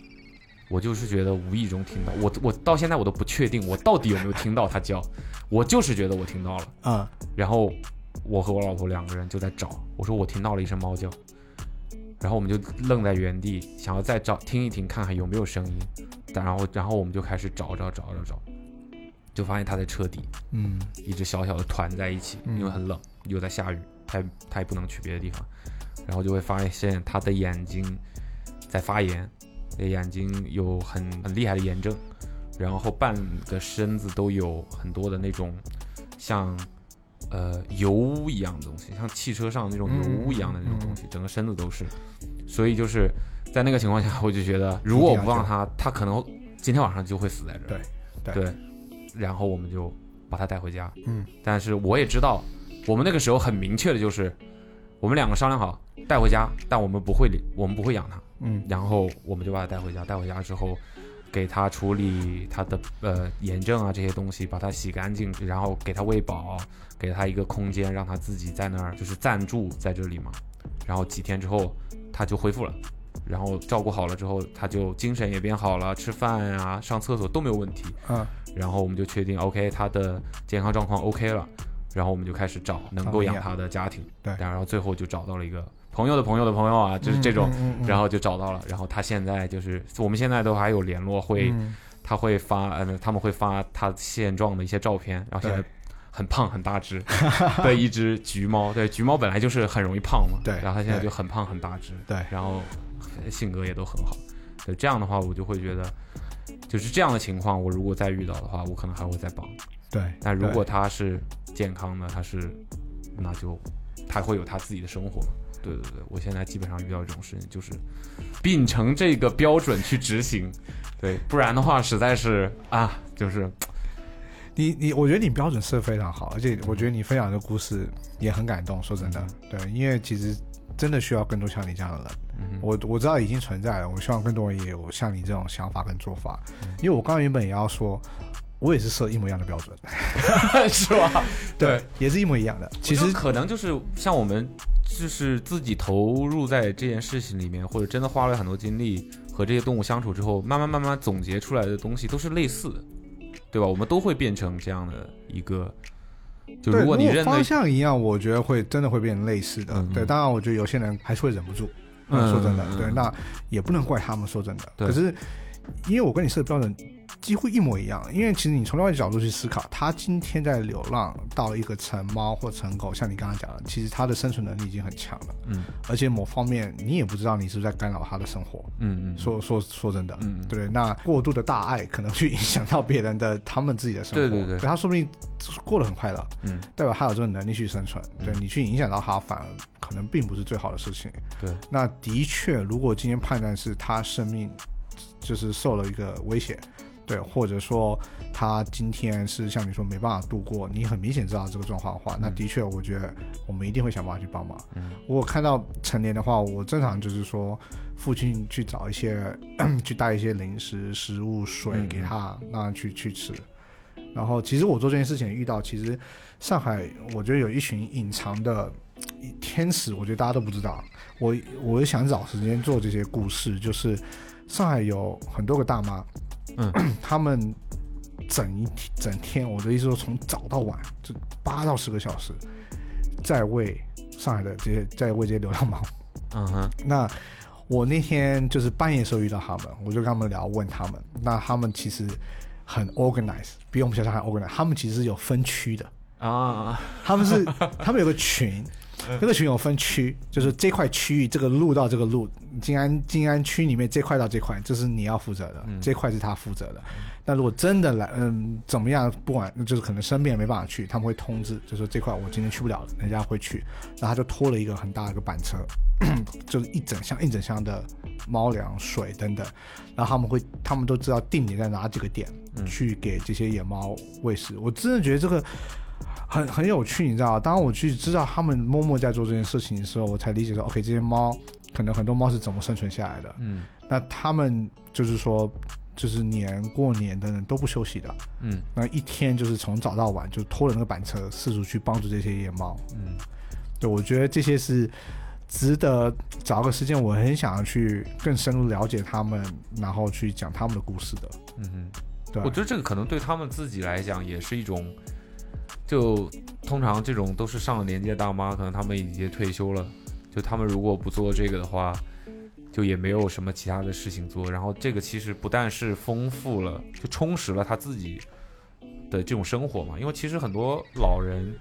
Speaker 4: 我就是觉得无意中听到，我我到现在我都不确定我到底有没有听到它叫，我就是觉得我听到了。
Speaker 2: 啊、
Speaker 4: 然后我和我老婆两个人就在找，我说我听到了一声猫叫，然后我们就愣在原地，想要再找听一听看看有没有声音，但然后然后我们就开始找找找找找，就发现它在车底，
Speaker 2: 嗯
Speaker 4: 一只小小的团在一起，
Speaker 2: 嗯
Speaker 4: 因为很冷，又在下雨，它也它也不能去别的地方，然后就会发现它的眼睛在发炎，眼睛有很很厉害的炎症，然后半个身子都有很多的那种像呃油污一样的东西，像汽车上那种油污一样的那种东西，整个身子都是，所以就是在那个情况下， (laughs) 我就觉得如果我不帮它，它可能今天晚上就会死在这儿。
Speaker 2: 对
Speaker 4: 对，然后我们就把它带回家。
Speaker 2: 嗯，
Speaker 4: 但是我也知道，我们那个时候很明确的就是，我们两个商量好带回家，但我们不会领，我们不会养它，
Speaker 2: 嗯
Speaker 4: 然后我们就把它带回家，带回家之后，给它处理它的呃炎症啊这些东西，把它洗干净，然后给它喂饱，给它一个空间，让它自己在那儿就是暂住在这里嘛。然后几天之后，它就恢复了。然后照顾好了之后，它就精神也变好了，吃饭啊、上厕所都没有问题。
Speaker 2: 啊，
Speaker 4: 然后我们就确定 OK，它的健康状况 OK 了，然后我们就开始找能够养它的家庭，
Speaker 2: 对
Speaker 4: 然后最后就找到了一个朋友的朋友的朋友啊，就是这种，
Speaker 2: 嗯嗯嗯
Speaker 4: 然后就找到了，然后他现在就是我们现在都还有联络，会、
Speaker 2: 嗯
Speaker 4: 他会发，呃，他们会发他现状的一些照片，然后现在
Speaker 2: 对。
Speaker 4: 很胖很大只 (laughs) 的一只橘猫，对，橘猫本来就是很容易胖嘛，
Speaker 2: 对
Speaker 4: 然后它现在
Speaker 2: 对
Speaker 4: 就很胖很大只，
Speaker 2: 对
Speaker 4: 然后呃性格也都很好，对，这样的话我就会觉得，就是这样的情况，我如果再遇到的话，我可能还会再帮，
Speaker 2: 对。
Speaker 4: 但如
Speaker 2: 对
Speaker 4: 果它是健康的，它是，那就它会有它自己的生活嘛。对对对，我现在基本上遇到这种事情，就是秉承这个标准去执行，对，不然的话实在是啊，就是
Speaker 2: 你你，我觉得你标准是非常好，而且
Speaker 4: 嗯
Speaker 2: 我觉得你分享的故事也很感动。说真的，对，因为其实真的需要更多像你这样的人。
Speaker 4: 嗯
Speaker 2: 我我知道已经存在了，我希望更多人也有像你这种想法跟做法。
Speaker 4: 嗯
Speaker 2: 因为我刚刚原本也要说，我也是设一模一样的标准，
Speaker 4: (laughs) 是吧？
Speaker 2: (laughs)
Speaker 4: 对，
Speaker 2: 也是一模一样的。其
Speaker 4: 我觉
Speaker 2: 实
Speaker 4: 得可能就是像我们就是自己投入在这件事情里面，或者真的花了很多精力和这些动物相处之后，慢慢慢慢总结出来的东西都是类似的，对吧？我们都会变成这样的一个。就
Speaker 2: 对，
Speaker 4: 如果你认为
Speaker 2: 方向一样，我觉得会真的会变类似的。
Speaker 4: 嗯
Speaker 2: 对，当然我觉得有些人还是会忍不住。
Speaker 4: 嗯
Speaker 2: 说真的，
Speaker 4: 嗯
Speaker 2: 对，那也不能怪他们。说真的，
Speaker 4: 对
Speaker 2: 可是因为我跟你设的标准几乎一模一样，因为其实你从另外一个角度去思考，他今天在流浪到一个成猫或成狗，像你刚刚讲的，其实他的生存能力已经很强了。
Speaker 4: 嗯，
Speaker 2: 而且某方面你也不知道你是不是在干扰他的生活。
Speaker 4: 嗯嗯，
Speaker 2: 说说说真的，
Speaker 4: 嗯嗯
Speaker 2: 对，那过度的大爱可能去影响到别人的他们自己的生活，
Speaker 4: 对对对
Speaker 2: 他说不定过得很快乐，
Speaker 4: 嗯，
Speaker 2: 代表他有这种能力去生存，对你去影响到他，反而可能并不是最好的事情。
Speaker 4: 对，
Speaker 2: 那的确，如果今天判断是他生命就是受了一个威胁，对，或者说他今天是像你说没办法度过，你很明显知道这个状况的话，那的确，我觉得我们一定会想办法去帮忙。
Speaker 4: 嗯，
Speaker 2: 我看到成年的话，我正常就是说父亲去找一些 (clears throat) 去带一些零食、食物、水
Speaker 4: 嗯
Speaker 2: 给他，让他去去吃。然后，其实我做这件事情也遇到，其实上海我觉得有一群隐藏的天使，我觉得大家都不知道。我我也想找时间做这些故事，就是上海有很多个大妈，
Speaker 4: 嗯，
Speaker 2: 他们整一天整天，我的意思说从早到晚，就八到十个小时，在喂上海的这些在喂这些流浪猫。
Speaker 4: 嗯哼，
Speaker 2: 那我那天就是半夜的时候遇到他们，我就跟他们聊，问他们，那他们其实很 organized，比我们小上海 organized，他们其实有分区的。
Speaker 4: 啊，
Speaker 2: 他们是 (laughs) 他们有个群，那个群有分区，就是这块区域这个路到这个路，静安静安区里面这块到这块，这是你要负责的，这块是他负责的。那如果真的来，嗯，怎么样，不管就是可能生病没办法去，他们会通知，就说这块我今天去不了了，人家会去，然后他就拖了一个很大的一个板车， (clears throat) 就是一整箱一整箱的猫粮、水等等，然后他们会，他们都知道定点在哪几个点、去给这些野猫喂食。我真的觉得这个很很有趣，你知道吗？当我去知道他们默默在做这件事情的时候，我才理解说，OK，这些猫可能很多猫是怎么生存下来的。
Speaker 4: 嗯
Speaker 2: 那他们就是说，就是年过年等等都不休息的，
Speaker 4: 嗯
Speaker 2: 那一天就是从早到晚就拖着那个板车四处去帮助这些野猫。
Speaker 4: 嗯，
Speaker 2: 对，我觉得这些是值得找个时间，我很想要去更深入了解他们，然后去讲他们的故事的。
Speaker 4: 嗯
Speaker 2: 对，啊
Speaker 4: 我觉得这个可能对他们自己来讲也是一种，就通常这种都是上了年纪的大妈，可能他们已经退休了，就他们如果不做这个的话，就也没有什么其他的事情做。然后这个其实不但是丰富了，就充实了他自己的这种生活嘛，因为其实很多老人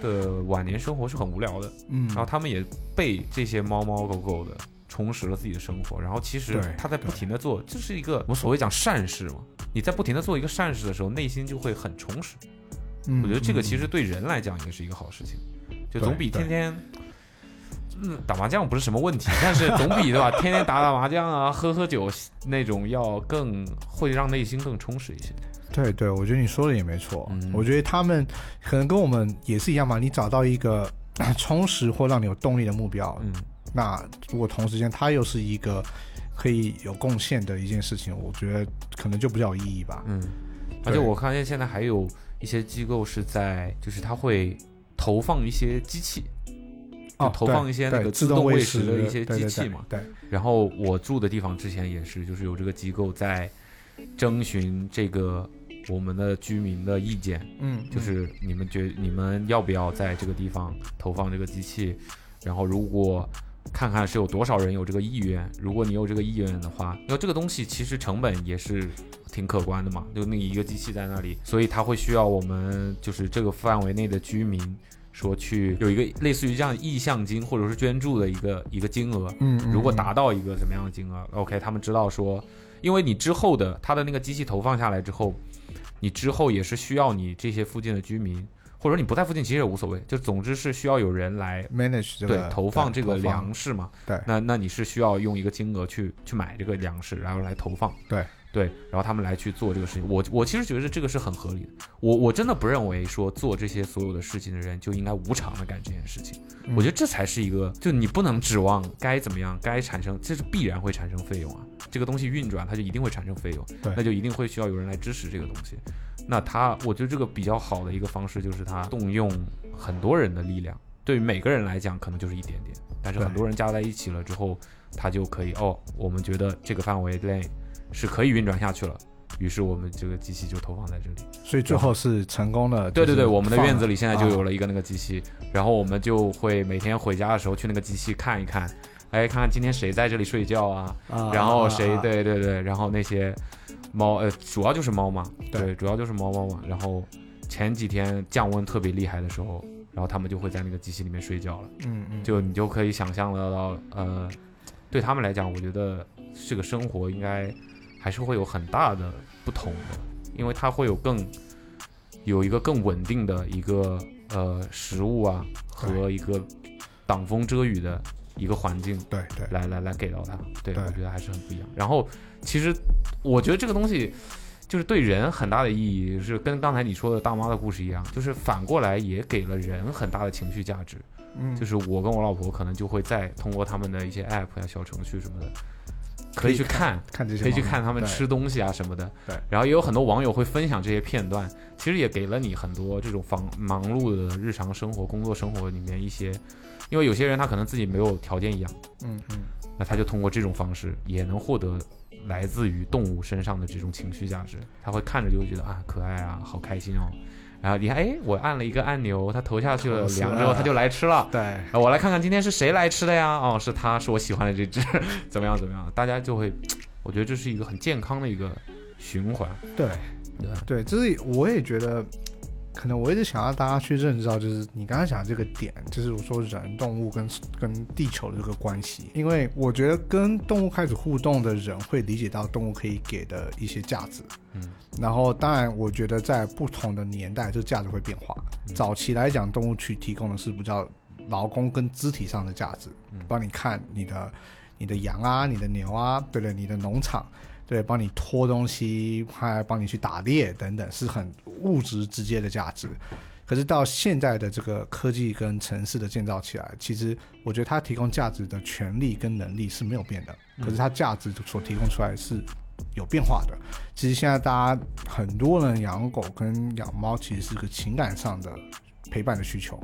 Speaker 4: 的晚年生活是很无聊的。
Speaker 2: 嗯，
Speaker 4: 然后他们也被这些猫猫狗狗的充实了自己的生活，然后其实
Speaker 2: 对
Speaker 4: 他在不停的做，这是一个我们所谓讲善事嘛。你在不停的做一个善事的时候，内心就会很充实。
Speaker 2: 嗯
Speaker 4: 我觉得这个其实对人来讲也是一个好事情，就
Speaker 2: 对
Speaker 4: 总比
Speaker 2: 对
Speaker 4: 天天。嗯，打麻将不是什么问题，但是总比对吧？天天打打麻将啊，喝喝酒那种要更会让内心更充实一些。
Speaker 2: 对对，我觉得你说的也没错。
Speaker 4: 嗯
Speaker 2: 我觉得他们 (clears throat) 可能跟我们也是一样嘛，你找到一个充实或让你有动力的目标，
Speaker 4: 嗯，
Speaker 2: 那如果同时间它又是一个可以有贡献的一件事情，我觉得可能就比较有意义吧。
Speaker 4: 嗯，而且
Speaker 2: 对
Speaker 4: 我看见现在还有一些机构是在，就是它会投放一些机器，就
Speaker 2: 哦，
Speaker 4: 投
Speaker 2: 对
Speaker 4: 放一些那
Speaker 2: 对
Speaker 4: 个
Speaker 2: 自
Speaker 4: 动
Speaker 2: 喂
Speaker 4: 喂食的一些
Speaker 2: 对对
Speaker 4: 机器
Speaker 2: 对
Speaker 4: 嘛
Speaker 2: 对，
Speaker 4: 然后我住的地方之前也是，就是有这个机构在征询这个我们的居民的意见，
Speaker 2: 嗯，
Speaker 4: 就是你们觉你们要不要在这个地方投放这个机器，然后如果看看是有多少人有这个意愿，如果你有这个意愿的话，因为这个东西其实成本也是挺可观的嘛，就那一个机器在那里，所以它会需要我们就是这个范围内的居民说去有一个类似于这样意向金或者是捐助的一个一个金额，
Speaker 2: 嗯，嗯
Speaker 4: 如果
Speaker 2: 嗯
Speaker 4: 达到一个什么样的金额，OK，他们知道说，因为你之后的他的那个机器投放下来之后，你之后也是需要你这些附近的居民，或者你不在附近其实也无所谓，就总之是需要有人来
Speaker 2: 嗯 manage 这
Speaker 4: 对
Speaker 2: 个
Speaker 4: 投放这个
Speaker 2: 投放
Speaker 4: 粮食嘛。
Speaker 2: 对
Speaker 4: 那那你是需要用一个金额去去买这个粮食，然后来投放。
Speaker 2: 对
Speaker 4: 对，然后他们来去做这个事情。我我其实觉得这个是很合理的。我我真的不认为说做这些所有的事情的人就应该无偿的干这件事情。我觉
Speaker 2: 嗯
Speaker 4: 得这才是一个，就你不能指望该怎么样，该产生，这是必然会产生费用啊。这个东西运转，它就一定会产生费用，
Speaker 2: 对
Speaker 4: 那就一定会需要有人来支持这个东西。那他，我觉得这个比较好的一个方式就是他动用很多人的力量，对于每个人来讲可能就是一点点，但是
Speaker 2: 对
Speaker 4: 很多人加在一起了之后，他就可以哦，我们觉得这个范围内是可以运转下去了，于是我们这个机器就投放在这里。
Speaker 2: 所以最后是成功的。
Speaker 4: 对
Speaker 2: 就
Speaker 4: 对
Speaker 2: 是
Speaker 4: 对，我们的
Speaker 2: 放
Speaker 4: 院
Speaker 2: 了
Speaker 4: 子里现在就
Speaker 2: 啊
Speaker 4: 有了一个那个机器，然后我们就会每天回家的时候去那个机器看一看，哎，看看今天谁在这里睡觉啊，
Speaker 2: 啊
Speaker 4: 然后谁
Speaker 2: 啊啊
Speaker 4: 对对对，然后那些猫呃，主要就是猫嘛，
Speaker 2: 对
Speaker 4: 对，主要就是猫猫嘛。然后前几天降温特别厉害的时候，然后它们就会在那个机器里面睡觉了，
Speaker 2: 嗯嗯，
Speaker 4: 就你就可以想象得到，呃，对他们来讲，我觉得这个生活应该还是会有很大的不同的，因为它会有更有一个更稳定的一个呃食物啊和一个挡风遮雨的一个环境。
Speaker 2: 对对
Speaker 4: 来来来给到他，对
Speaker 2: 对
Speaker 4: 我觉得还是很不一样。然后其实我觉得这个东西就是对人很大的意义，是跟刚才你说的大妈的故事一样，就是反过来也给了人很大的情绪价值。
Speaker 2: 嗯
Speaker 4: 就是我跟我老婆可能就会再通过他们的一些 app 呀、小程序什么的，可以去看。
Speaker 2: 看这些
Speaker 4: 可以去
Speaker 2: 猫
Speaker 4: 看他们
Speaker 2: 对
Speaker 4: 吃东西啊什么的，
Speaker 2: 对
Speaker 4: 然后也有很多网友会分享这些片段，其实也给了你很多这种忙忙碌的日常生活、工作生活里面一些，因为有些人他可能自己没有条件养。
Speaker 2: 嗯嗯
Speaker 4: 那他就通过这种方式也能获得来自于动物身上的这种情绪价值。他会看着就会觉得啊，可爱啊，好开心哦。然后你看，哎，我按了一个按钮，它投下去了，
Speaker 2: 投食
Speaker 4: 凉之后
Speaker 2: 了
Speaker 4: 它就来吃了。
Speaker 2: 对
Speaker 4: 啊我来看看今天是谁来吃的呀？哦，是它，是我喜欢的这只， (laughs) 怎么样怎么样？大家就会，我觉得这是一个很健康的一个循环。
Speaker 2: 对
Speaker 4: 对啊
Speaker 2: 对，这是我也觉得，可能我一直想让大家去认识到，就是你刚才讲的这个点，就是我说人、动物跟跟地球的这个关系，因为我觉得跟动物开始互动的人会理解到动物可以给的一些价值。
Speaker 4: 嗯，
Speaker 2: 然后当然，我觉得在不同的年代，这个价值会变化。
Speaker 4: 嗯
Speaker 2: 早期来讲，动物去提供的是比较劳工跟肢体上的价值，
Speaker 4: 嗯
Speaker 2: 帮你看你的。你的羊啊，你的牛啊，对不对？你的农场，对，帮你拖东西，还帮你去打猎等等，是很物质直接的价值。可是到现在的这个科技跟城市的建造起来，其实我觉得它提供价值的权利跟能力是没有变的，可是它价值所提供出来是有变化的。其实现在大家很多人养狗跟养猫，其实是个情感上的陪伴的需求。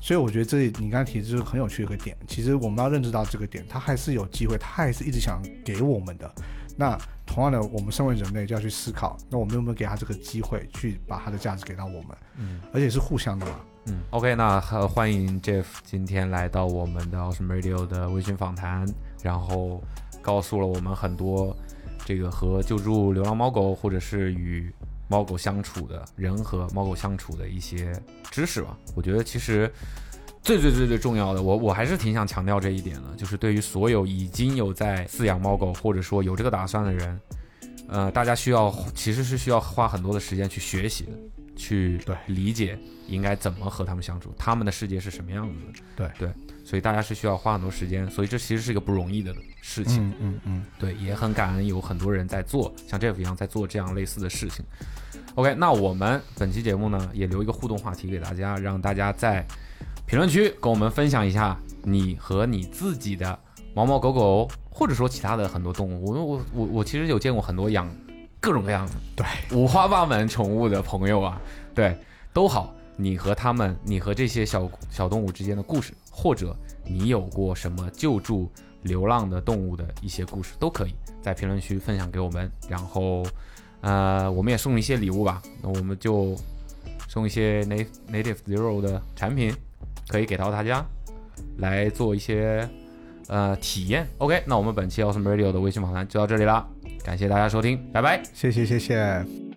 Speaker 2: 所以我觉得这你刚才提的就是很有趣的一个点。其实我们要认知到这个点，它还是有机会，它还是一直想给我们的。那同样的，我们身为人类就要去思考，那我们有没有给他这个机会去把他的价值给到我们？嗯，而且是互相的嘛。
Speaker 4: 嗯，OK，那呃欢迎 Jeff 今天来到我们的 Awesome Radio 的微醺访谈，然后告诉了我们很多这个和救助流浪猫狗或者是与猫狗相处的人和猫狗相处的一些知识吧。我觉得其实最最最最重要的，我我还是挺想强调这一点的，就是对于所有已经有在饲养猫狗或者说有这个打算的人，呃，大家需要其实是需要花很多的时间去学习的，去
Speaker 2: 对
Speaker 4: 理解应该怎么和他们相处，他们的世界是什么样子的。
Speaker 2: 对
Speaker 4: 对，所以大家是需要花很多时间，所以这其实是一个不容易的事情。
Speaker 2: 嗯嗯嗯，
Speaker 4: 对，也很感恩有很多人在做像 Jeff 一样在做这样类似的事情。OK，那我们本期节目呢也留一个互动话题给大家，让大家在评论区跟我们分享一下你和你自己的猫猫狗狗，或者说其他的很多动物，我我我我其实有见过很多养各种各样的
Speaker 2: 对
Speaker 4: 五花八门宠物的朋友啊，对，都好。你和他们，你和这些小小动物之间的故事，或者你有过什么救助流浪的动物的一些故事，都可以在评论区分享给我们。然后，呃，我们也送一些礼物吧。那我们就送一些 Na- Native Zero 的产品，可以给到大家来做一些呃体验。OK，那我们本期 Awesome Radio 的微信访谈就到这里啦，感谢大家收听，拜拜。
Speaker 2: 谢谢谢谢。